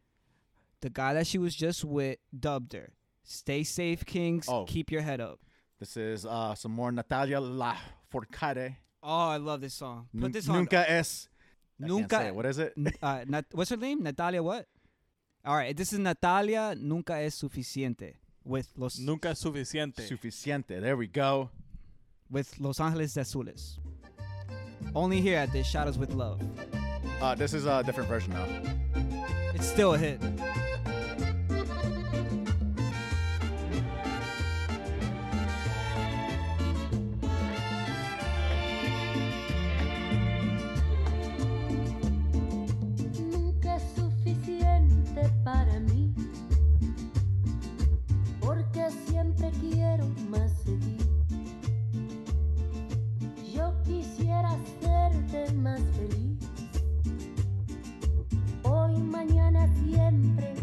The guy that she was just with dubbed her. Stay safe, Kings.
Oh.
Keep your head up.
This is uh, some more Natalia La Forcade.
Oh, I love this song. Put
Nun-
this on.
Nunca es. I can't
Nunca-
say it. What is it?
N- uh, Nat- what's her name? Natalia what? All right. This is Natalia Nunca Es Suficiente with Los,
nunca es suficiente.
Suficiente. There we go.
with Los Angeles de Azules. Only here at the Shadows with Love.
Uh, this is a different version now.
It's still a hit.
Nunca es suficiente para mí, porque siempre quiero más de ti. Yo quisiera hacerte más feliz, hoy, mañana, siempre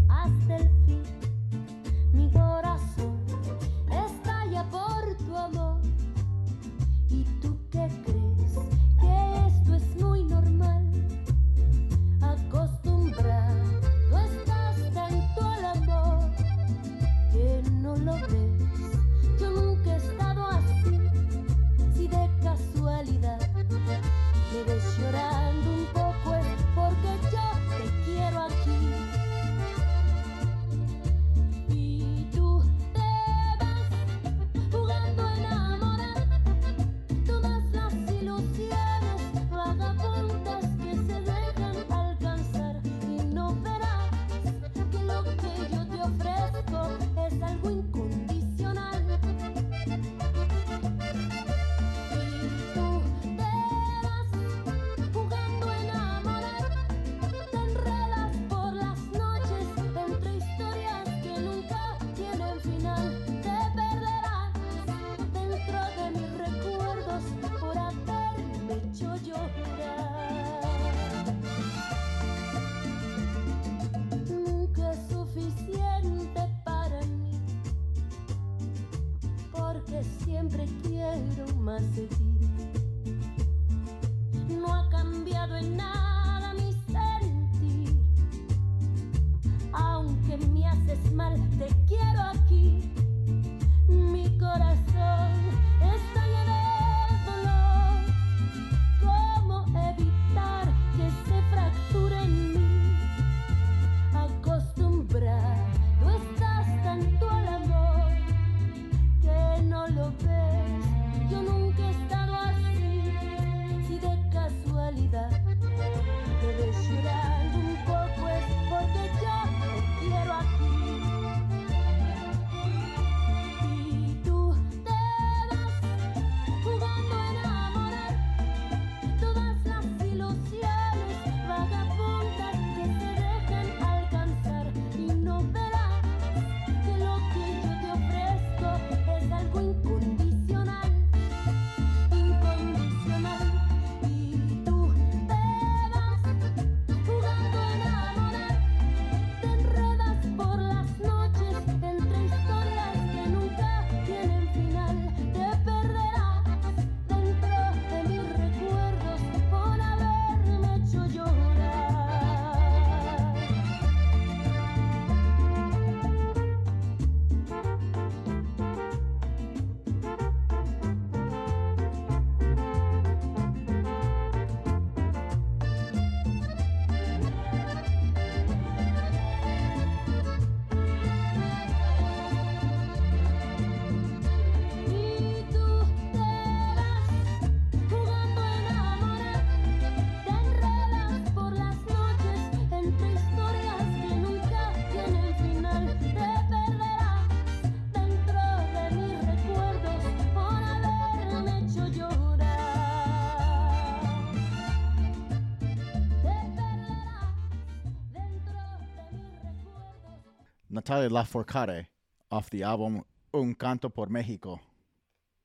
Natalia Lafourcade off the album Un Canto por México.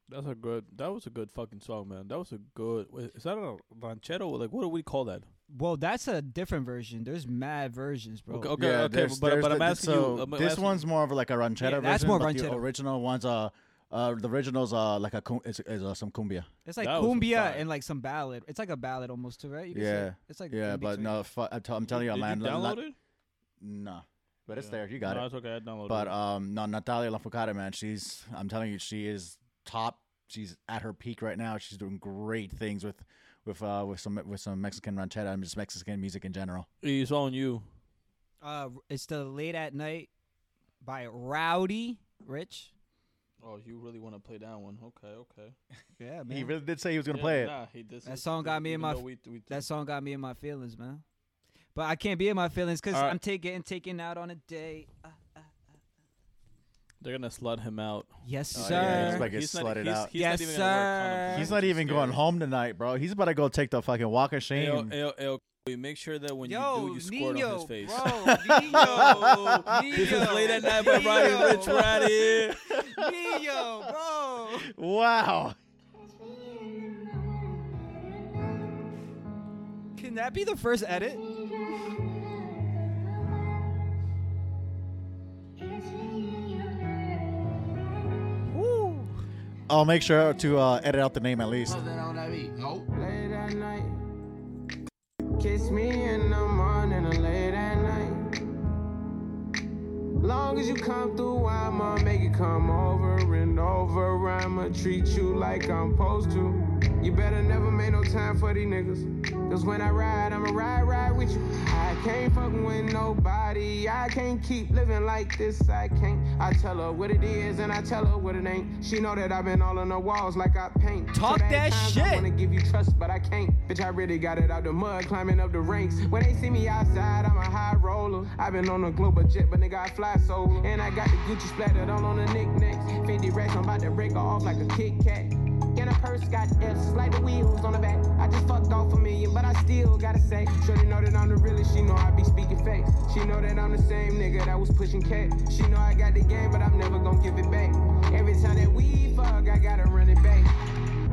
That's a good. That was a good fucking song, man. That was a good. wait, Is that a ranchero? Like, what do we call that?
Well, that's a different version. There's mad versions, bro.
Okay, okay, okay.
there's-
but
there's
but I'm
the-
asking
so
you. I'm
this
asking-
one's more of like a ranchera
Yeah, that's
version,
more
but the
ranchero.
original one's uh, uh, the original's uh, like a cum- is, is uh, some cumbia.
It's like
That was
cumbia
fire.
and like some ballad. It's like a ballad almost too, right? You could say.
Yeah,
It's like
yeah,
in
but
between.
no, fu- I'm, t- I'm telling you,
Did
man,
you
la- la-
download it?
no, but it's
Yeah.
there. You got
no,
it.
It's okay. I downloaded
But
it.
um, no, Natalia Lafourcade, man, she's I'm telling you, she is top. She's at her peak right now. She's doing great things with with uh with some with some Mexican ranchera and just Mexican music in general.
He's on you.
Uh, it's the late at night by Rowdy Rich.
Oh, you really want to play that one? Okay, okay.
Yeah,
He
man.
really did say he was gonna
Yeah,
play it.
Nah, he, this
That
is-
song got me in
even
my
though
f-
we- we-
that song got me in my feelings, man. But I can't be in my feelings because
Alright.
I'm taking taken out on a date. Uh,
They're gonna slut him out.
yes,
Oh,
sir.
yeah, it's like-
he's uh,
it's
not,
slutted
he's,
out.
He's
Yes,
not even gonna work on
sir.
him.
He's not even going home tonight, bro. He's about to go take the fucking walk of shame.
Ayo, ayo, ayo, we make sure that when
Yo,
you do, you squirt
Nino,
on his face.
bro, Nino, Nino,
This is late at night by Brian Rich. We're out of here.
Nino, bro.
Wow.
Can that be the first edit? Woo.
I'll make sure to uh, edit out the name at least.
late at night. Kiss me in the morning or late at night. Long as you come through, I'ma make it come over and over. I'ma treat you like I'm supposed to. You better never make no time for these niggas. Cause when I ride, I'ma ride, ride with you. I can't fucking with nobody. I can't keep living like this. I can't. I tell her what it is and I tell her what it ain't. She know that I've been all on the walls like I paint.
Talk
So there
that
ain't times I
shit.
wanna give you trust, but I can't. Bitch, I really got it out the mud, climbing up the ranks. When they see me outside, I'm a high roller. I've been on a global jet, but nigga, I fly solo. And I got the Gucci splattered all on the knickknacks. 50 racks, I'm about to break her off like a Kit Kat. And a purse got F's, like the wheels on the back. I just fucked off a million, but I still gotta say. Shorty know that I'm the realest, she know I be speaking facts. She know that I'm the same nigga that was pushing cat. She know I got the game, but I'm never gonna give it back. Every time that we fuck, I gotta run it back.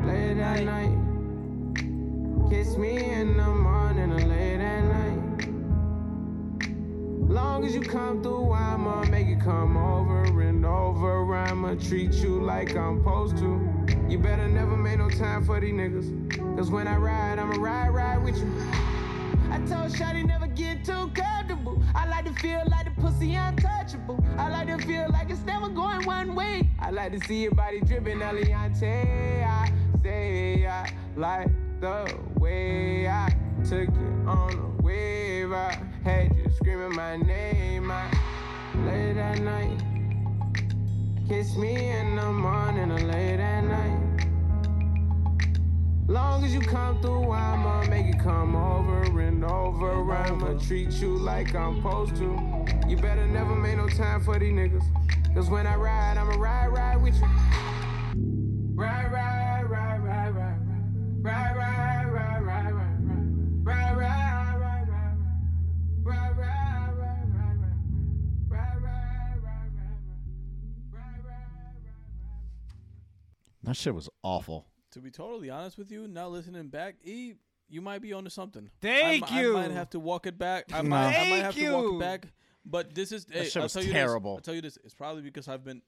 Late at night. Kiss me in the morning or late at night. Long as you come through, I'ma make it come over and over. I'ma treat you like I'm supposed to. You better never make no time for these niggas. Cause when I ride, I'ma ride, ride with you. I told Shotty never get too comfortable. I like to feel like the pussy untouchable. I like to feel like it's never going one way. I like to see your body dripping, Eliante. I say I like the way I took you on a wave. I had you screaming my name. I late at night. Kiss me in the morning or late at night. Long as you come through, I'ma make it come over and over. I'ma treat you like I'm supposed to. You better never make no time for these niggas. Cause when I ride, I'ma ride, ride with you. Ride, ride, ride, ride, ride, ride, ride, ride, ride, ride, ride, ride, ride, ride, ride, ride, ride, ride, ride, ride, ride, ride, ride, ride, ride, ride, ride.
That shit was awful.
To be totally honest with you, now listening back, E, you might be onto something.
Thank
I, mi- I
you.
might have to walk it back. I might, I might have
Thank
to walk
you.
it back. But this is hey,
shit
I'll
was
tell you
terrible.
This, I'll tell you this. It's probably because I've been.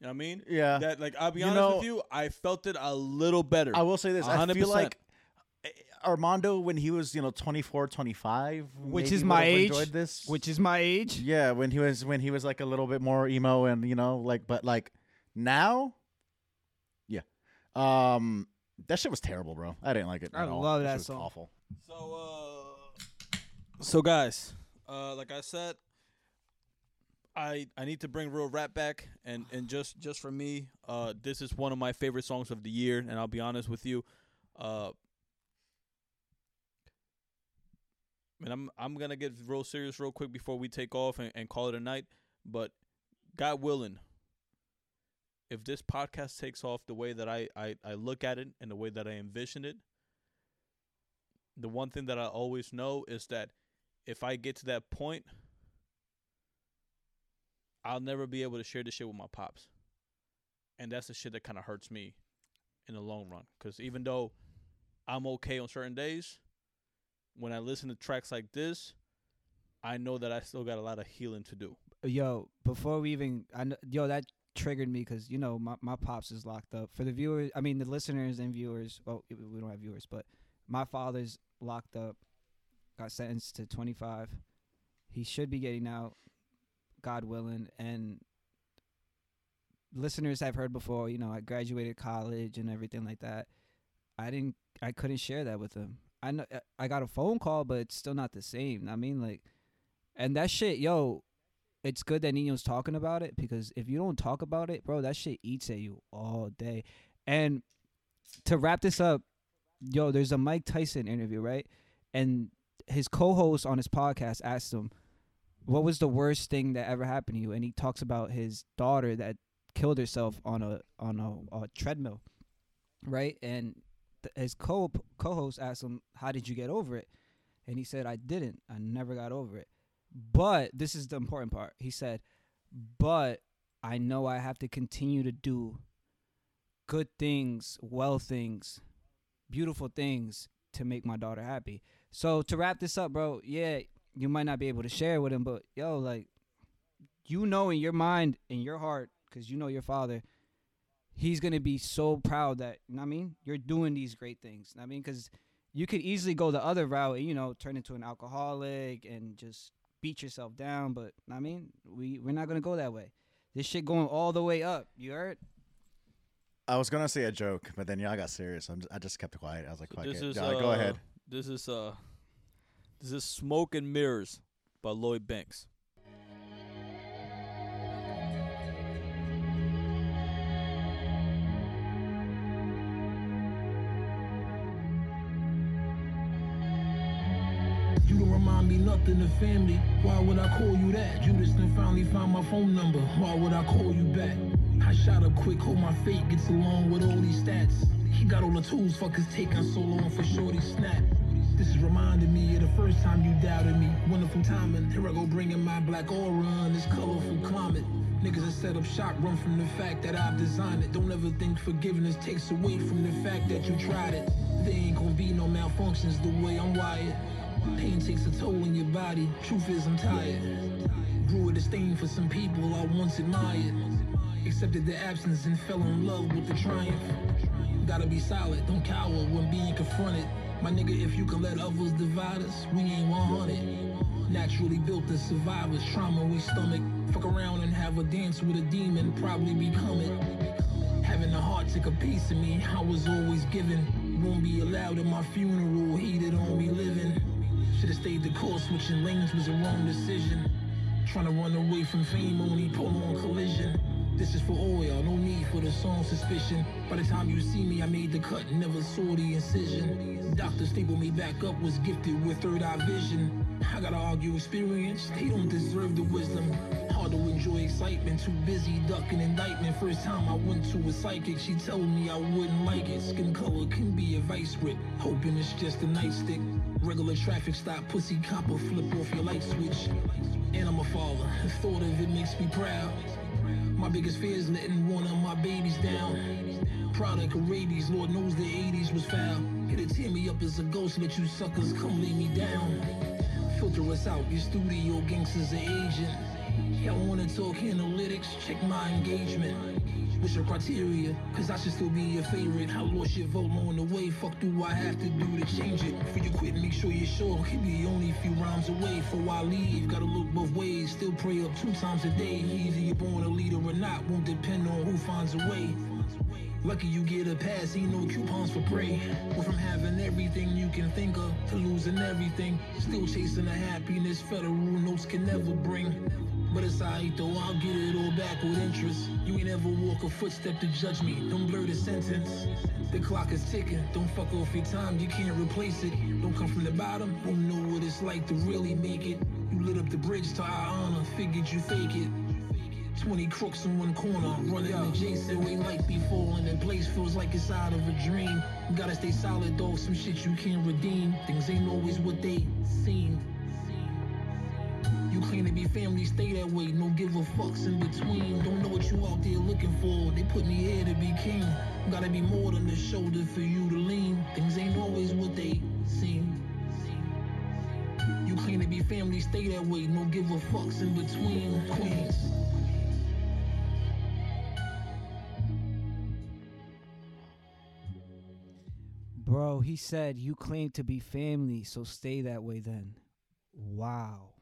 You know what I mean?
Yeah.
That like I'll be
You
honest
know-
with you, I felt it a little better.
I will say this. I feel
100%.
like eh, Armando, when he was, you know, 24, 25,
Which
maybe
is my
would've
age.
enjoyed this.
Which is my age.
yeah, when he was when he was like a little bit more emo and you know like, but like now, yeah, um, that shit was terrible, bro. I didn't like it.
I
at all.
love
That shit
that
was
song.
Awful.
So, uh, so guys, uh, like I said, I I need to bring real rap back, and and just just for me, uh, this is one of my favorite songs of the year, and I'll be honest with you, uh. And I'm I'm gonna get real serious real quick before we take off and, and call it a night. But God willing, if this podcast takes off the way that I, I, I look at it and the way that I envision it, the one thing that I always know is that if I get to that point, I'll never be able to share this shit with my pops, and that's the shit that kind of hurts me in the long run. Because even though I'm okay on certain days, when I listen to tracks like this, I know that I still got a lot of healing to do.
yo before we even I know, yo that triggered me because you know my, my pops is locked up for the viewers i mean the listeners and viewers well we- we don't have viewers but my father's locked up got sentenced to 25 he should be getting out god willing and listeners have heard before you know i graduated college and everything like that i didn't i couldn't share that with him i know i got a phone call but it's still not the same i mean like and that shit yo it's good that Nino's talking about it because if you don't talk about it, bro, that shit eats at you all day. And to wrap this up, yo, there's a Mike Tyson interview, right? And his co-host on his podcast asked him, "What was the worst thing that ever happened to you?" And he talks about his daughter that killed herself on a on a, a treadmill, right? And th- his co co-host asked him, "How did you get over it?" And he said, "I didn't. I never got over it." But this is the important part. He said, "But I know I have to continue to do good things, well things, beautiful things to make my daughter happy." So to wrap this up, bro, yeah, you might not be able to share with him, but yo, like, you know, in your mind, in your heart, because you know your father, he's gonna be so proud that you know what I mean you're doing these great things. You know what I mean, because you could easily go the other route, and, you know, turn into an alcoholic and just beat yourself down. But I mean, we we're not gonna go that way. This shit going all the way up. You heard?
I was gonna say a joke, but then y'all got serious. I'm just, I just kept quiet. I was like, "Fuck
This
it."
is
Y'all like, go
uh,
ahead.
This is uh, this is Smoke and Mirrors by Lloyd Banks.
You don't remind me nothing of family. Why would I call you that? You just done finally found my phone number. Why would I call you back? I shot up quick, hope my fate gets along with all these stats. He got all the tools, fuckers taking so long for shorty snap. This is reminding me of the first time you doubted me. Wonderful timing. Here I go bringing my black aura in this colorful climate. Niggas that set up shop run from the fact that I've designed it. Don't ever think forgiveness takes away from the fact that you tried it. There ain't gonna be no malfunctions the way I'm wired. Pain takes a toll on your body. Truth is, I'm tired. Grew a disdain for some people I once admired. Accepted their absence and fell in love with the triumph. Gotta be solid, don't cower when being confronted. My nigga, if you can let others divide us, we ain't 100. Naturally built as survivors, trauma we stomach. Fuck around and have a dance with a demon, probably become it. Having the heart took a piece of me, I was always given. Won't be allowed at my funeral, hated on me living. Should've stayed the course, switching lanes was a wrong decision. Trying to run away from fame only pull on collision. This is for oil, no need for the song suspicion. By the time you see me, I made the cut, never saw the incision. Doctor stapled me back up, was gifted with third eye vision. I gotta argue experience, they don't deserve the wisdom. Hard to enjoy excitement, too busy ducking indictment. First time I went to a psychic, she told me I wouldn't like it. Skin color can be a vice grip, hoping it's just a nightstick. Regular traffic stop, pussy copper, flip off your light switch. And I'm a father, the thought of it makes me proud. My biggest fear is letting one of my babies down. Product of rabies, Lord knows the 80s was foul. Here to tear me up as a ghost, let you suckers come lay me down. Filter us out, your studio gangsters are agent. Y'all wanna talk analytics? Check my engagement. What's your criteria? Cause I should still be your favorite. I lost your vote on the way. Fuck do I have to do to change it? Before you quit, make sure you're sure. Could be only a few rhymes away. Before I leave, gotta look both ways. Still pray up two times a day. Either you're born a leader or not. Won't depend on who finds a way. Lucky you get a pass, ain't no coupons for prey. Went from having everything you can think of to losing everything. Still chasing the happiness federal notes can never bring. But it's alright though, I'll get it all back with interest. You ain't ever walk a footstep to judge me, don't blur the sentence. The clock is ticking, don't fuck off your time, you can't replace it. Don't come from the bottom, don't know what it's like to really make it. You lit up the bridge to our honor, figured you fake it. 20 crooks in one corner, running adjacent. We like be falling in place, feels like it's out of a dream. Gotta stay solid though, some shit you can't redeem. Things ain't always what they seem. You You claim to be family, stay that way. No give a fucks in between. Don't know what you out there looking for. They put me here to be king. Gotta be more than a shoulder for you to lean. Things ain't always what they seem. You claim to be family, stay that way. No give a fucks in between. Queens.
Bro, he said you claim to be family, so stay that way then. Wow.